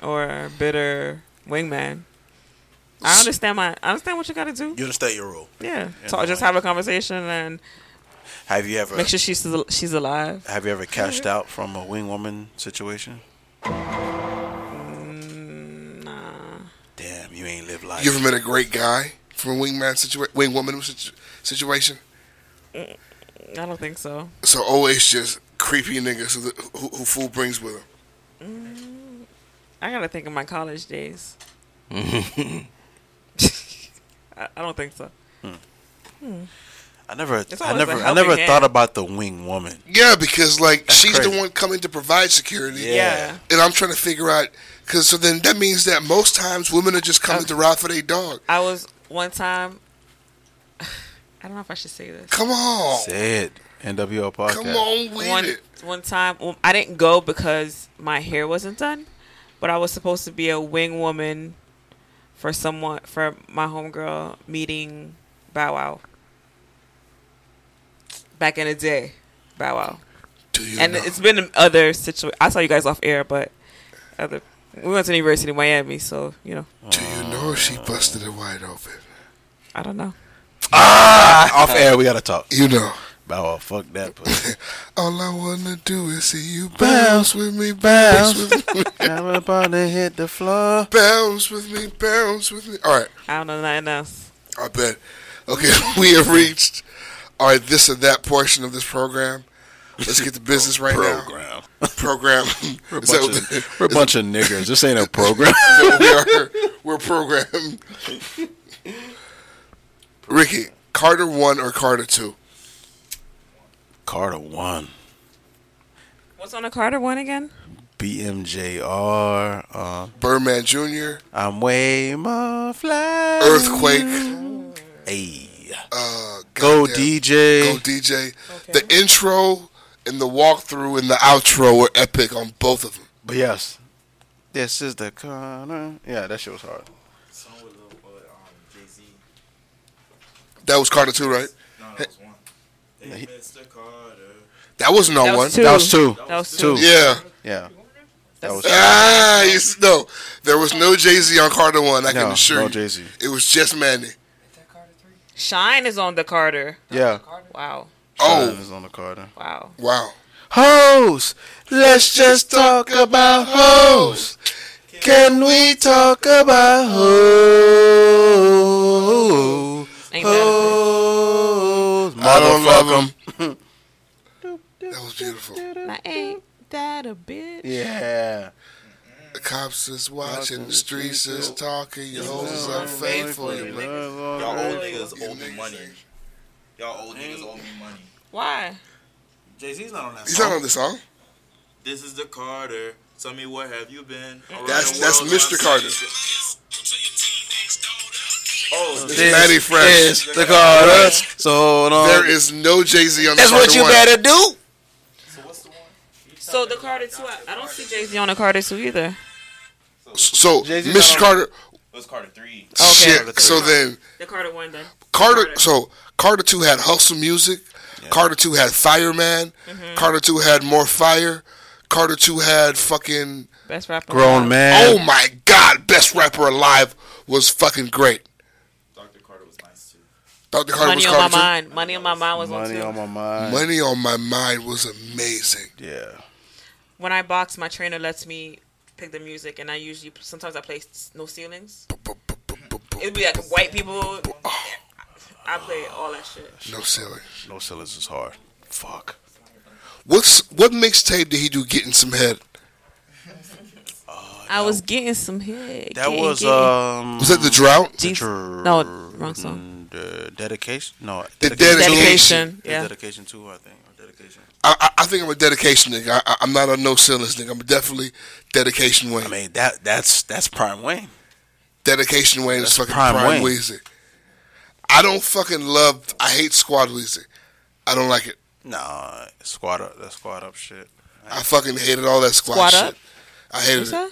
Speaker 7: or bitter wingman. I understand my. I understand what you got to do.
Speaker 3: You understand your role.
Speaker 7: Yeah,
Speaker 3: And
Speaker 7: so just
Speaker 3: like,
Speaker 7: have a conversation and
Speaker 3: have you ever
Speaker 7: make sure she's al- she's alive.
Speaker 3: have you ever cashed out from a wing woman situation?
Speaker 7: Mm,
Speaker 3: Damn, you ain't live life.
Speaker 2: You ever met a great guy from a wingman situation, wingwoman situ- situation?
Speaker 7: I don't think so.
Speaker 2: So always just creepy niggas who, the, who, who fool brings with him.
Speaker 7: Mm, I gotta think of my college days.
Speaker 4: I
Speaker 7: I, I don't think so. Hmm.
Speaker 3: I never,
Speaker 7: It's
Speaker 3: I
Speaker 7: always
Speaker 3: never,
Speaker 7: a
Speaker 3: I
Speaker 7: helping
Speaker 3: never
Speaker 7: hand.
Speaker 3: thought about the wing woman.
Speaker 2: Yeah, because like she's
Speaker 3: crazy.
Speaker 2: the one coming to provide security.
Speaker 3: Yeah. Yeah.
Speaker 2: and I'm trying to figure out because so then that means that most times women are just coming to ride for their dog.
Speaker 7: I was one time. I don't know if I should say this.
Speaker 2: Come on,
Speaker 3: Say it. NWO podcast.
Speaker 2: come on with
Speaker 7: one,
Speaker 2: it.
Speaker 7: One time, well, I didn't go because my hair wasn't done, but I was supposed to be a wing woman for someone for my homegirl meeting Bow Wow. Back in the day, Bow Wow.
Speaker 2: Do you
Speaker 7: and
Speaker 2: know?
Speaker 7: it's been other situations. I saw you guys off air, but other we went to the University of Miami, so you know
Speaker 2: Do you know if she busted it wide open?
Speaker 7: I don't know.
Speaker 3: Ah, off air, we gotta talk.
Speaker 2: You know.
Speaker 3: Bow wow, fuck that. pussy.
Speaker 2: All I wanna do is see you bounce with me, bounce with me,
Speaker 3: I'm about to hit the floor.
Speaker 2: bounce with me, bounce with me. All right,
Speaker 7: I don't know nothing else.
Speaker 2: I bet. Okay, we have reached our this or that portion of this program. Let's get to business right now.
Speaker 3: Program.
Speaker 2: Program.
Speaker 3: We're a
Speaker 2: Is that
Speaker 3: bunch,
Speaker 2: what the-
Speaker 3: of, we're a bunch of niggers. This ain't a program.
Speaker 2: So we are we're programmed. Ricky, Carter one or Carter two?
Speaker 3: Carter one.
Speaker 7: What's on the Carter one again?
Speaker 3: BMJR. Uh,
Speaker 2: Birdman Jr.,
Speaker 3: I'm way more fly.
Speaker 2: Earthquake,
Speaker 3: Hey.
Speaker 2: uh,
Speaker 3: Go
Speaker 2: goddamn-
Speaker 3: DJ.
Speaker 2: Go DJ. The intro and the walkthrough and the outro were epic on both of them.
Speaker 3: But yes. This is the Carter. Yeah, that shit was hard.
Speaker 2: That was Carter two, right?
Speaker 3: Hey,
Speaker 2: That was no
Speaker 7: That was
Speaker 2: one.
Speaker 7: two.
Speaker 3: That was two.
Speaker 7: That was
Speaker 3: Two.
Speaker 2: Yeah.
Speaker 3: Yeah. That was
Speaker 2: Ah, you s- no. There was no Jay Z on Carter one. I can
Speaker 3: no,
Speaker 2: assure
Speaker 3: no
Speaker 2: you.
Speaker 3: Jay Z.
Speaker 2: It was just Manny.
Speaker 7: Shine is on the Carter.
Speaker 3: Yeah.
Speaker 7: Wow,
Speaker 2: Oh.
Speaker 3: Shine is on the Carter.
Speaker 7: wow.
Speaker 2: Wow.
Speaker 3: Hoes. Let's just talk about hoes. Can we talk about hoes?
Speaker 7: Ain't that
Speaker 3: Hoes.
Speaker 2: I don't love
Speaker 3: Motherfucker.
Speaker 2: That was beautiful.
Speaker 7: a bitch? Ain't that a bitch?
Speaker 3: Yeah.
Speaker 2: The cops is watching, the streets is talking, your hoes is unfaithful. you know.
Speaker 12: Y'all old
Speaker 2: You
Speaker 12: niggas owe me
Speaker 2: niggas
Speaker 12: money.
Speaker 2: ain't-
Speaker 12: Y'all old niggas owe me money.
Speaker 7: Why?
Speaker 12: Jay Z's not on that
Speaker 2: He's not
Speaker 12: song.
Speaker 2: on the song.
Speaker 12: This is the Carter. Tell me where have you been? Around
Speaker 2: That's-
Speaker 12: the
Speaker 2: that's
Speaker 12: world,
Speaker 2: Mr.
Speaker 12: I'm
Speaker 2: Carter.
Speaker 12: seeing shit. Oh,
Speaker 2: It's
Speaker 3: This
Speaker 2: Matty Fresh.
Speaker 3: is the Carter. So long.
Speaker 2: There is no Jay Z on the
Speaker 3: That's what
Speaker 2: Carter
Speaker 3: you
Speaker 2: one.
Speaker 3: better do.
Speaker 7: So the Carter two, I, I don't see Jay Z on the Carter two either.
Speaker 2: So,
Speaker 3: Jay-Z's
Speaker 2: Mr.
Speaker 3: not
Speaker 2: Carter.
Speaker 12: it was Carter three.
Speaker 7: Okay.
Speaker 2: Shit. So then,
Speaker 7: The Carter one then.
Speaker 2: Carter.
Speaker 7: Carter.
Speaker 2: So, Carter 2 had Hustle Music. Carter 2 had Fireman. Carter 2 had More Fire. Carter 2 had fucking.
Speaker 7: Best rapper.
Speaker 3: Grown man.
Speaker 2: Oh my God, Best Rapper Alive was fucking great.
Speaker 12: Dr. Carter was nice.
Speaker 2: Dr. Carter was
Speaker 7: Money on my
Speaker 2: Carter too.
Speaker 7: mind. Money on my mind was on
Speaker 3: Money
Speaker 7: too.
Speaker 3: on my mind.
Speaker 2: Money on my mind was amazing.
Speaker 3: Yeah.
Speaker 7: when I box, my trainer lets me pick the music, and I usually sometimes I play s- No Ceilings. It'd be like white people. I play all that shit.
Speaker 2: No ceiling.
Speaker 3: No ceilings is hard. Fuck.
Speaker 2: What's what mixtape did he do? Getting some head.
Speaker 7: I was getting some head.
Speaker 3: That
Speaker 7: getting-
Speaker 3: was
Speaker 7: getting.
Speaker 3: um.
Speaker 2: Was that the drought?
Speaker 3: The
Speaker 7: Jesus-
Speaker 3: Dr-
Speaker 7: no, wrong song.
Speaker 3: The dedication. No.
Speaker 2: The
Speaker 7: Dedication, yeah.
Speaker 3: dedication too. I think. Or dedication.
Speaker 2: I, I, I think I'm a dedication nigga. I, I, I'm not a no ceilings nigga. I'm definitely dedication Wayne.
Speaker 3: I mean that that's that's prime Wayne.
Speaker 2: dedication Wayne is fucking
Speaker 3: prime
Speaker 2: prime,
Speaker 3: Wayne.
Speaker 2: Weezy. I don't fucking love. I hate squad Weezy. I don't like it.
Speaker 3: Nah, squad up. That squad up shit.
Speaker 2: I fucking hated all that squad,
Speaker 7: Squad
Speaker 2: shit.
Speaker 7: Up?
Speaker 2: I
Speaker 7: What you
Speaker 2: hated it.
Speaker 7: say?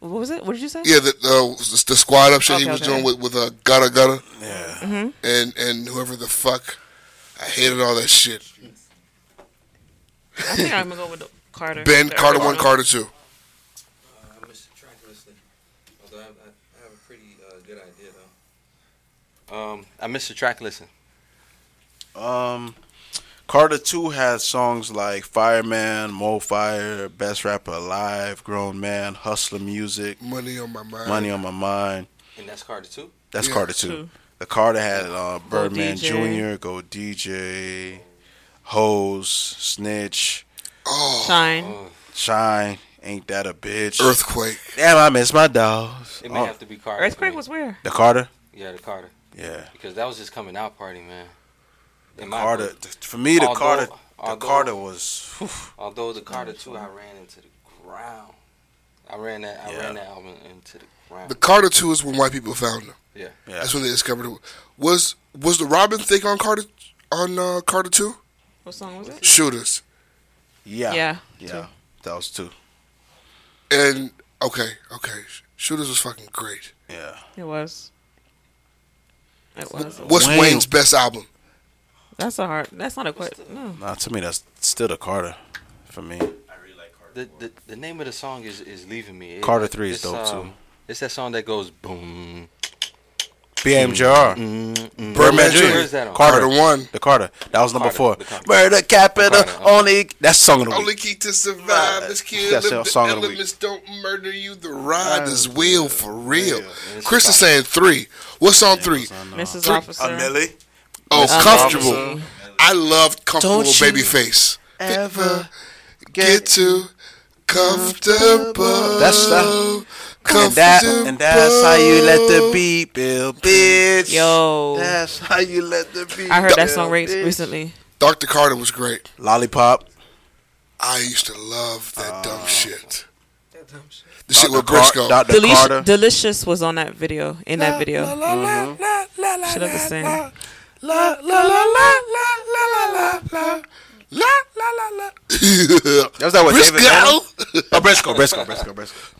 Speaker 7: What was it? What did you say?
Speaker 2: Mm. Yeah, the, uh, the the squad up shit he
Speaker 7: Okay,
Speaker 2: was
Speaker 7: okay.
Speaker 2: doing with with uh, Gutta Gutta
Speaker 3: Yeah.
Speaker 7: Mhm.
Speaker 2: and and whoever the fuck. I hated all that shit.
Speaker 7: I think I'm gonna go with the Carter.
Speaker 2: Ben
Speaker 7: The
Speaker 2: Carter one,
Speaker 7: original.
Speaker 2: Carter two.
Speaker 4: I missed the track listing, although I, I, I have a pretty uh, good idea though. Um, I missed the track listing.
Speaker 3: Um, Carter Two has songs like Fireman, Mo Fire, Best Rapper Alive, Grown Man, Hustler Music,
Speaker 2: Money on my mind.
Speaker 3: Money on My Mind.
Speaker 4: And that's Carter too.
Speaker 3: That's
Speaker 2: Yeah.
Speaker 3: Carter Two.
Speaker 7: Two.
Speaker 3: The Carter had uh, Birdman
Speaker 7: DJ.
Speaker 3: Jr., Go DJ, Hose, Snitch,
Speaker 2: Oh,
Speaker 7: Shine.
Speaker 3: Shine. Ain't that a bitch?
Speaker 2: earthquake.
Speaker 3: Damn, I miss my dogs.
Speaker 4: It may
Speaker 3: Oh,
Speaker 4: have to be Carter. for
Speaker 7: Earthquake
Speaker 4: me.
Speaker 7: was where?
Speaker 3: the Carter.
Speaker 4: Yeah, the Carter,
Speaker 3: Yeah.
Speaker 4: because that was his coming out party, man. In my
Speaker 3: Carter.
Speaker 4: book.
Speaker 3: For me, the
Speaker 4: Although-
Speaker 3: Carter. The
Speaker 4: although-
Speaker 3: Carter was. whew,
Speaker 4: Although the Carter too, I ran into the ground. I ran that. I
Speaker 3: Yeah.
Speaker 4: ran that album into the ground.
Speaker 2: The Carter two is when white people found him.
Speaker 4: yeah.
Speaker 3: yeah.
Speaker 2: That's when they discovered it. Was was the Robin thing on Carter on uh, Carter two?
Speaker 7: What song was it?
Speaker 2: Shooters
Speaker 3: Yeah. Yeah.
Speaker 7: Yeah.
Speaker 3: That was two.
Speaker 2: and okay, okay. Shooters was fucking great.
Speaker 3: Yeah.
Speaker 7: It was. It was.
Speaker 2: What's
Speaker 3: Wayne-
Speaker 2: Wayne's best album?
Speaker 7: That's a hard. That's not a question. No.
Speaker 3: Nah, to me, that's still the Carter for me.
Speaker 4: The, the the name of the song is is leaving me. It-
Speaker 3: Carter Three is
Speaker 4: it's,
Speaker 3: dope too.
Speaker 4: um, It's that song that goes boom.
Speaker 3: BMJR,
Speaker 4: mm, mm.
Speaker 3: Birdman
Speaker 2: Junior.
Speaker 4: Where's that
Speaker 3: Jr.
Speaker 4: on?
Speaker 3: Carter,
Speaker 2: Carter one.
Speaker 3: the Carter. That was number
Speaker 4: Carter,
Speaker 3: four.
Speaker 4: the Carter.
Speaker 3: Murder capital
Speaker 4: The Carter, okay.
Speaker 3: only. That's song of the
Speaker 2: Only
Speaker 3: week.
Speaker 2: key to survive is kill.
Speaker 3: That's
Speaker 2: The,
Speaker 3: our song of the
Speaker 2: elements don't murder you. The ride is will for real.
Speaker 4: It's
Speaker 2: Chris is saying three. What's on three?
Speaker 7: Mrs.
Speaker 2: Three-
Speaker 7: Officer.
Speaker 2: Oh,
Speaker 7: Mrs.
Speaker 2: comfortable.
Speaker 7: Robinson.
Speaker 2: I loved comfortable
Speaker 3: Don't you
Speaker 2: baby face.
Speaker 3: ever
Speaker 2: get too comfortable.
Speaker 3: That's the-
Speaker 2: comfortable.
Speaker 3: And, that, and that's how you let the beat build, bitch.
Speaker 7: Yo.
Speaker 3: That's how you let the beat.
Speaker 7: I heard that
Speaker 3: build,
Speaker 7: song re-
Speaker 3: bitch.
Speaker 7: recently.
Speaker 2: Dr. Carter was great.
Speaker 3: Lollipop.
Speaker 2: I used to love that dumb shit.
Speaker 9: That dumb shit.
Speaker 2: The shit with
Speaker 3: Dr. Oh. Car-
Speaker 2: Briscoe.
Speaker 3: Dr. Carter.
Speaker 7: Delicious, Delicious was on that video. In that video, Mm-hmm. should have the same.
Speaker 3: That was that with David Banner?
Speaker 2: Briscoe.
Speaker 3: Oh, Briscoe, Briscoe, Briscoe, Briscoe.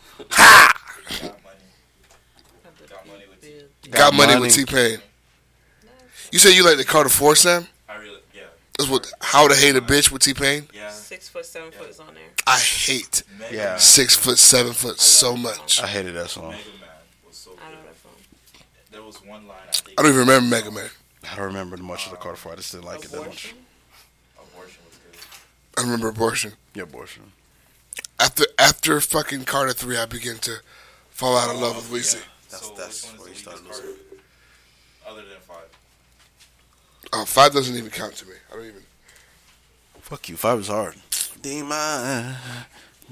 Speaker 2: Got money with T Pain. You said you like the Carter Four, Sam?
Speaker 12: I really, yeah,
Speaker 2: That's what How to Hate a Bitch with T Pain.
Speaker 12: yeah.
Speaker 7: Six foot, seven foot is on there.
Speaker 2: I hate
Speaker 3: Yeah,
Speaker 2: six foot, seven foot so much.
Speaker 3: I hated that song.
Speaker 12: Mega Man was so good.
Speaker 7: I know that song.
Speaker 12: There was one line I think
Speaker 2: I don't even remember Mega Man.
Speaker 3: I don't remember much of the Carter Four. I just didn't like it that much.
Speaker 12: abortion was good.
Speaker 2: I remember Abortion.
Speaker 3: Yeah, abortion.
Speaker 2: After after fucking Carter Three, I began to fall out of love with Weezy.
Speaker 3: That's-
Speaker 12: so
Speaker 3: that's
Speaker 12: which
Speaker 3: where
Speaker 12: one
Speaker 3: you
Speaker 12: is the
Speaker 3: start
Speaker 12: weakest Carter? Other than five.
Speaker 2: Oh, five doesn't even count to me. I don't even.
Speaker 3: Fuck you. Five is hard. Demon,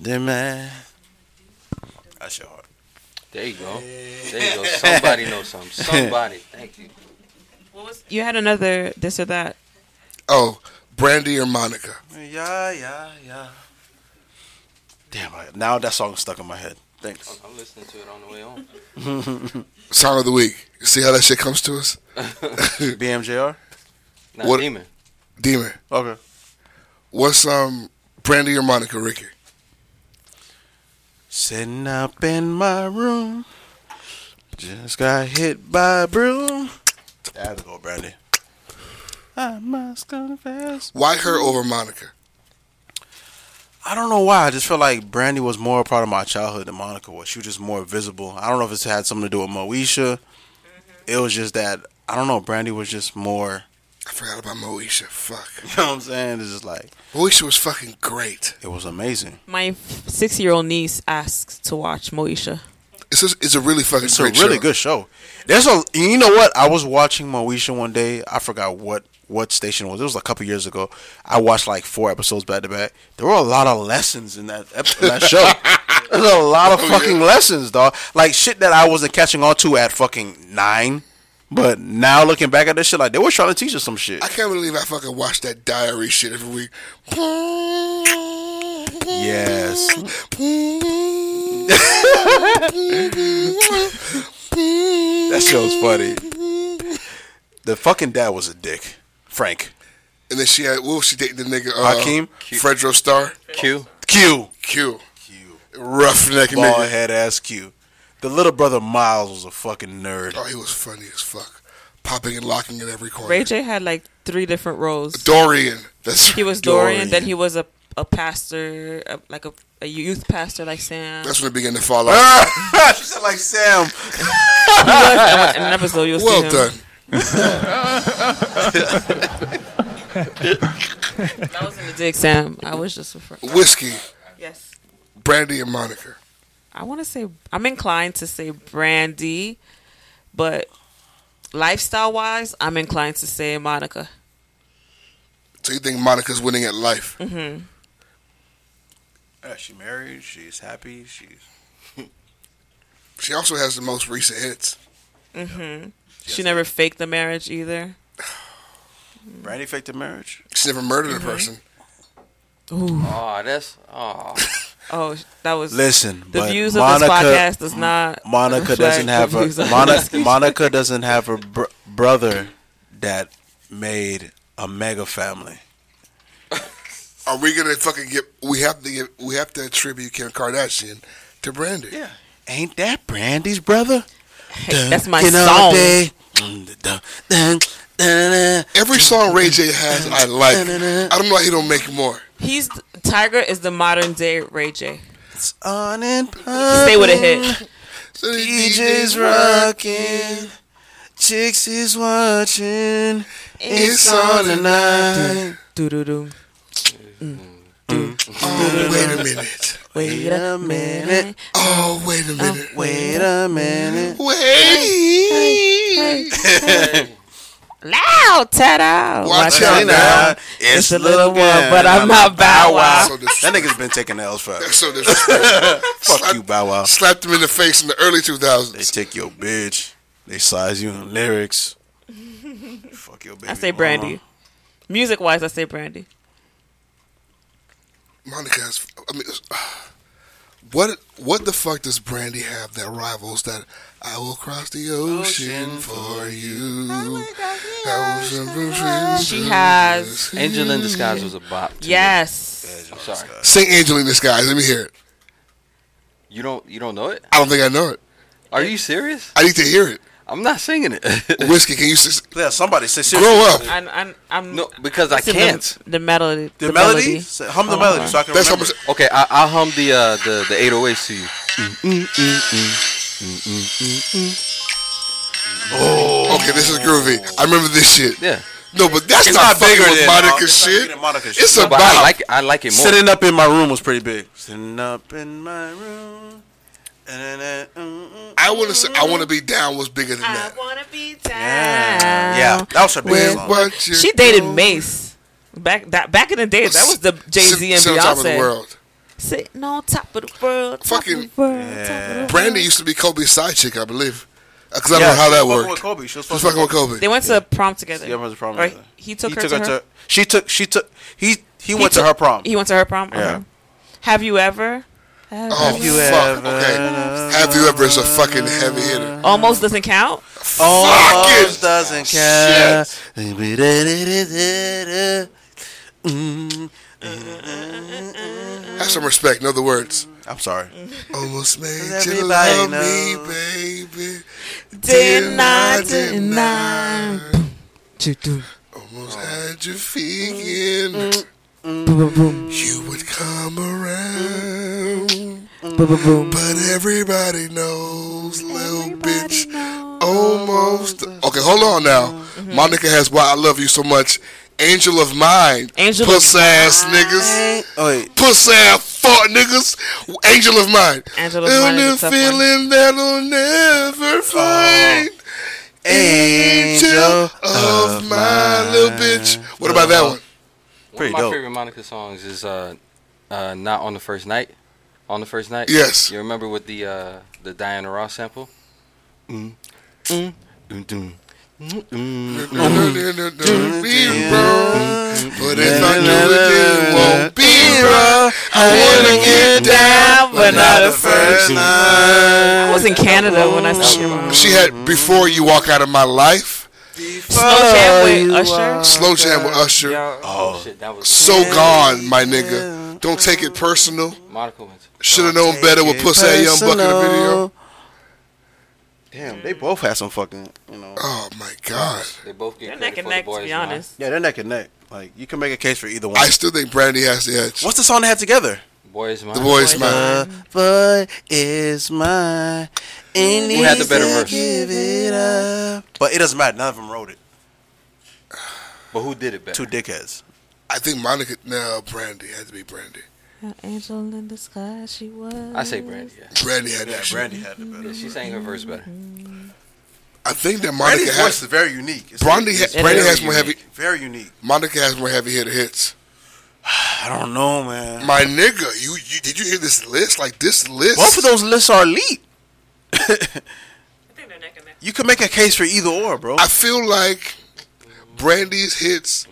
Speaker 3: demon. That shit hard.
Speaker 4: There you go. There you go. Somebody knows something. Somebody. Thank you.
Speaker 7: What was? You had another this or that.
Speaker 2: Oh, Brandy or Monica?
Speaker 3: Yeah, yeah, yeah. Damn, I, now that song's stuck in my head. Thanks.
Speaker 4: I'm listening to it on the way home.
Speaker 2: Song of the week. You see how that shit comes to us?
Speaker 3: BMJR.
Speaker 4: Not
Speaker 2: What-
Speaker 4: demon.
Speaker 2: Demon.
Speaker 3: Okay.
Speaker 2: What's um Brandy or Monica, Ricky?
Speaker 3: Sitting up in my room, just got hit by a broom. I had to go, Brandy. I must confess.
Speaker 2: Why her over Monica?
Speaker 3: I don't know why. I just feel like Brandy was more a part of my childhood than Mm-hmm. Monica was. She was just more visible. I don't know if it's had something to do with Moesha. It was just that I don't know. Brandy was just more.
Speaker 2: I forgot about Moesha. Fuck.
Speaker 3: You know what I'm saying? It's just like
Speaker 2: Moesha was fucking great.
Speaker 3: It was amazing.
Speaker 7: My six year old niece asked to watch Moesha.
Speaker 2: It's a, it's a really fucking
Speaker 3: It's a
Speaker 2: great
Speaker 3: really
Speaker 2: show.
Speaker 3: good show. There's a and you know what? I was watching Moesha one day. I forgot what what station it was. It was a couple years ago. I watched like four episodes back to back. There were a lot of lessons in that ep- in that show. There's a lot of
Speaker 2: Oh,
Speaker 3: fucking lessons, dog. Like shit that I wasn't catching on to at fucking nine. But now looking back at this shit, like they were trying to teach us some shit.
Speaker 2: I can't believe I fucking watch that diary shit every week.
Speaker 3: Yes. That show's funny. The fucking dad was a dick, Frank.
Speaker 2: And then she had, what was she dating the nigga?
Speaker 3: Hakeem?
Speaker 2: Fredro Star?
Speaker 4: Q.
Speaker 3: Q.
Speaker 2: Q. Roughneck
Speaker 3: Bald
Speaker 2: nigga.
Speaker 3: head ass Q. The little brother Miles was a fucking nerd.
Speaker 2: Oh, he was funny as fuck. Popping and locking in every corner.
Speaker 7: Ray J had like three different roles.
Speaker 2: Dorian. That's
Speaker 7: He was Dorian. Then he was a a pastor, a, like a, a youth pastor, like Sam.
Speaker 2: That's when it began to fall
Speaker 3: Ah,
Speaker 2: off.
Speaker 3: she said like Sam.
Speaker 7: He was- in an episode, you'll see
Speaker 2: well
Speaker 7: him.
Speaker 2: done.
Speaker 7: That was in the dig, Sam. I was just a friend.
Speaker 2: Whiskey,
Speaker 7: Yes.
Speaker 2: brandy, and Monica.
Speaker 7: I want to say I'm inclined to say Brandy, but lifestyle wise, I'm inclined to say Monica.
Speaker 2: So you think Monica's winning at life?
Speaker 7: hmm
Speaker 3: Uh, she married. She's happy. She's
Speaker 2: She also has the most recent hits.
Speaker 7: hmm She never faked the marriage either.
Speaker 3: Brandy faked the marriage.
Speaker 2: She never murdered a person.
Speaker 4: Oh, that's oh.
Speaker 7: Oh, that was
Speaker 3: Listen,
Speaker 7: The
Speaker 3: but
Speaker 7: views
Speaker 3: Monica,
Speaker 7: of this podcast does not
Speaker 3: Monica
Speaker 7: reflect
Speaker 3: doesn't
Speaker 7: the
Speaker 3: have a
Speaker 7: views of
Speaker 3: Monica, Monica doesn't have a br- brother that made a mega family.
Speaker 2: Are we gonna fucking get? We have to get. We have to attribute Kim Kardashian to Brandy.
Speaker 3: Yeah. Ain't that Brandy's brother?
Speaker 7: Hey, that's my
Speaker 3: You know,
Speaker 7: song.
Speaker 3: they- Every
Speaker 2: Every song Ray J has, I like. I don't know why he don't make more.
Speaker 7: He's Tiger is the modern day Ray J.
Speaker 3: on and
Speaker 7: Stay with a hit.
Speaker 2: So the
Speaker 3: DJ's rocking, chicks is watching. It's on tonight.
Speaker 7: Do do do.
Speaker 2: Oh, wait a minute.
Speaker 7: Wait a minute.
Speaker 2: Oh, wait a minute.
Speaker 3: Wait a minute.
Speaker 2: Oh. Wait.
Speaker 7: Loud, tat out.
Speaker 2: Watch out now.
Speaker 3: It's
Speaker 7: the little one,
Speaker 3: girl,
Speaker 7: but I'm not Bow Wow.
Speaker 2: So
Speaker 3: That
Speaker 2: disrespectful.
Speaker 3: nigga's been taking L's for
Speaker 2: So disrespectful.
Speaker 3: Fuck you, Bow Wow.
Speaker 2: Slapped him in the face in the early
Speaker 3: They
Speaker 2: 2000s.
Speaker 3: take your bitch. They size you in lyrics. Fuck your baby.
Speaker 7: I say
Speaker 3: mama.
Speaker 7: Brandy. Music wise, I say Brandy.
Speaker 2: Monica has. I mean, what what the fuck does Brandy have that rivals that? I will cross the ocean, for you. I will cross the
Speaker 7: She
Speaker 2: ocean.
Speaker 7: has
Speaker 4: Angel in Disguise was a bop. too.
Speaker 7: yes.
Speaker 4: I'm sorry.
Speaker 2: Sing "Angel in Disguise." Let me hear it.
Speaker 4: You don't you don't know it?
Speaker 2: I don't think I know it.
Speaker 4: Are you serious?
Speaker 2: I need to hear it.
Speaker 4: I'm not singing it.
Speaker 2: Whiskey, can you s-
Speaker 3: Yeah, somebody say seriously.
Speaker 2: grow up?
Speaker 7: I'm, I'm, I'm
Speaker 4: no, because I
Speaker 7: it's in
Speaker 4: can't.
Speaker 7: The, the melody.
Speaker 3: The, melody? Say- Hum the
Speaker 7: Oh,
Speaker 3: melody
Speaker 7: okay.
Speaker 3: so I can
Speaker 2: That's how
Speaker 3: remember.
Speaker 2: much.
Speaker 4: Okay, I, I'll hum the uh, the the 808s to you.
Speaker 2: Okay, this is groovy. I remember this shit.
Speaker 4: Yeah,
Speaker 2: No, but that's
Speaker 3: It's not
Speaker 2: not,
Speaker 3: bigger
Speaker 2: fucking with
Speaker 3: than- uh,
Speaker 2: Monica
Speaker 3: it's not
Speaker 2: shit.
Speaker 3: bigger than Monica shit.
Speaker 2: it's
Speaker 4: No,
Speaker 2: about
Speaker 4: but I like it- I like it more.
Speaker 3: Sitting up in my room was pretty big. Sitting up in my room. Yeah,
Speaker 2: I want to say I want to be down was bigger than
Speaker 7: I
Speaker 2: that.
Speaker 7: wanna be down.
Speaker 3: yeah, that was her biggest
Speaker 2: With
Speaker 3: song.
Speaker 2: what you
Speaker 7: She dated
Speaker 2: do.
Speaker 7: Mace. Back that back in the days, that was the Jay Z and
Speaker 2: Sit- sit on top of the
Speaker 7: Beyonce
Speaker 2: world.
Speaker 7: sitting on top of the world. top of
Speaker 2: Fucking
Speaker 7: the world, top of
Speaker 3: Yeah.
Speaker 7: the world.
Speaker 2: Brandy used to be Kobe's side chick, I believe. Because I
Speaker 3: Yeah,
Speaker 2: don't know how
Speaker 3: she
Speaker 2: that
Speaker 3: was fucking
Speaker 2: worked.
Speaker 3: With Kobe. She was
Speaker 2: She was
Speaker 3: fucking
Speaker 2: fucking with Kobe.
Speaker 7: They went to prom together.
Speaker 3: Yeah, it was a problem.
Speaker 7: Right? He took
Speaker 3: he
Speaker 7: her
Speaker 3: took
Speaker 7: to
Speaker 3: her
Speaker 7: her.
Speaker 3: to. She took. She took. He. He,
Speaker 7: He
Speaker 3: went to
Speaker 7: took-
Speaker 3: her prom.
Speaker 7: He went to her prom. Okay.
Speaker 3: Yeah.
Speaker 7: Have you ever?
Speaker 2: Oh,
Speaker 3: Have you
Speaker 2: fuck.
Speaker 3: ever-
Speaker 2: Okay. Have you ever is a fucking heavy hitter.
Speaker 7: Almost doesn't count.
Speaker 3: Almost
Speaker 2: Fucking
Speaker 3: doesn't count. Mm,
Speaker 2: Have some respect. Know the words.
Speaker 3: I'm sorry.
Speaker 2: Almost made
Speaker 3: Does
Speaker 2: you
Speaker 3: everybody
Speaker 2: love
Speaker 3: know?
Speaker 2: me, baby.
Speaker 7: Did
Speaker 2: I
Speaker 7: not deny. Oh.
Speaker 2: Almost had you
Speaker 7: Mm-hmm.
Speaker 2: thinking you would come
Speaker 7: Mm-hmm.
Speaker 2: around.
Speaker 7: Oh.
Speaker 2: But everybody knows, little bitch. Almost. Okay, hold hold on now.
Speaker 7: Mm-hmm.
Speaker 2: My nigga has why I love you so much. Angel of mine. Angel puss ass niggas. Puss ass fuck niggas. Angel of mine.
Speaker 7: Angel of Mine is a tough one.
Speaker 2: feeling that'll never find. Angel, of, my mine, little bitch. What about that one?
Speaker 4: One of my favorite Monica songs is uh, uh, "Not on the First Night." On the first night.
Speaker 2: Yes.
Speaker 4: You remember with the uh, the Diana Ross sample? Mm.
Speaker 2: Be wrong, but if I do it, it won't be right. I wanna
Speaker 3: Oh,
Speaker 2: get down, but not a first night.
Speaker 7: I was in Canada when I saw
Speaker 2: She had before you walk out of my life.
Speaker 7: Slow Jam with Usher.
Speaker 2: Slow jam with Usher.
Speaker 4: Oh, shit, that was
Speaker 2: So gone, my nigga. Don't take it personal.
Speaker 4: Monica wins.
Speaker 2: Should have known better with Pussy A Young Buck in the video.
Speaker 3: Damn, they both had some fucking, you know.
Speaker 2: Oh my god.
Speaker 4: They both get
Speaker 7: They're neck
Speaker 4: credit
Speaker 7: and
Speaker 4: for
Speaker 7: neck,
Speaker 4: the boys.
Speaker 7: to be honest.
Speaker 3: Yeah, they're neck and neck. Like you can make a case for either one.
Speaker 2: I still think Brandy has the edge.
Speaker 3: What's the song they had together?
Speaker 4: Boys, mine.
Speaker 2: The boys, man.
Speaker 3: boy is mine. And
Speaker 4: Who had the
Speaker 3: he's
Speaker 4: better
Speaker 3: to
Speaker 4: verse?
Speaker 3: Give it up. But it doesn't matter. None of them wrote it.
Speaker 4: But who did it better?
Speaker 3: Two dickheads.
Speaker 2: I think Monica. No, Brandy had to be Brandy.
Speaker 7: Angel in the sky, she was.
Speaker 4: I say Brandy. Yeah.
Speaker 2: Brandy had
Speaker 3: Yeah,
Speaker 2: that. shit.
Speaker 3: Brandy had the better.
Speaker 4: Yeah, she sang her verse better.
Speaker 2: I think that Monica
Speaker 3: Brandy's voice is
Speaker 2: has.
Speaker 3: very unique. It's-
Speaker 2: Brandy, ha-
Speaker 3: it's
Speaker 2: Brandy
Speaker 3: very
Speaker 2: has more heavy.
Speaker 3: unique. Very unique.
Speaker 2: Monica has more heavy hitter hits.
Speaker 3: I don't know, man.
Speaker 2: My nigga, you, you did you hear this list? Like this list.
Speaker 3: Both of those lists are elite.
Speaker 7: I think they're neck and neck.
Speaker 3: You can make a case for either or, bro.
Speaker 2: I feel like Brandy's hits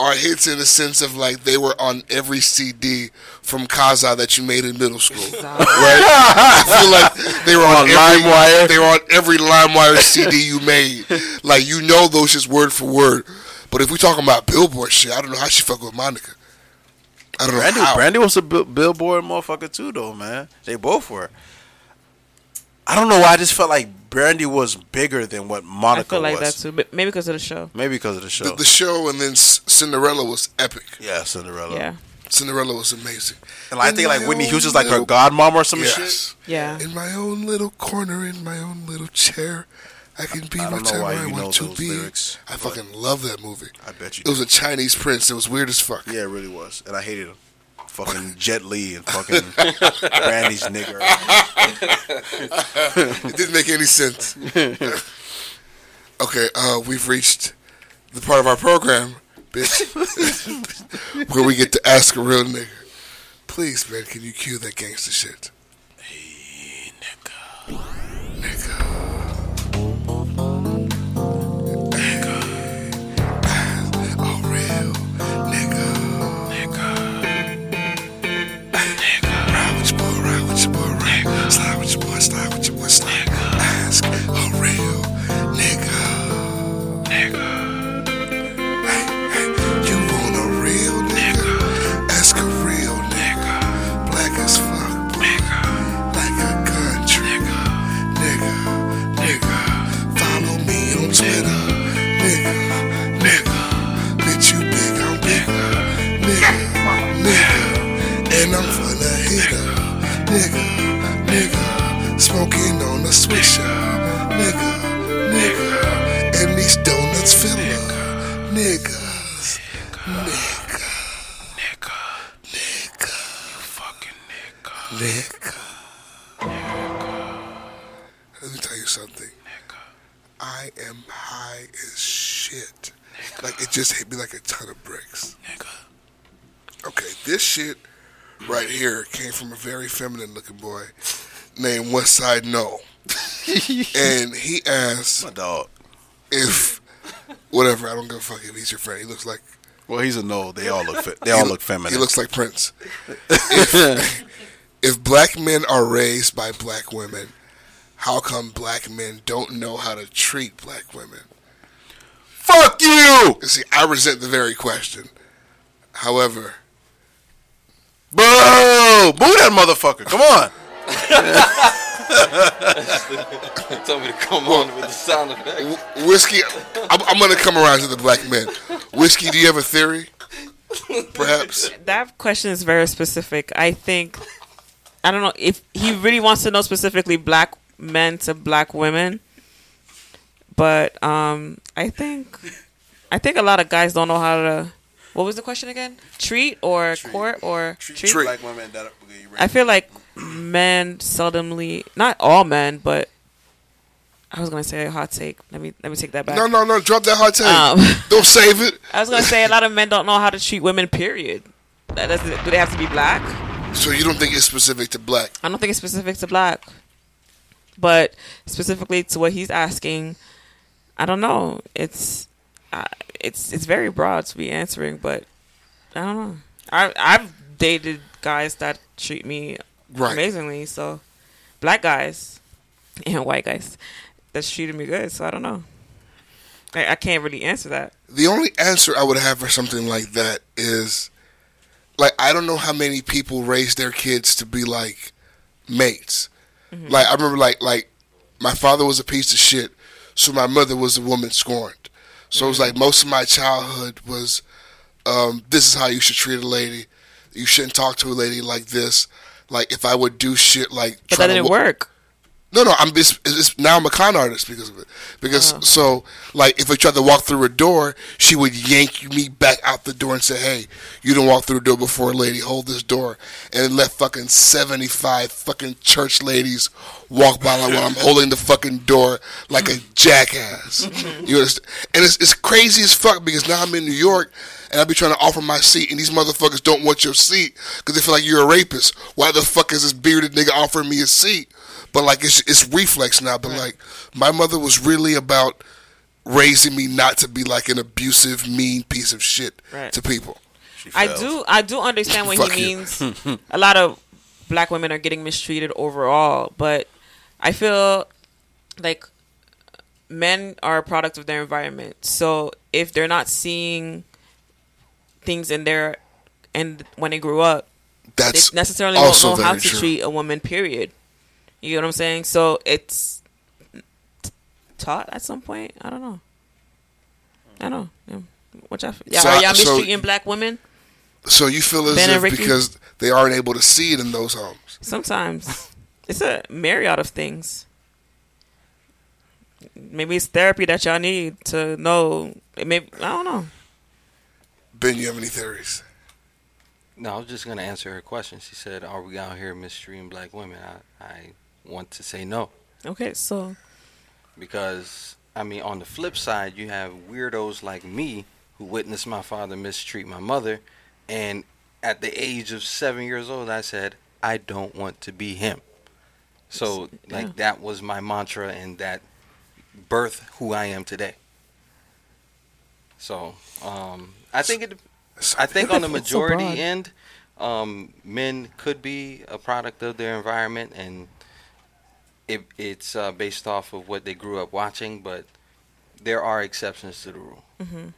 Speaker 2: are hits in the sense of like they were on every CD from Kaza that you made in middle school. Right? I feel like they were on,
Speaker 3: On
Speaker 2: every
Speaker 3: LimeWire?
Speaker 2: They were on every LimeWire CD you made. Like you know those shits word for word. But if we talking about Billboard shit, I don't know how she fuck with Monica. I don't
Speaker 3: Brandy,
Speaker 2: know how.
Speaker 3: Brandy was a bill- billboard motherfucker too, though, man. They both were. I don't know why. I just felt like Brandy was bigger than what
Speaker 7: I
Speaker 3: Monica
Speaker 7: feel like that
Speaker 3: was.
Speaker 7: too, but maybe because of the show.
Speaker 3: Maybe because of the show.
Speaker 2: The, the show and then C- Cinderella was epic.
Speaker 3: yeah, Cinderella.
Speaker 7: Yeah,
Speaker 2: Cinderella was amazing.
Speaker 3: And I think like Whitney Houston's like her
Speaker 2: Little-
Speaker 3: godmom or some shit.
Speaker 2: Yes.
Speaker 7: yeah.
Speaker 2: In my own little corner, in my own little chair, I can be
Speaker 3: I don't know
Speaker 2: whatever
Speaker 3: why
Speaker 2: I
Speaker 3: you know
Speaker 2: want to
Speaker 3: those
Speaker 2: be.
Speaker 3: lyrics,
Speaker 2: I
Speaker 3: but-
Speaker 2: fucking love that movie.
Speaker 3: I bet you.
Speaker 2: It was a Chinese prince. It was weird as fuck.
Speaker 3: yeah, it really was, and I hated him. Fucking Jet Li and fucking Brandy's nigger.
Speaker 2: It didn't make any sense. okay, uh, we've reached the part of our program, bitch, where we get to ask a real nigga. Please, man, can you cue that gangster shit? Hey, nigga. Nigga. A real nigga. Ride with your boy, ride with your boy, ride. Slide with your boy, slide with your boy, slide. Ask a real nigga. Nigga. Hey, hey, you want a real nigga? Ask a real nigga. Black as fuck, nigga. Like a country, nigga. Nigga, nigga. Follow me on Twitter, nigga, nigga. Bitch, you big, I'm bigger, nigga, nigga. And I'm finna hit her. Nigga, nigga. Smoking on a swisher. Nigga, nigga. And these donuts fill her. Niggas. Nigga. Nigga. Nigga. You fucking nigga. Nigga. Let me tell you something. Nigga. I am high as shit. Like, it just hit me like a ton of bricks. Nigga. Okay, this shit right here came from a very feminine looking boy named Westside No. and he asked
Speaker 3: My dog.
Speaker 2: if whatever, I don't give a fuck if he's your friend. He looks like
Speaker 3: Well, he's a no. They all look. Fe- they
Speaker 2: he
Speaker 3: all
Speaker 2: loo-
Speaker 3: look feminine.
Speaker 2: He looks like Prince. if, if black men are raised by black women, how come black men don't know how to treat black women?
Speaker 3: Fuck you,
Speaker 2: You see, I resent the very question. However,
Speaker 3: bro. Boo that motherfucker. Come on.
Speaker 4: Told me to come on with the sound effect.
Speaker 2: Wh- Whiskey, I'm, I'm gonna come around to the black men. Whiskey, do you have a theory? Perhaps.
Speaker 7: That question is very specific. I think I don't know if he really wants to know specifically black men to black women. But um, I think I think a lot of guys don't know how to. What was the question again? Treat or court or treat?
Speaker 3: black women that are- okay, you
Speaker 7: I feel like men seldomly, not all men, but I was gonna say a hot take. Let me let me take that back.
Speaker 2: No, no, no. Drop that hot take.
Speaker 7: Um,
Speaker 2: Don't save it.
Speaker 7: I was gonna say a lot of men don't know how to treat women. Period. That doesn't. Do they have to be black?
Speaker 2: So you don't think it's specific to black?
Speaker 7: I don't think it's specific to black, but specifically to what he's asking, I don't know. It's uh, it's it's very broad to be answering, but I don't know. I I've dated guys that treat me
Speaker 2: Right.
Speaker 7: amazingly, so black guys and white guys that's treated me good. So I don't know. I, I can't really answer that.
Speaker 2: The only answer I would have for something like that is, like, I don't know how many people raise their kids to be like mates.
Speaker 7: Mm-hmm.
Speaker 2: Like, I remember, like, like my father was a piece of shit, so my mother was a woman scorned. So it was
Speaker 7: Mm-hmm.
Speaker 2: like most of my childhood was, um, this is how you should treat a lady. You shouldn't talk to a lady like this. Like, if I would do shit like,
Speaker 7: But
Speaker 2: try
Speaker 7: that
Speaker 2: to
Speaker 7: didn't
Speaker 2: wo-
Speaker 7: work.
Speaker 2: No, no, I'm it's, it's, now I'm a con artist because of it. Because so, like, if I tried to walk through a door, she would yank me back out the door and say, "Hey, you didn't walk through the door before, lady. Hold this door." And it left fucking seventy five fucking church ladies walk by like, while I'm holding the fucking door like a jackass. you understand? And it's it's crazy as fuck because now I'm in New York. And I be trying to offer my seat, and these motherfuckers don't want your seat because they feel like you're a rapist. Why the fuck is this bearded nigga offering me a seat? but like it's it's reflex now. But like my mother was really about raising me not to be like an abusive, mean piece of shit
Speaker 7: Right.
Speaker 2: to people.
Speaker 7: I do I do understand what
Speaker 2: Fuck
Speaker 7: he
Speaker 2: you.
Speaker 7: means. a lot of black women are getting mistreated overall, but I feel like men are a product of their environment. So if they're not seeing things in their and when they grew up,
Speaker 2: That's
Speaker 7: they necessarily
Speaker 2: also
Speaker 7: won't know how
Speaker 2: very
Speaker 7: to
Speaker 2: true.
Speaker 7: treat a woman. Period. You know what I'm saying? So it's t- taught at some point. I don't know. I don't know. Yeah. What y'all? Yeah,
Speaker 2: So
Speaker 7: are
Speaker 2: I-
Speaker 7: y'all
Speaker 2: so-
Speaker 7: mistreating black women?
Speaker 2: So you feel as
Speaker 7: Ben and
Speaker 2: if
Speaker 7: Ricky?
Speaker 2: because they aren't able to see it in those homes.
Speaker 7: Sometimes it's a myriad of things. Maybe it's therapy that y'all need to know. Maybe I don't know.
Speaker 2: Ben, you have any theories?
Speaker 4: No, I was just gonna answer her question. She said, "Are we out here mistreating black women?" I, I want to say no
Speaker 7: Okay, so
Speaker 4: because I mean, on the flip side, you have weirdos like me who witnessed my father mistreat my mother, and at the age of seven years old, I said, "I don't want to be him." So, like
Speaker 7: yeah.
Speaker 4: that was my mantra, and that birth who I am today. So, um, I think it. I think on the
Speaker 12: It's so
Speaker 4: majority
Speaker 12: broad.
Speaker 4: end, um, men could be a product of their environment, and it, it's uh, based off of what they grew up watching. But there are exceptions to the rule,
Speaker 12: Mm-hmm.
Speaker 7: Mhm.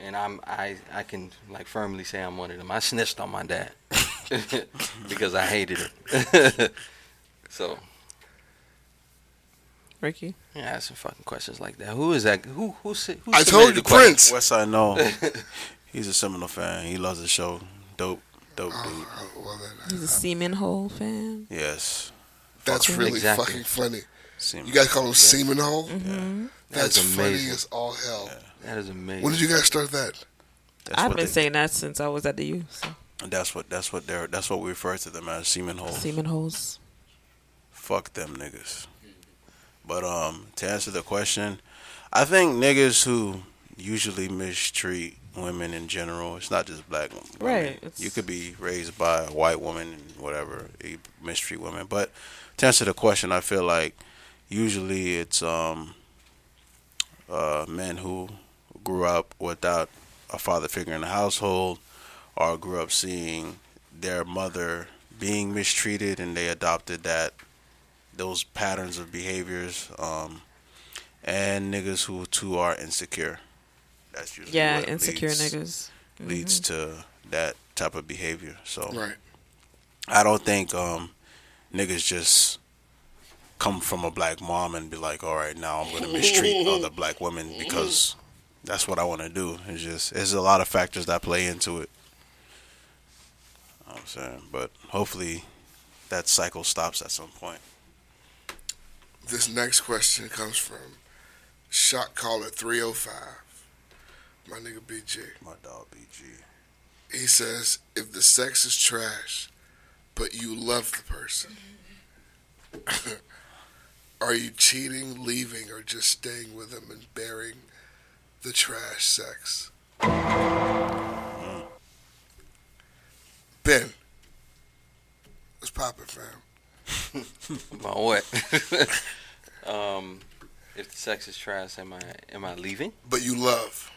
Speaker 4: and I'm I I can like firmly say I'm one of them. I snitched on my dad because I hated it. so
Speaker 7: Ricky,
Speaker 4: yeah, ask some fucking questions like that. Who is that? Who who said? Who
Speaker 2: I
Speaker 4: submitted
Speaker 2: told
Speaker 4: the
Speaker 2: you,
Speaker 4: question?
Speaker 2: Prince.
Speaker 3: Yes, I know. He's a Seminole fan. He loves the show. Dope, dope
Speaker 2: Oh.
Speaker 3: dude.
Speaker 7: he's a semen hole fan.
Speaker 3: Yes.
Speaker 2: uh, That's
Speaker 3: Fuck him.
Speaker 2: really
Speaker 3: Exactly. Mm-hmm.
Speaker 2: fucking funny.
Speaker 3: Semen.
Speaker 2: You guys call him semen hole?
Speaker 7: Mhm.
Speaker 2: That's
Speaker 4: That is
Speaker 2: funny
Speaker 4: amazing.
Speaker 2: as all hell.
Speaker 4: That is amazing.
Speaker 2: When did you guys start that?
Speaker 3: That's
Speaker 7: I've
Speaker 3: what
Speaker 7: been
Speaker 3: they-
Speaker 7: saying that since I was at the U. So.
Speaker 3: That's what that's what they're that's what we refer to them as semen holes.
Speaker 7: Semen holes.
Speaker 3: Fuck them niggas. But um to answer the question, I think niggas who usually mistreat women in general, it's not just black women.
Speaker 7: Right, it's-
Speaker 3: You could be raised by a white woman and whatever, you mistreat women. But to answer the question, I feel like usually it's um uh men who grew up without a father figure in the household or grew up seeing their mother being mistreated and they adopted that those patterns of behaviors um and niggas who too are insecure that's usually
Speaker 7: Yeah,
Speaker 3: what
Speaker 7: insecure
Speaker 3: leads-
Speaker 7: niggas. Mhm.
Speaker 3: leads to that type of behavior so
Speaker 2: Right.
Speaker 3: i don't think um niggas just come from a black mom and be like all right now i'm gonna mistreat other black women because that's what i want to do it's just there's a lot of factors that play into it i'm saying but hopefully that cycle stops at some point
Speaker 2: This next question comes from Shot caller 305. My nigga BG.
Speaker 3: My dog BG.
Speaker 2: He says, if the sex is trash, but you love the person, are you cheating, leaving, or just staying with them and bearing the trash sex? Ben, what's poppin', fam?
Speaker 4: About what? um, if the sex is trash, am I am I leaving?
Speaker 2: But you love.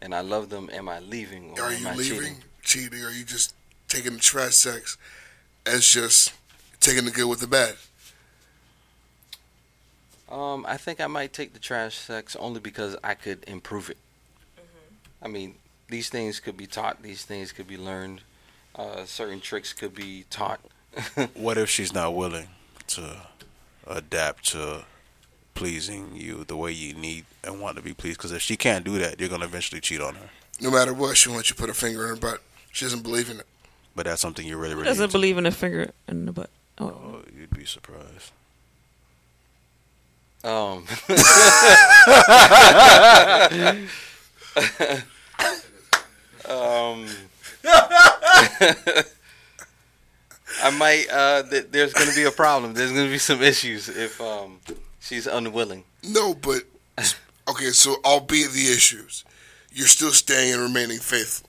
Speaker 4: And I love them. Am I leaving? Or
Speaker 2: Are
Speaker 4: am
Speaker 2: you
Speaker 4: I
Speaker 2: leaving,
Speaker 4: Oh, cheating?
Speaker 2: cheating? Are you just taking the trash sex as just taking the good with the bad?
Speaker 4: Um, I think I might take the trash sex only because I could improve it. I mean, these things could be taught. These things could be learned. Uh, certain tricks could be taught.
Speaker 3: what if she's not willing to adapt to pleasing you the way you need and want to be pleased? Because if she can't do that, you're gonna eventually cheat on her.
Speaker 2: No matter what, she wants you to put her finger in her butt. She doesn't believe in it.
Speaker 3: But that's something you really,
Speaker 7: Who
Speaker 3: really.
Speaker 7: doesn't
Speaker 3: into.
Speaker 7: believe in a finger in the butt? Oh,
Speaker 3: Oh, you'd be surprised.
Speaker 4: Um. um. I might. Uh, th- there's going to be a problem. There's going to be some issues if um, she's unwilling.
Speaker 2: No, but okay. So, albeit the issues, you're still staying and remaining faithful.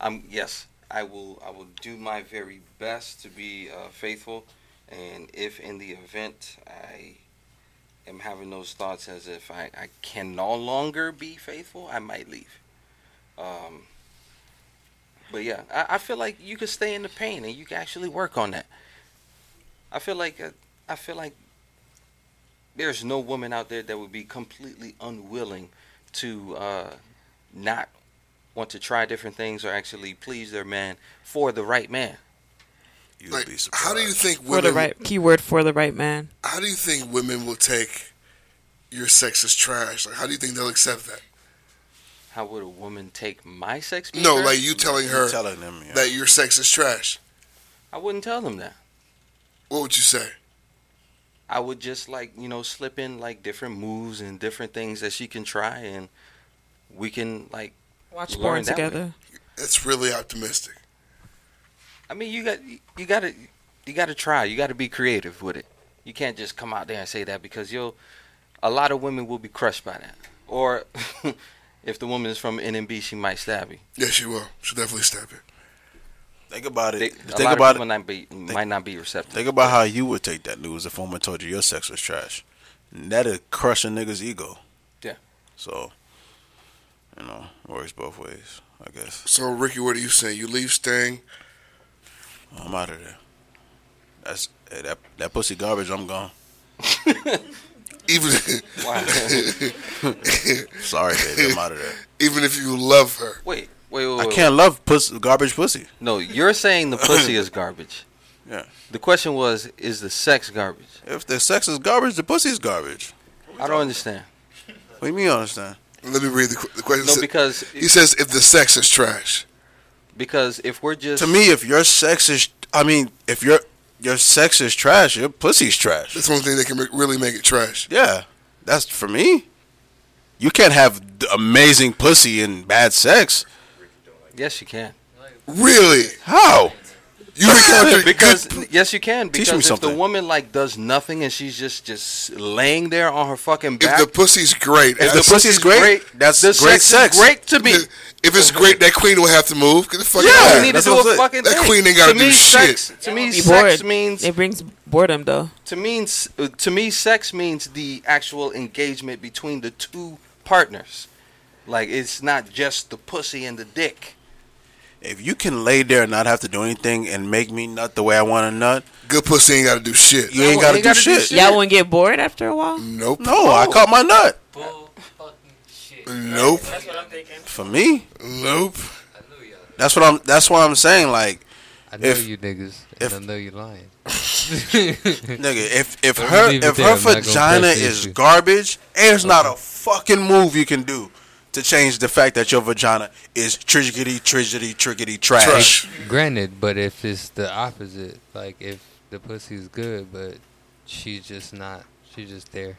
Speaker 4: I'm Um, yes. I will. I will do my very best to be uh, faithful, and if in the event I am having those thoughts as if I, I can no longer be faithful, I might leave. Um, but yeah, I, I feel like you can stay in the pain and you can actually work on that. I feel like uh, I feel like there's no woman out there that would be completely unwilling to uh, not want to try different things or actually please their man for the right man.
Speaker 3: You'd
Speaker 2: be surprised. How do you think
Speaker 7: for the
Speaker 2: women?
Speaker 7: right keyword for the right man.
Speaker 2: How do you think women will take your sex as trash? Like, how do you think they'll accept that?
Speaker 4: How would a woman take my sex? being
Speaker 2: No,
Speaker 4: hers?
Speaker 2: like you telling her
Speaker 3: telling them, yeah.
Speaker 2: that your sex is trash.
Speaker 4: I wouldn't tell them that.
Speaker 2: What would you say?
Speaker 4: I would just like you know slip in like different moves and different things that she can try and we can like
Speaker 7: Watch
Speaker 4: learn
Speaker 7: porn
Speaker 4: that way.
Speaker 7: together.
Speaker 2: That's really optimistic.
Speaker 4: I mean, you got you got to you got to try. You got to be creative with it. You can't just come out there and say that because you'll a lot of women will be crushed by that. Or if the woman is from NMB, she might stab you.
Speaker 2: Yeah, she will. She'll definitely stab it.
Speaker 3: Think about it.
Speaker 4: They, a
Speaker 3: think
Speaker 4: lot
Speaker 3: about
Speaker 4: of people might be might not be receptive.
Speaker 3: Think about how you would take that news if a woman told you your sex was trash. That'd crush a nigga's ego.
Speaker 4: Yeah.
Speaker 3: So, you know, works both ways, I guess.
Speaker 2: So, Ricky, what are you saying? You leave staying?
Speaker 3: I'm out of there. That's eh, that that pussy garbage. I'm gone.
Speaker 2: Even
Speaker 4: Wow.
Speaker 3: Sorry, baby. I'm out of there.
Speaker 2: even if you love her.
Speaker 4: Wait, wait, wait.
Speaker 3: I
Speaker 4: wait.
Speaker 3: can't love pussy, garbage pussy.
Speaker 4: No, you're saying the pussy is garbage.
Speaker 3: Yeah.
Speaker 4: The question was, is the sex garbage?
Speaker 3: If the sex is garbage, the pussy is garbage.
Speaker 4: I don't understand.
Speaker 3: What do you mean? You understand?
Speaker 2: Let me read the, qu- the question.
Speaker 4: No, because
Speaker 2: he says if the sex is trash.
Speaker 4: because if we're just
Speaker 3: To me, if your sex is, I mean, if your your sex is trash, your pussy's trash.
Speaker 2: That's one thing that can re- really make it trash.
Speaker 3: Yeah, that's for me. You can't have d- amazing pussy and bad sex.
Speaker 4: yes, you can.
Speaker 2: Really?
Speaker 3: How?
Speaker 2: You encountered
Speaker 4: because yes, you can.
Speaker 3: Teach
Speaker 4: Because
Speaker 3: me
Speaker 4: if
Speaker 3: something.
Speaker 4: the woman like does nothing and she's just just laying there on her fucking
Speaker 2: if
Speaker 4: back,
Speaker 2: the pussy's great.
Speaker 3: If the
Speaker 2: that's-
Speaker 3: pussy's great, that's
Speaker 4: the
Speaker 3: great sex.
Speaker 4: Is great to me.
Speaker 2: If it's great, that queen will have to move. Get the fuck
Speaker 4: yeah,
Speaker 2: out
Speaker 4: you need to
Speaker 3: that's
Speaker 4: do
Speaker 3: what I'm
Speaker 4: a
Speaker 3: saying.
Speaker 4: fucking
Speaker 2: That
Speaker 4: thing.
Speaker 2: queen ain't gotta
Speaker 4: to
Speaker 2: do
Speaker 4: me,
Speaker 2: shit.
Speaker 4: sex, To me,
Speaker 7: Be
Speaker 4: sex
Speaker 7: bored.
Speaker 4: means
Speaker 7: It brings boredom though.
Speaker 4: to means uh, to me, sex means the actual engagement between the two partners. Like it's not just the pussy and the dick.
Speaker 3: If you can lay there and not have to do anything and make me nut the way I want to nut,
Speaker 2: Good pussy ain't got to do shit.
Speaker 3: you ain't
Speaker 4: ain't
Speaker 3: got to do
Speaker 4: gotta do
Speaker 3: shit.
Speaker 4: shit.
Speaker 7: Y'all wouldn't get bored after a while.
Speaker 2: Nope.
Speaker 3: No, I caught my nut.
Speaker 13: Bull fucking shit.
Speaker 2: Nope.
Speaker 7: That's what I'm thinking.
Speaker 3: For me,
Speaker 2: Nope.
Speaker 13: I knew y'all.
Speaker 3: that's what I'm. That's what I'm saying. Like,
Speaker 1: I know
Speaker 3: If-
Speaker 1: you niggas,
Speaker 3: if-
Speaker 1: and I know you lying.
Speaker 3: nigga, if if
Speaker 1: Don't
Speaker 3: her
Speaker 1: leave it
Speaker 3: if
Speaker 1: there.
Speaker 3: her
Speaker 1: I'm not gonna
Speaker 3: vagina
Speaker 1: press the
Speaker 3: is
Speaker 1: issue.
Speaker 3: garbage, there's not a fucking move you can do to change the fact that your vagina is triggity, triggity, triggity trash.
Speaker 2: Trash.
Speaker 1: Granted, but if it's the opposite, like if the pussy's good, but she's just not, she's just there.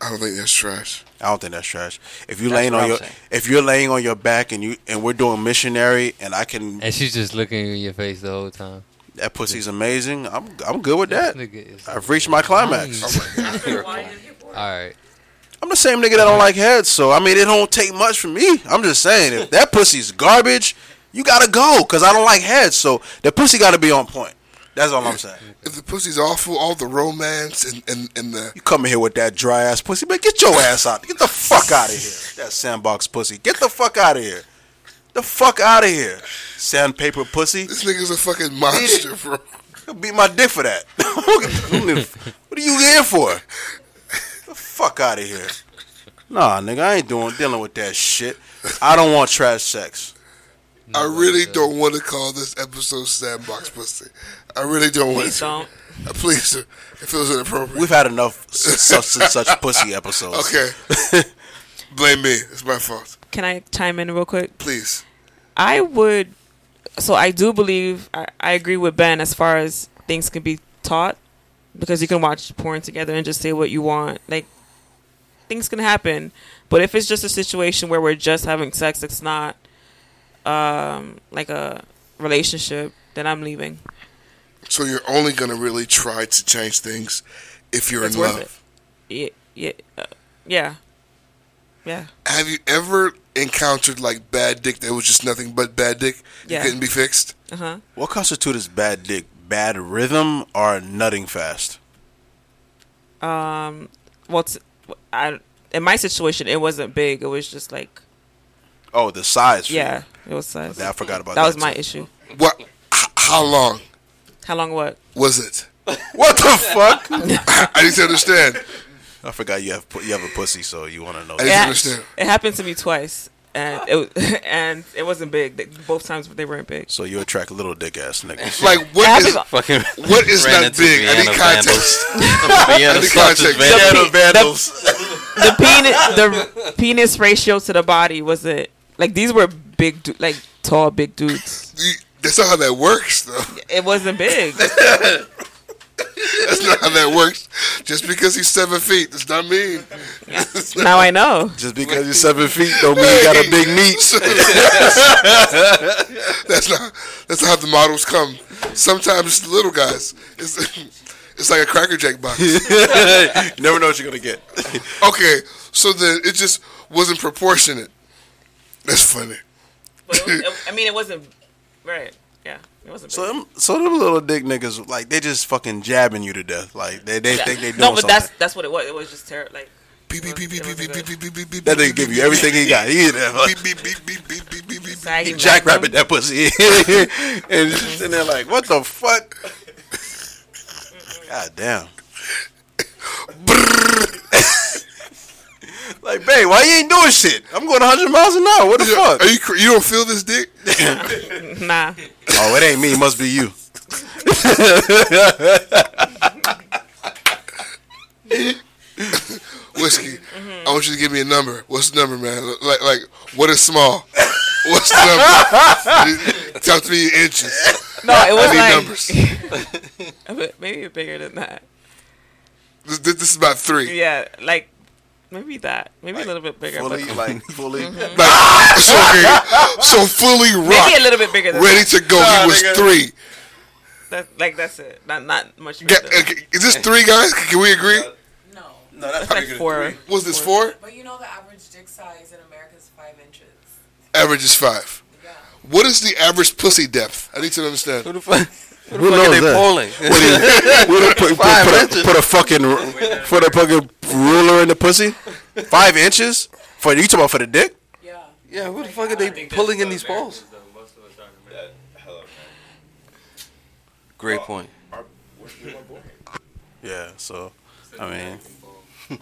Speaker 2: I don't think that's trash.
Speaker 3: I don't think that's trash. If you
Speaker 2: That's
Speaker 3: laying
Speaker 2: what
Speaker 3: on
Speaker 2: I'm
Speaker 3: your
Speaker 2: saying.
Speaker 3: if you're laying on your back and you and we're doing missionary and I can
Speaker 1: And she's just looking in your face the whole time.
Speaker 3: that pussy's amazing. I'm I'm good with that.
Speaker 1: nigga is
Speaker 3: I've reached my climax.
Speaker 1: All right.
Speaker 3: I'm the same nigga that don't like heads, so I mean it don't take much for me. I'm just saying if that pussy's garbage, you gotta go because I don't like heads. So the pussy gotta be on point. That's all I'm saying.
Speaker 2: If the pussy's awful, all the romance and, and, and the
Speaker 3: You coming here with that dry ass pussy, man? Get your ass out! Get the fuck out of here! That sandbox pussy. Get the fuck out of here! The fuck out of here! Sandpaper pussy.
Speaker 2: This nigga's a fucking monster, bro.
Speaker 3: Beat my dick for that. what are you here for? The fuck out of here! Nah, nigga, I ain't doing dealing with that shit. I don't want trash sex.
Speaker 2: I really don't want to call this episode "Sandbox Pussy." I really don't want
Speaker 7: Please
Speaker 2: to.
Speaker 7: don't.
Speaker 2: Uh, Please, it feels inappropriate.
Speaker 3: We've had enough s- such and such pussy episodes.
Speaker 2: Okay, blame me. It's my fault.
Speaker 7: Can I chime in real quick?
Speaker 2: Please.
Speaker 7: I would. So I do believe I, I agree with Ben as far as things can be taught because you can watch porn together and just say what you want. Like things can happen, but if it's just a situation where we're just having sex, it's not um, like a relationship. Then I'm leaving.
Speaker 2: So you're only gonna really try to change things if you're
Speaker 7: It's
Speaker 2: in
Speaker 7: worth
Speaker 2: love.
Speaker 7: Yeah, yeah, uh, yeah, yeah.
Speaker 2: Have you ever encountered like bad dick that was just nothing but bad dick?
Speaker 7: Yeah.
Speaker 2: It couldn't be fixed.
Speaker 7: Uh huh.
Speaker 3: What constitutes bad dick? Bad rhythm or nutting fast?
Speaker 7: Um, well, t- I in my situation, it wasn't big. It was just like
Speaker 3: Oh, the size. for
Speaker 7: yeah,
Speaker 3: you.
Speaker 7: it was size.
Speaker 3: Yeah, I forgot about
Speaker 7: that
Speaker 3: that
Speaker 7: was my
Speaker 3: too.
Speaker 7: issue.
Speaker 2: What? H- how long
Speaker 7: How long? What?
Speaker 2: was it?
Speaker 3: What the fuck?
Speaker 2: I need to understand.
Speaker 3: I forgot you have pu- you have a pussy, so you want to know.
Speaker 2: I need to
Speaker 7: Yeah.
Speaker 2: understand.
Speaker 7: It happened to me twice, and it was, and it wasn't big. They- Both times they weren't big.
Speaker 3: So you attract little dick ass niggas.
Speaker 2: Like
Speaker 7: It
Speaker 2: what
Speaker 7: happened
Speaker 2: is
Speaker 7: to-
Speaker 4: Fucking
Speaker 2: what is
Speaker 4: ran
Speaker 2: not
Speaker 4: into
Speaker 2: big? I need
Speaker 4: Vienna
Speaker 2: context.
Speaker 4: vandals. Vienna
Speaker 2: I need context.
Speaker 4: sausage vandals.
Speaker 3: Vienna vandals.
Speaker 7: the penis the penis ratio to the body wasn't like these were big du- like tall big dudes.
Speaker 2: You- That's not how that works, though.
Speaker 7: It wasn't big.
Speaker 2: That's not how that works. Just because he's seven feet does not mean.
Speaker 7: now I know.
Speaker 3: Just because you're seven feet don't mean you got a big meat.
Speaker 2: that's not. That's not how the models come. Sometimes it's the little guys. It's it's like a cracker jack box.
Speaker 3: you never know what you're gonna get.
Speaker 2: Okay, so then it just wasn't proportionate. That's funny.
Speaker 7: But it was, I mean, it wasn't right. Yeah, it wasn't big.
Speaker 3: So them, so them little dick niggas like they just fucking jabbing you to death. Like they they
Speaker 7: Yeah.
Speaker 3: think they doing
Speaker 7: no, but
Speaker 3: something.
Speaker 7: that's that's what it was. It was just terrible. Like
Speaker 3: that nigga give you everything he got. He there, huh?
Speaker 7: saggy.
Speaker 3: He jackrabbit that pussy, and you just sitting there like, what the fuck? God damn. like, babe, why you ain't doing shit? I'm going 100 miles an hour. What the fuck?
Speaker 2: Are you cr- you don't feel this dick?
Speaker 7: Mm, Nah.
Speaker 3: Oh, it ain't me. It must be you.
Speaker 2: Whiskey.
Speaker 3: Mm-hmm.
Speaker 2: I want you to give me a number. What's the number, man? Like like what is small? What's the number? Talk to me in inches.
Speaker 7: No, it was
Speaker 2: I need
Speaker 7: like
Speaker 2: numbers.
Speaker 7: but maybe bigger than that.
Speaker 2: This, this is about three.
Speaker 7: Yeah, like maybe that. Maybe a little bit bigger. but
Speaker 3: Fully, like, fully.
Speaker 2: Like, so, okay, so fully rocked,
Speaker 7: maybe a little bit bigger than
Speaker 2: ready
Speaker 7: that.
Speaker 2: to go.
Speaker 3: Nah,
Speaker 2: he was
Speaker 3: nigga.
Speaker 2: three.
Speaker 7: That- like that's it. Not not much bigger.
Speaker 2: Ga-
Speaker 7: than that.
Speaker 2: okay, uh, Is this three guys? Can we agree?
Speaker 3: No, that's
Speaker 7: like four.
Speaker 2: Was this four?
Speaker 14: But you know the average dick size in America is five inches.
Speaker 2: Average is five. What is the average pussy depth? I need to understand.
Speaker 4: Who the fuck? Who
Speaker 3: Who
Speaker 4: the fuck
Speaker 3: knows
Speaker 4: are they
Speaker 3: that?
Speaker 4: polling?
Speaker 3: What do you- what do you put, put,
Speaker 4: Five
Speaker 3: put
Speaker 4: inches.
Speaker 3: a, put a fucking r- put a fucking ruler in the pussy? Five inches for you talking about for the dick?
Speaker 4: Yeah, who the fuck are they pulling in these polls? Great point.
Speaker 3: Yeah. So, I mean,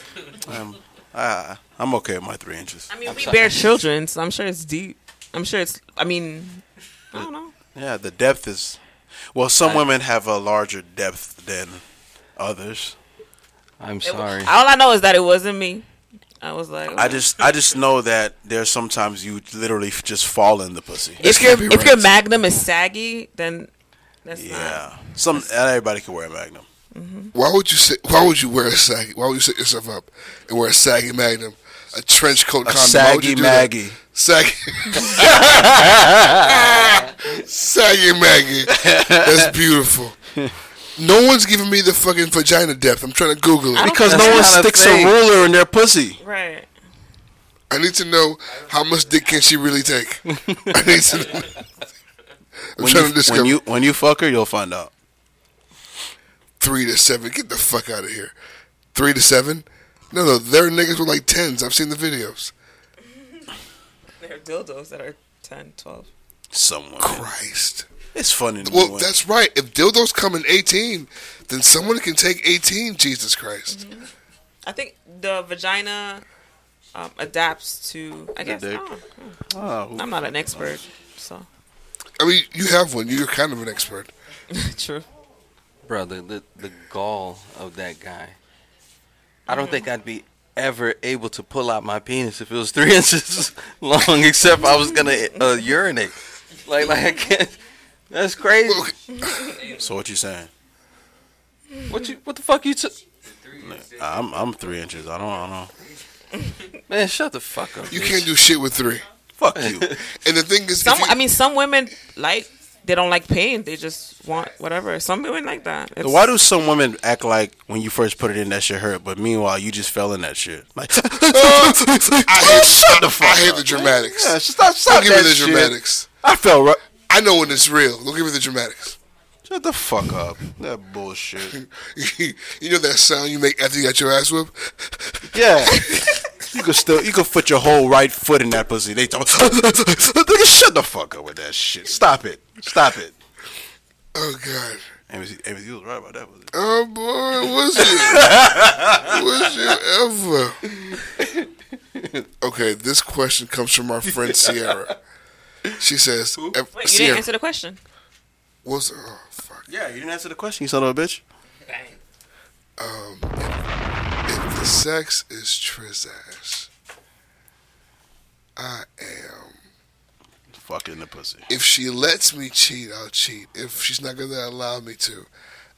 Speaker 3: I'm I, I'm okay with my three inches.
Speaker 7: I mean, we bear children, so I'm sure it's deep. I'm sure it's. I mean, I don't know.
Speaker 3: Yeah, the depth is. Well, some women have a larger depth than others.
Speaker 4: I'm sorry.
Speaker 7: All I know is that it wasn't me. I was like,
Speaker 3: I just I just know that there's sometimes you literally f- just fall in the pussy.
Speaker 7: if your if your magnum is saggy, then that's
Speaker 3: Yeah, some not everybody can wear a magnum.
Speaker 7: Mm-hmm.
Speaker 2: Why would you say? Why would you wear a saggy? Why would you set yourself up and wear a saggy magnum, a trench coat
Speaker 3: A
Speaker 2: condom? why would
Speaker 3: saggy
Speaker 2: you do
Speaker 3: Maggie.
Speaker 2: That? Saggy. saggy Maggie. That's beautiful. No one's giving me the fucking vagina depth. I'm trying to Google it
Speaker 3: Because no one sticks a ruler in their pussy.
Speaker 7: Right.
Speaker 2: I need to know how much dick can she really take. I need to. Know. I'm
Speaker 3: When
Speaker 2: trying
Speaker 3: you,
Speaker 2: to discover
Speaker 3: when you when you fuck her, you'll find out.
Speaker 2: three to seven. Get the fuck out of here. Three to seven? No, no, their niggas were like tens. I've seen the videos.
Speaker 7: There are dildos that are 10, 12.
Speaker 3: Someone.
Speaker 2: Christ.
Speaker 3: It's funny. To
Speaker 2: Well,
Speaker 3: me
Speaker 2: that's right. If dildos come in eighteen, then someone can take eighteen. Jesus Christ.
Speaker 7: I think the vagina um, adapts to. I guess. I
Speaker 2: dick.
Speaker 7: don't know.
Speaker 3: Ah, who-
Speaker 7: I'm not an expert, so
Speaker 2: I mean, you have one. You're kind of an expert.
Speaker 7: true.
Speaker 4: Bro, the, the, the gall of that guy. I don't think I'd be ever able to pull out my penis if it was three inches long, except I was gonna uh, urinate. Like, like I can't. That's crazy.
Speaker 3: when- so what you saying?
Speaker 4: What you? What the fuck you? T-
Speaker 3: I'm I'm three inches. I don't I don't know.
Speaker 4: Man, shut the fuck up.
Speaker 2: You
Speaker 4: bitch.
Speaker 2: can't do shit with three.
Speaker 3: Fuck you.
Speaker 2: And the thing is, if
Speaker 7: Some,
Speaker 2: you-
Speaker 7: I mean, some women like they don't like pain; they just want whatever. Some women like that. It's-
Speaker 3: Why do some women act like when you first put it in that shit hurt, but meanwhile you just fell in that shit? Like
Speaker 2: I hate,
Speaker 3: Shut
Speaker 2: I,
Speaker 3: Uh, the fuck
Speaker 2: I hate
Speaker 3: up.
Speaker 2: the dramatics.
Speaker 3: Yeah, stop- stop
Speaker 2: Don't give me
Speaker 3: that
Speaker 2: the
Speaker 3: shit.
Speaker 2: dramatics.
Speaker 3: I felt right.
Speaker 2: I know when it's real. Don't give me the dramatics.
Speaker 3: shut the fuck up. That bullshit.
Speaker 2: you know that sound you make after you got your ass whipped?
Speaker 3: Yeah. You could still you could put your whole right foot in that pussy. They talk nigga, shut the fuck up with that shit. Stop it. Stop it.
Speaker 2: Oh God.
Speaker 3: Amos, Amos, you was right about that. wasn't you?
Speaker 2: Oh boy, was it? was you ever? Okay, this question comes from our friend Sierra. She says, ev-
Speaker 7: Wait, you
Speaker 2: Sierra,
Speaker 7: didn't answer the question.
Speaker 2: what's oh, fuck.
Speaker 3: Yeah, you didn't answer the question, you son of a bitch.
Speaker 2: Um, if, if the sex is trizash, I am.
Speaker 3: Fucking the pussy.
Speaker 2: If she lets me cheat, I'll cheat. If she's not going to allow me to,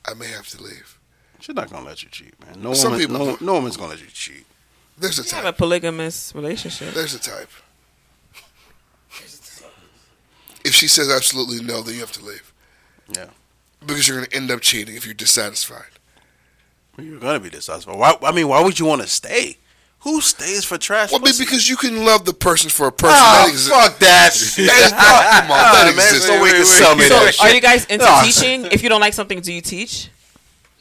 Speaker 2: I may have to leave.
Speaker 3: She's not gonna let you cheat, man. No
Speaker 2: Some
Speaker 3: woman,
Speaker 2: people
Speaker 3: no,
Speaker 2: do.
Speaker 3: no woman's gonna let you cheat.
Speaker 2: There's a
Speaker 7: You have a
Speaker 2: type.
Speaker 7: polygamous relationship.
Speaker 2: There's a type. If she says absolutely no, then you have to leave.
Speaker 3: Yeah.
Speaker 2: Because you're going to end up cheating if you're dissatisfied.
Speaker 3: You're gonna be dissatisfied. Why? I mean, why would you want to stay? Who stays for trash?
Speaker 2: Well, I mean,
Speaker 3: pussy?
Speaker 2: because you can love the person for a person.
Speaker 3: Ah,
Speaker 2: that exi-
Speaker 3: fuck that.
Speaker 2: is- come on, that
Speaker 3: Ah, man,
Speaker 2: exists.
Speaker 3: so we can sell me
Speaker 7: So,
Speaker 3: that
Speaker 7: are you guys into
Speaker 3: Ah.
Speaker 7: teaching? If you don't like something, do you teach?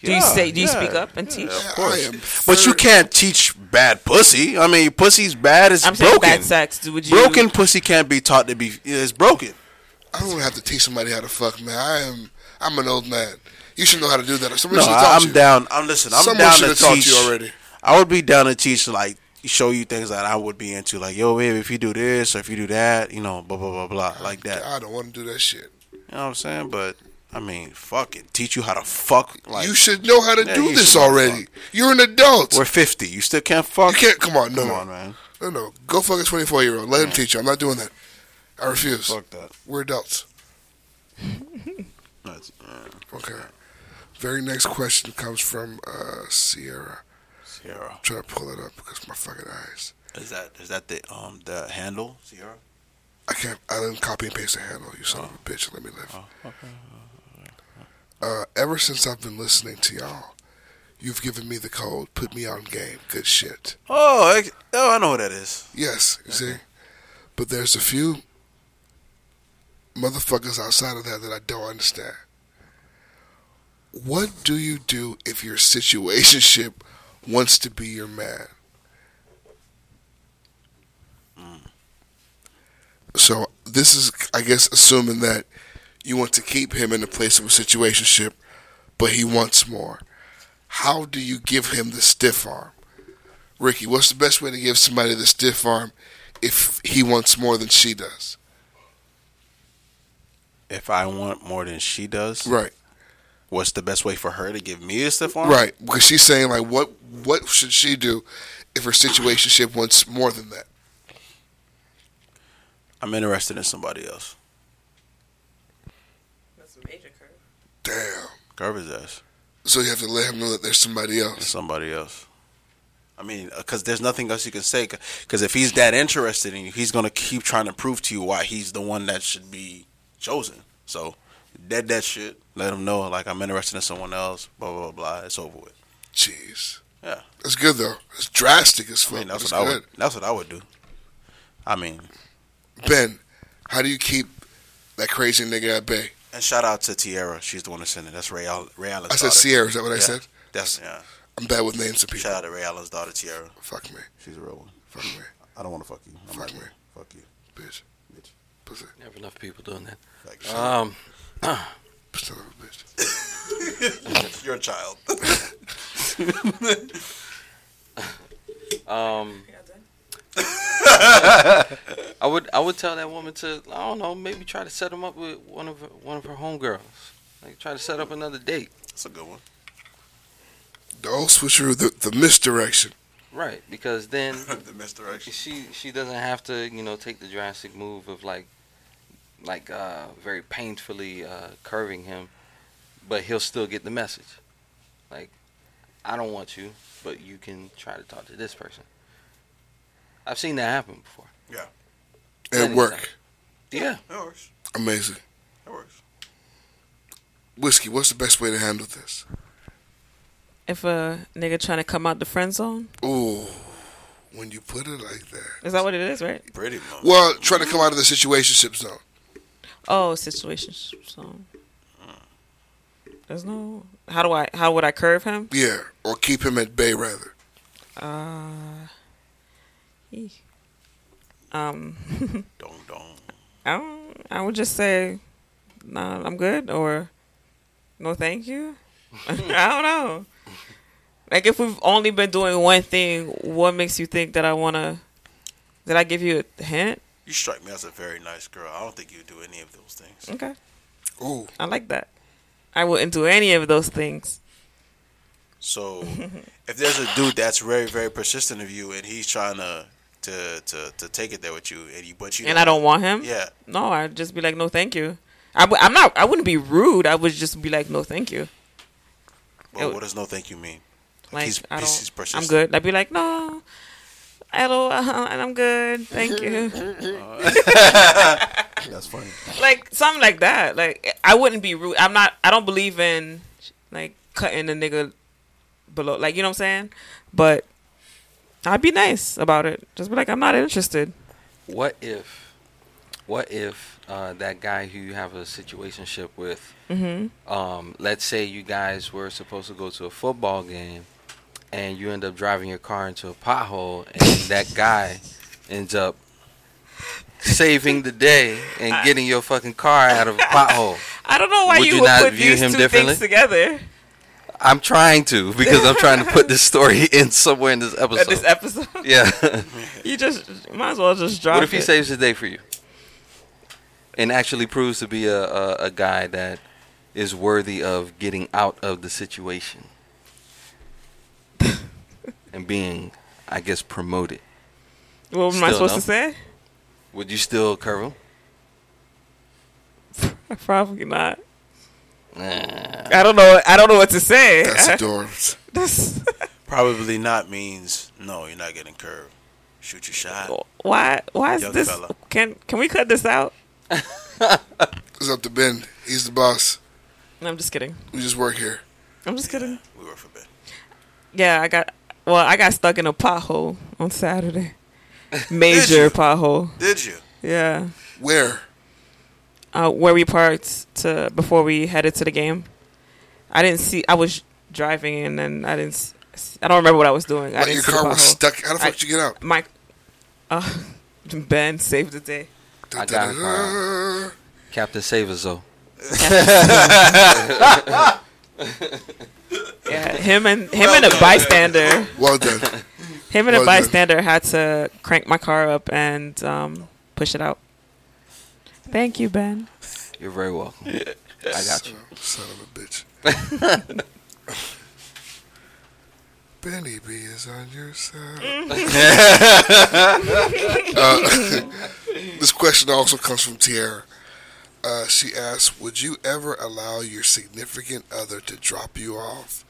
Speaker 7: Do you
Speaker 3: Yeah,
Speaker 7: say? Do you
Speaker 3: yeah,
Speaker 7: speak up and teach?
Speaker 3: Of course. But you can't teach bad pussy. I mean, pussy's bad. It's
Speaker 7: I'm saying
Speaker 3: broken.
Speaker 7: bad sex. Do- Would you?
Speaker 3: Broken pussy can't be taught to be. It's broken.
Speaker 2: I don't want to have to teach somebody how to fuck, man. I am. I'm an old man. You should know how to do that. Somebody
Speaker 3: No,
Speaker 2: should have taught
Speaker 3: I, I'm
Speaker 2: you.
Speaker 3: down. I'm listen. I'm
Speaker 2: Someone
Speaker 3: down
Speaker 2: should
Speaker 3: to
Speaker 2: have taught
Speaker 3: teach
Speaker 2: you already.
Speaker 3: I would be down to teach, like show you things that I would be into, like yo, babe, if you do this or if you do that, you know, blah blah blah blah, like that.
Speaker 2: I don't want to do that shit.
Speaker 3: You know what I'm saying? But I mean, fuck it. Teach you how to fuck. Like
Speaker 2: you should know how to
Speaker 3: Yeah,
Speaker 2: do
Speaker 3: you
Speaker 2: this
Speaker 3: should know how to
Speaker 2: already. You're an adult.
Speaker 3: We're 50. You still can't fuck.
Speaker 2: You can't. Come on, no,
Speaker 3: Come
Speaker 2: no,
Speaker 3: on, man.
Speaker 2: no, no. Go fuck a 24 year old. Let him teach you. I'm not doing that. I refuse.
Speaker 3: Fuck that.
Speaker 2: We're adults.
Speaker 3: That's, uh,
Speaker 2: Okay. Very next question comes from uh, Sierra.
Speaker 3: Sierra.
Speaker 2: I'm trying to pull it up because my fucking eyes.
Speaker 3: Is that is that the um the handle Sierra?
Speaker 2: I can't. I didn't copy and paste the handle. You
Speaker 3: Oh.
Speaker 2: son of a bitch. Let me live. Uh, ever since I've been listening to y'all, you've given me the code. Put me on game. Good shit.
Speaker 3: Oh, ex- oh, I know what that is.
Speaker 2: Yes, you see. But there's a few motherfuckers outside of that that I don't understand. What do you do if your situationship wants to be your man? So this is, I guess, assuming that you want to keep him in the place of a situationship, but he wants more. How do you give him the stiff arm? Ricky, what's the best way to give somebody the stiff arm if he wants more than she does?
Speaker 3: If I want more than she does,
Speaker 2: Right,
Speaker 3: What's the best way for her to give me a stiff arm?
Speaker 2: right. Because she's saying like, what what should she do if her situationship wants more than that?
Speaker 3: I'm interested in somebody else.
Speaker 7: That's a major curve.
Speaker 2: Damn.
Speaker 3: Garbage ass.
Speaker 2: So you have to let him know that there's somebody else.
Speaker 3: Somebody else. I mean, because there's nothing else you can say. Because if he's that interested in you, he's gonna keep trying to prove to you why he's the one that should be chosen. So, dead that shit. Let him know like I'm interested in someone else. Blah blah blah. It's over with.
Speaker 2: Jeez.
Speaker 3: Yeah.
Speaker 2: That's good though. It's drastic as fuck.
Speaker 3: I mean,
Speaker 2: but
Speaker 3: that's
Speaker 2: it's
Speaker 3: what I
Speaker 2: good.
Speaker 3: would. That's what I would do. I mean,
Speaker 2: Ben, how do you keep that crazy nigga at bay?
Speaker 3: and shout out to Tierra. She's the one that sent it. That's Ray, Al- Ray Allen's
Speaker 2: I said
Speaker 3: daughter.
Speaker 2: Sierra, is that what I
Speaker 3: Yeah.
Speaker 2: said?
Speaker 3: That's yeah.
Speaker 2: I'm bad with names of people.
Speaker 3: Shout out to Ray Allen's daughter, Tierra.
Speaker 2: Fuck me.
Speaker 3: She's a real one.
Speaker 2: Fuck me.
Speaker 3: I don't want to fuck you. I'm
Speaker 2: Fuck
Speaker 3: not
Speaker 2: me.
Speaker 3: gonna Fuck you.
Speaker 2: Bitch.
Speaker 3: Bitch.
Speaker 2: Pussy.
Speaker 4: Never enough people doing
Speaker 3: Like,
Speaker 4: that. Um,
Speaker 2: Son of a bitch.
Speaker 3: You're a child.
Speaker 4: um, I would I would tell that woman to I don't know maybe try to set him up with one of her, one of her homegirls. Like try to set up another date.
Speaker 3: That's a good one.
Speaker 2: The old switcheroo, the, the misdirection.
Speaker 4: Right, because then
Speaker 3: the misdirection.
Speaker 4: she she doesn't have to you know take the drastic move of like like uh, very painfully uh, curving him, but he'll still get the message. Like I don't want you, but you can try to talk to this person. I've seen that happen before.
Speaker 3: Yeah.
Speaker 2: At work.
Speaker 4: Yeah.
Speaker 3: That works.
Speaker 2: Amazing.
Speaker 3: That works.
Speaker 2: Whiskey, what's the best way to handle this?
Speaker 7: If a nigga trying to come out the friend zone,
Speaker 2: Ooh. When you put it like that.
Speaker 7: is that what it is, right?
Speaker 3: Pretty much.
Speaker 2: Well, trying to come out of the situationship zone.
Speaker 7: Oh, situation zone. There's no. How do I? How would I curve him?
Speaker 2: Yeah. Or keep him at bay, rather.
Speaker 7: Uh. eeh. Um.
Speaker 3: Dong dong.
Speaker 7: I don't, I would just say, nah, I'm good, or no, thank you. I don't know. Like if we've only been doing one thing, what makes you think that I wanna? Did I give you a hint?
Speaker 3: You strike me as a very nice girl. I don't think you do any of those things.
Speaker 7: Okay,
Speaker 2: Ooh.
Speaker 7: I like that. I wouldn't do any of those things.
Speaker 3: So, if there's a dude that's very, very persistent of you, and he's trying to to to, to take it there with you, and you but you
Speaker 7: and I don't want him.
Speaker 3: Yeah.
Speaker 7: No, I'd just be like, no, thank you. I w- I'm not. I wouldn't be rude. I would just be like, no, thank you.
Speaker 3: Well, what does no thank you mean?
Speaker 7: Like
Speaker 3: he's,
Speaker 7: I don't.
Speaker 3: he's, he's persistent.
Speaker 7: I'm good. I'd be like, no, hello, uh, and I'm good. Thank you.
Speaker 3: That's funny.
Speaker 7: like something like that. Like I wouldn't be rude. I'm not. I don't believe in like cutting a nigga below. Like you know what I'm saying. But I'd be nice about it. Just be like, I'm not interested.
Speaker 4: What if, what if uh, that guy who you have a situationship with,
Speaker 7: Mhm.
Speaker 4: um, let's say you guys were supposed to go to a football game, and you end up driving your car into a pothole, and that guy ends up saving the day and getting your fucking car out of a pothole.
Speaker 7: I don't know why
Speaker 4: Would
Speaker 7: you,
Speaker 4: you
Speaker 7: would
Speaker 4: not
Speaker 7: put
Speaker 4: view
Speaker 7: these
Speaker 4: him
Speaker 7: two
Speaker 4: differently?
Speaker 7: things together.
Speaker 4: I'm trying to because I'm trying to put this story in somewhere in this episode.
Speaker 7: At this episode.
Speaker 4: Yeah.
Speaker 7: you just might as well just drop.
Speaker 4: what if he
Speaker 7: it.
Speaker 4: saves the day for you and actually proves to be a, a, a guy that is worthy of getting out of the situation and being i guess promoted
Speaker 7: What am I
Speaker 4: Still
Speaker 7: supposed
Speaker 4: no.
Speaker 7: to say?
Speaker 4: would you still curve him
Speaker 7: Probably not.
Speaker 4: Nah.
Speaker 7: I don't know. I don't know what to say.
Speaker 2: That's
Speaker 7: I-
Speaker 2: adorbs.
Speaker 7: That's
Speaker 3: Probably not means no. You're not getting curved. Shoot your shot.
Speaker 7: why. Why is
Speaker 3: Young
Speaker 7: this?
Speaker 3: fella.
Speaker 7: Can Can we cut this out?
Speaker 2: It's up to Ben. He's the boss.
Speaker 7: No, I'm just kidding.
Speaker 2: We just work here.
Speaker 7: I'm just kidding.
Speaker 3: We were for Ben.
Speaker 7: Yeah, I got. Well, I got stuck in a pothole on Saturday. Major pothole.
Speaker 3: Did you?
Speaker 7: Yeah.
Speaker 2: Where?
Speaker 7: Uh, where we parked to before we headed to the game. I didn't see. I was driving and then I didn't. s- s- I don't remember what I was doing. I
Speaker 2: Like
Speaker 7: didn't
Speaker 2: your
Speaker 7: see the
Speaker 2: car was
Speaker 7: pothole.
Speaker 2: stuck. How the fuck
Speaker 7: I-
Speaker 2: did you get out?
Speaker 7: Mike. Uh, ben saved the day.
Speaker 4: i got him
Speaker 2: Uh,
Speaker 4: captain savazo
Speaker 7: Yeah, him and him and a bystander.
Speaker 2: Well done.
Speaker 7: Him and a
Speaker 2: Well done.
Speaker 7: bystander had to crank my car up and um, push it out. Thank you, Ben.
Speaker 4: you're very welcome i got you
Speaker 2: Son of a bitch. Benny B is on your side. uh, this question also comes from Tierra. Uh, she asked, "Would you ever allow your significant other to drop you off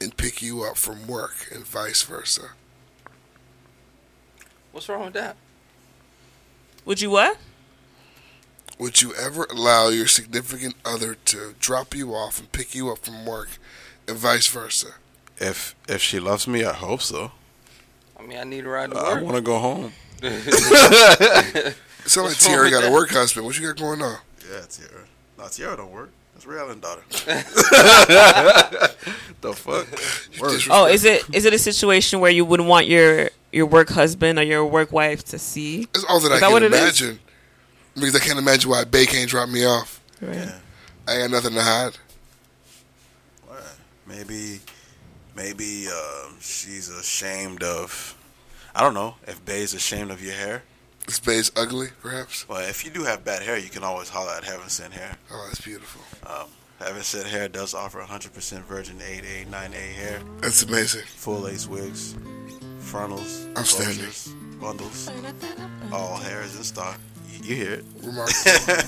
Speaker 2: and pick you up from work, and vice versa?"
Speaker 4: What's wrong with that?
Speaker 7: Would you what?
Speaker 2: Would you ever allow your significant other to drop you off and pick you up from work, and vice versa?
Speaker 3: If if she loves me, I hope so.
Speaker 4: I mean, I need a ride to
Speaker 3: I
Speaker 4: work.
Speaker 3: want to go home.
Speaker 2: It sounds like
Speaker 3: What's wrong
Speaker 2: Tierra
Speaker 3: with
Speaker 2: got a
Speaker 3: that?
Speaker 2: work husband. What you got going on?
Speaker 3: Yeah, Tierra. Not Tierra don't work. That's Ray Allen daughter. the fuck? Work.
Speaker 7: Oh, is it is it a situation where you wouldn't want your your work husband or your work wife to see?
Speaker 2: That's all that
Speaker 7: Is
Speaker 2: I can
Speaker 7: what it is?
Speaker 2: imagine. Because I can't imagine why Bay can't drop me off. I ain't got nothing to hide.
Speaker 3: Maybe, maybe um, she's ashamed of. I don't know if Bay's ashamed of your hair.
Speaker 2: Is Bay's ugly, perhaps?
Speaker 3: Well, if you do have bad hair, you can always holler at Heaven Sent Hair.
Speaker 2: Oh, that's beautiful.
Speaker 3: Um, Heaven Sent Hair does offer 100% virgin 8A9A hair.
Speaker 2: That's amazing.
Speaker 3: Full lace wigs, frontals,
Speaker 2: Outstanding.
Speaker 3: closures, bundles. All hair is in stock. You, you hear it.
Speaker 2: Remarkable.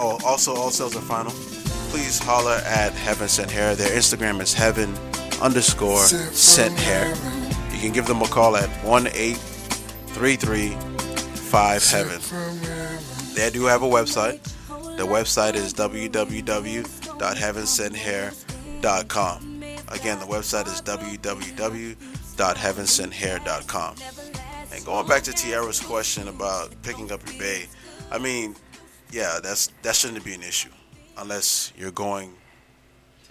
Speaker 3: oh, also, all sales are final. Please holler at Heaven Sent Hair. Their Instagram is heaven underscore
Speaker 2: Sent
Speaker 3: sent hair. You can give them a call at 1 833 5 Heaven. They do have a website. The website is www.heavensendhair.com. Again, the website is www.heavensendhair.com. And going back to Tiara's question about picking up your bae, I mean, yeah, that's that shouldn't be an issue unless you're going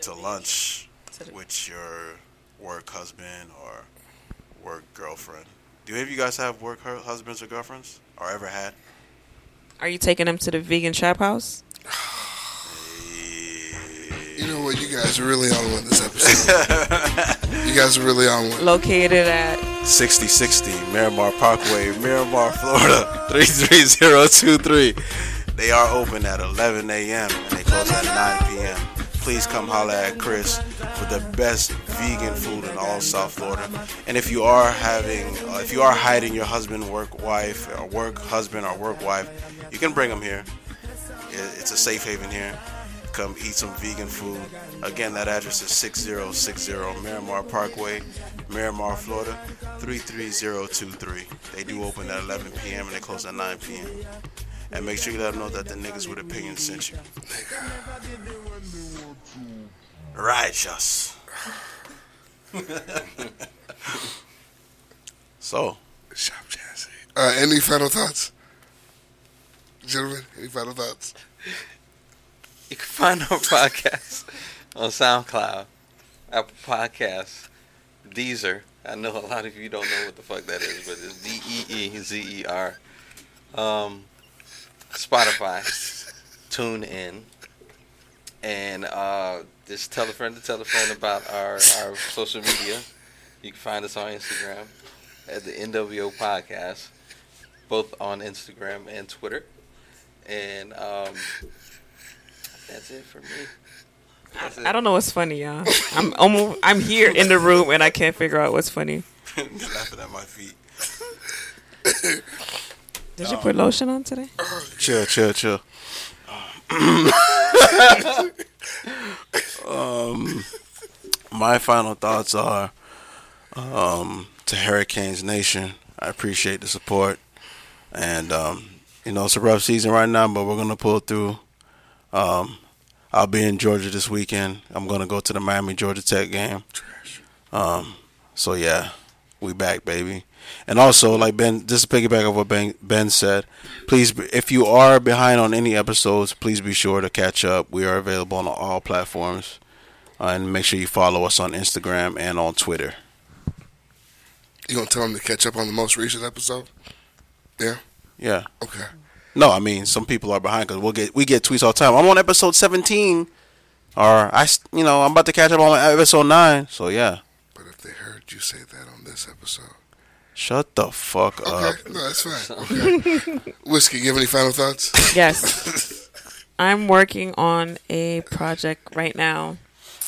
Speaker 3: to lunch with your work husband or work girlfriend. Do any of you guys have work hu- husbands or girlfriends or ever had?
Speaker 7: Are you taking them to the vegan trap house?
Speaker 2: You know what? You guys are really on one this episode. you guys are really on one.
Speaker 7: Located at
Speaker 3: 6060 Miramar Parkway, Miramar, Florida 33023. They are open at 11 a.m. and they close at 9 p.m. Please come holler at Chris for the best vegan food in all South Florida. And if you are having, uh, if you are hiding your husband, work wife, or work husband or work wife, you can bring them here. It- It's a safe haven here. Come eat some vegan food. Again, that address is 6060 Miramar Parkway, Miramar, Florida 33023. They do open at 11 p.m. and they close at 9 p.m. And make sure you let them know that the niggas with opinions sent you. Righteous. so,
Speaker 2: Shop Jazzy. Uh, any final thoughts? Gentlemen, any final thoughts?
Speaker 4: You can find our podcast on SoundCloud, Apple Podcasts, Deezer. I know a lot of you don't know what the fuck that is, but it's D E E Z E R. Um, Spotify, tune in, and uh, just tell a friend to tell a friend about our, our social media. You can find us on Instagram at the NWO Podcast, both on Instagram and Twitter. And um, that's it for me. That's
Speaker 7: I don't know what's funny, y'all. I'm almost I'm here in the room and I can't figure out what's funny.
Speaker 3: laughing at my feet.
Speaker 7: Did you put lotion on today?
Speaker 3: Chill, chill, chill. um, my final thoughts are um, to Hurricanes Nation. I appreciate the support, and um, you know it's a rough season right now, but we're gonna pull through. Um, I'll be in Georgia this weekend. I'm gonna go to the Miami Georgia Tech game. Um, so yeah, we back, baby. And also, like Ben, just to piggyback off what Ben, ben said, please, be- if you are behind on any episodes, please be sure to catch up. We are available on all platforms, uh, and make sure you follow us on Instagram and on Twitter.
Speaker 2: You gonna tell them to catch up on the most recent episode? Yeah.
Speaker 3: Yeah.
Speaker 2: Okay.
Speaker 3: No, I mean some people are behind because we'll get we get tweets all the time. I'm on episode 17, or I, s- you know, I'm about to catch up on episode nine. So yeah,
Speaker 2: But if they heard you say that on this episode,
Speaker 3: shut the fuck up.
Speaker 2: okay, no, that's fine. Okay. Whiskey, you have any final thoughts?
Speaker 7: Yes. I'm working on a project right now.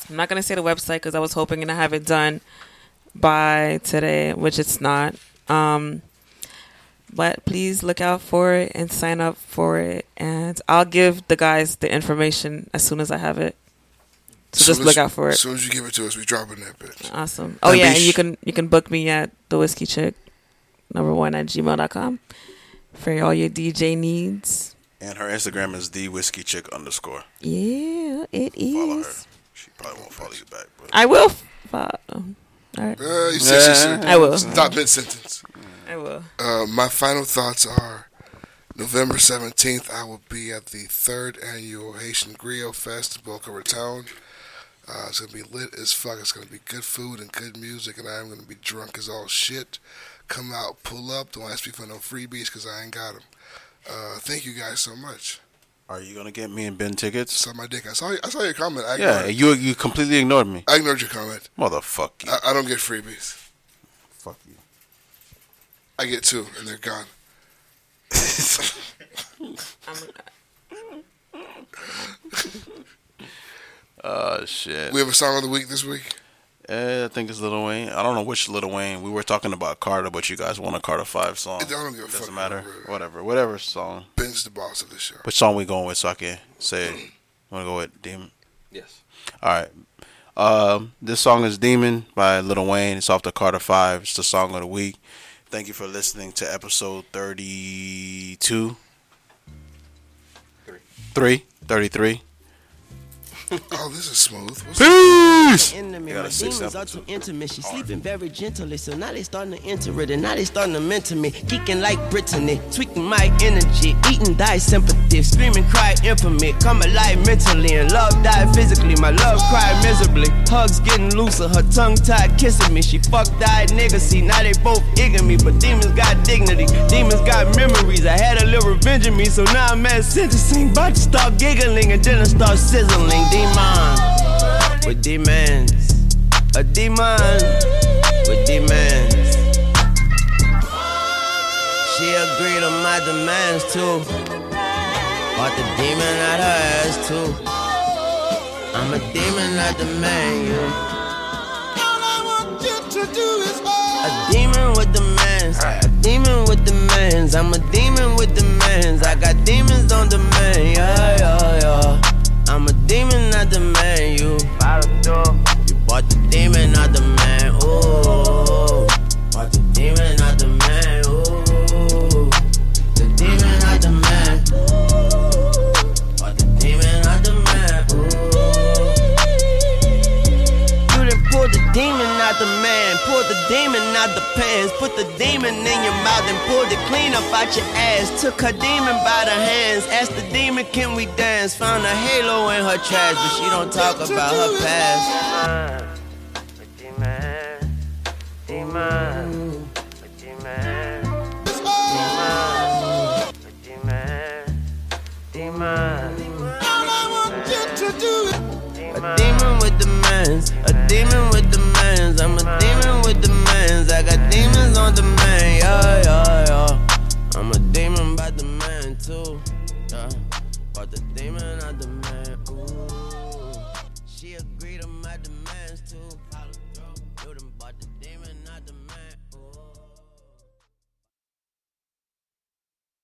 Speaker 7: I'm not going to say the website because I was hoping to have it done by today, which it's not. Um, but please look out for it and sign up for it. And I'll give the guys the information as soon as I have it. So
Speaker 2: Soon
Speaker 7: just
Speaker 2: as-
Speaker 7: look out for it.
Speaker 2: As soon as you give it to us, we dropping that bitch.
Speaker 7: Awesome. Oh yeah, and you can you can book me at the whiskey chick number one at gmail.com for all your DJ needs.
Speaker 3: And her Instagram is the whiskey chick underscore.
Speaker 7: Yeah, it is.
Speaker 3: She probably won't follow you back. But
Speaker 7: I will. Follow. All right.
Speaker 2: Uh, you said- she said-
Speaker 7: I will.
Speaker 2: Stop mid sentence.
Speaker 7: I will.
Speaker 2: Uh, my final thoughts are November 17th, I will be at the third annual Haitian Griot Fest in Boca Raton. Uh, it's going to be lit as fuck. It's going to be good food and good music, and I'm going to be drunk as all shit. Come out, pull up. Don't ask me for no freebies because I ain't got them. Uh, thank you guys so much.
Speaker 3: Are you gonna get me and Ben tickets?
Speaker 2: Suck my dick. I saw, I saw your comment. I
Speaker 3: yeah,
Speaker 2: ignored it.
Speaker 3: you you completely ignored me.
Speaker 2: I ignored your comment.
Speaker 3: Motherfuck you.
Speaker 2: I, I don't get freebies.
Speaker 3: Fuck you.
Speaker 2: I get two, and they're gone.
Speaker 3: Oh shit.
Speaker 2: We have a song of the week this week.
Speaker 3: Eh, I think it's Little Wayne. I don't know which Little Wayne. We were talking about Carter, but you guys want a Carter Five song.
Speaker 2: I don't give a
Speaker 3: Doesn't
Speaker 2: fuck.
Speaker 3: matter. Whatever, whatever song.
Speaker 2: Ben's the boss of the show.
Speaker 3: Which song we going with? So I can say. it. Wanna go with Demon?
Speaker 4: Yes.
Speaker 3: All right. Um, this song is Demon by Little Wayne. It's off the Carter Five. It's the song of the week. Thank you for listening to episode 32. Three. 33.
Speaker 2: oh, this is smooth. What's
Speaker 3: Peace!
Speaker 6: In the
Speaker 3: You
Speaker 6: mirror,
Speaker 3: gotta six
Speaker 6: demons
Speaker 3: up
Speaker 6: are too intimate. She's sleeping very gently, so now they starting to enter it, and now they starting to mentor me. Geeking like Brittany, tweaking my energy, eating thy sympathy, screaming, cry infamy. Come alive mentally, and love die physically. My love cry miserably. Hugs getting looser, her tongue tied kissing me. She fucked eyed niggas, see now they both igging me, but demons got dignity, demons got memories. I had a little revenge in me, so now I'm at sentencing. About to start giggling, and then I start sizzling. Demon with demons a demon with demons. She agreed on my demands too. Bought the demon out her ass too. I'm a demon, I demand you. All I want you to do is A demon with demands. A demon with demands. I'm a demon with demands. I got demons on demand. Yeah, yeah, yeah. I'm a demon, I demand you. You bought the demon, not the man. Ooh, bought the demon, not the man. Ooh, the demon, not the man. Bought the demon, not the man. Ooh, you done pulled the demon out the man, pulled the demon out the pants, put the demon in your mouth and pulled it clean up out your ass. Took her demon by the hands, asked the demon, can we dance? Found a halo in her trash, but she don't talk about her past. A demon with demands, a demon with demands. I'm a demon with demands. I got demons on demand, yeah, yeah, yeah. I'm a demon by demand too, yeah. But the demon I demand, ooh. She agreed on my demands too. Hollow throat, you done bought the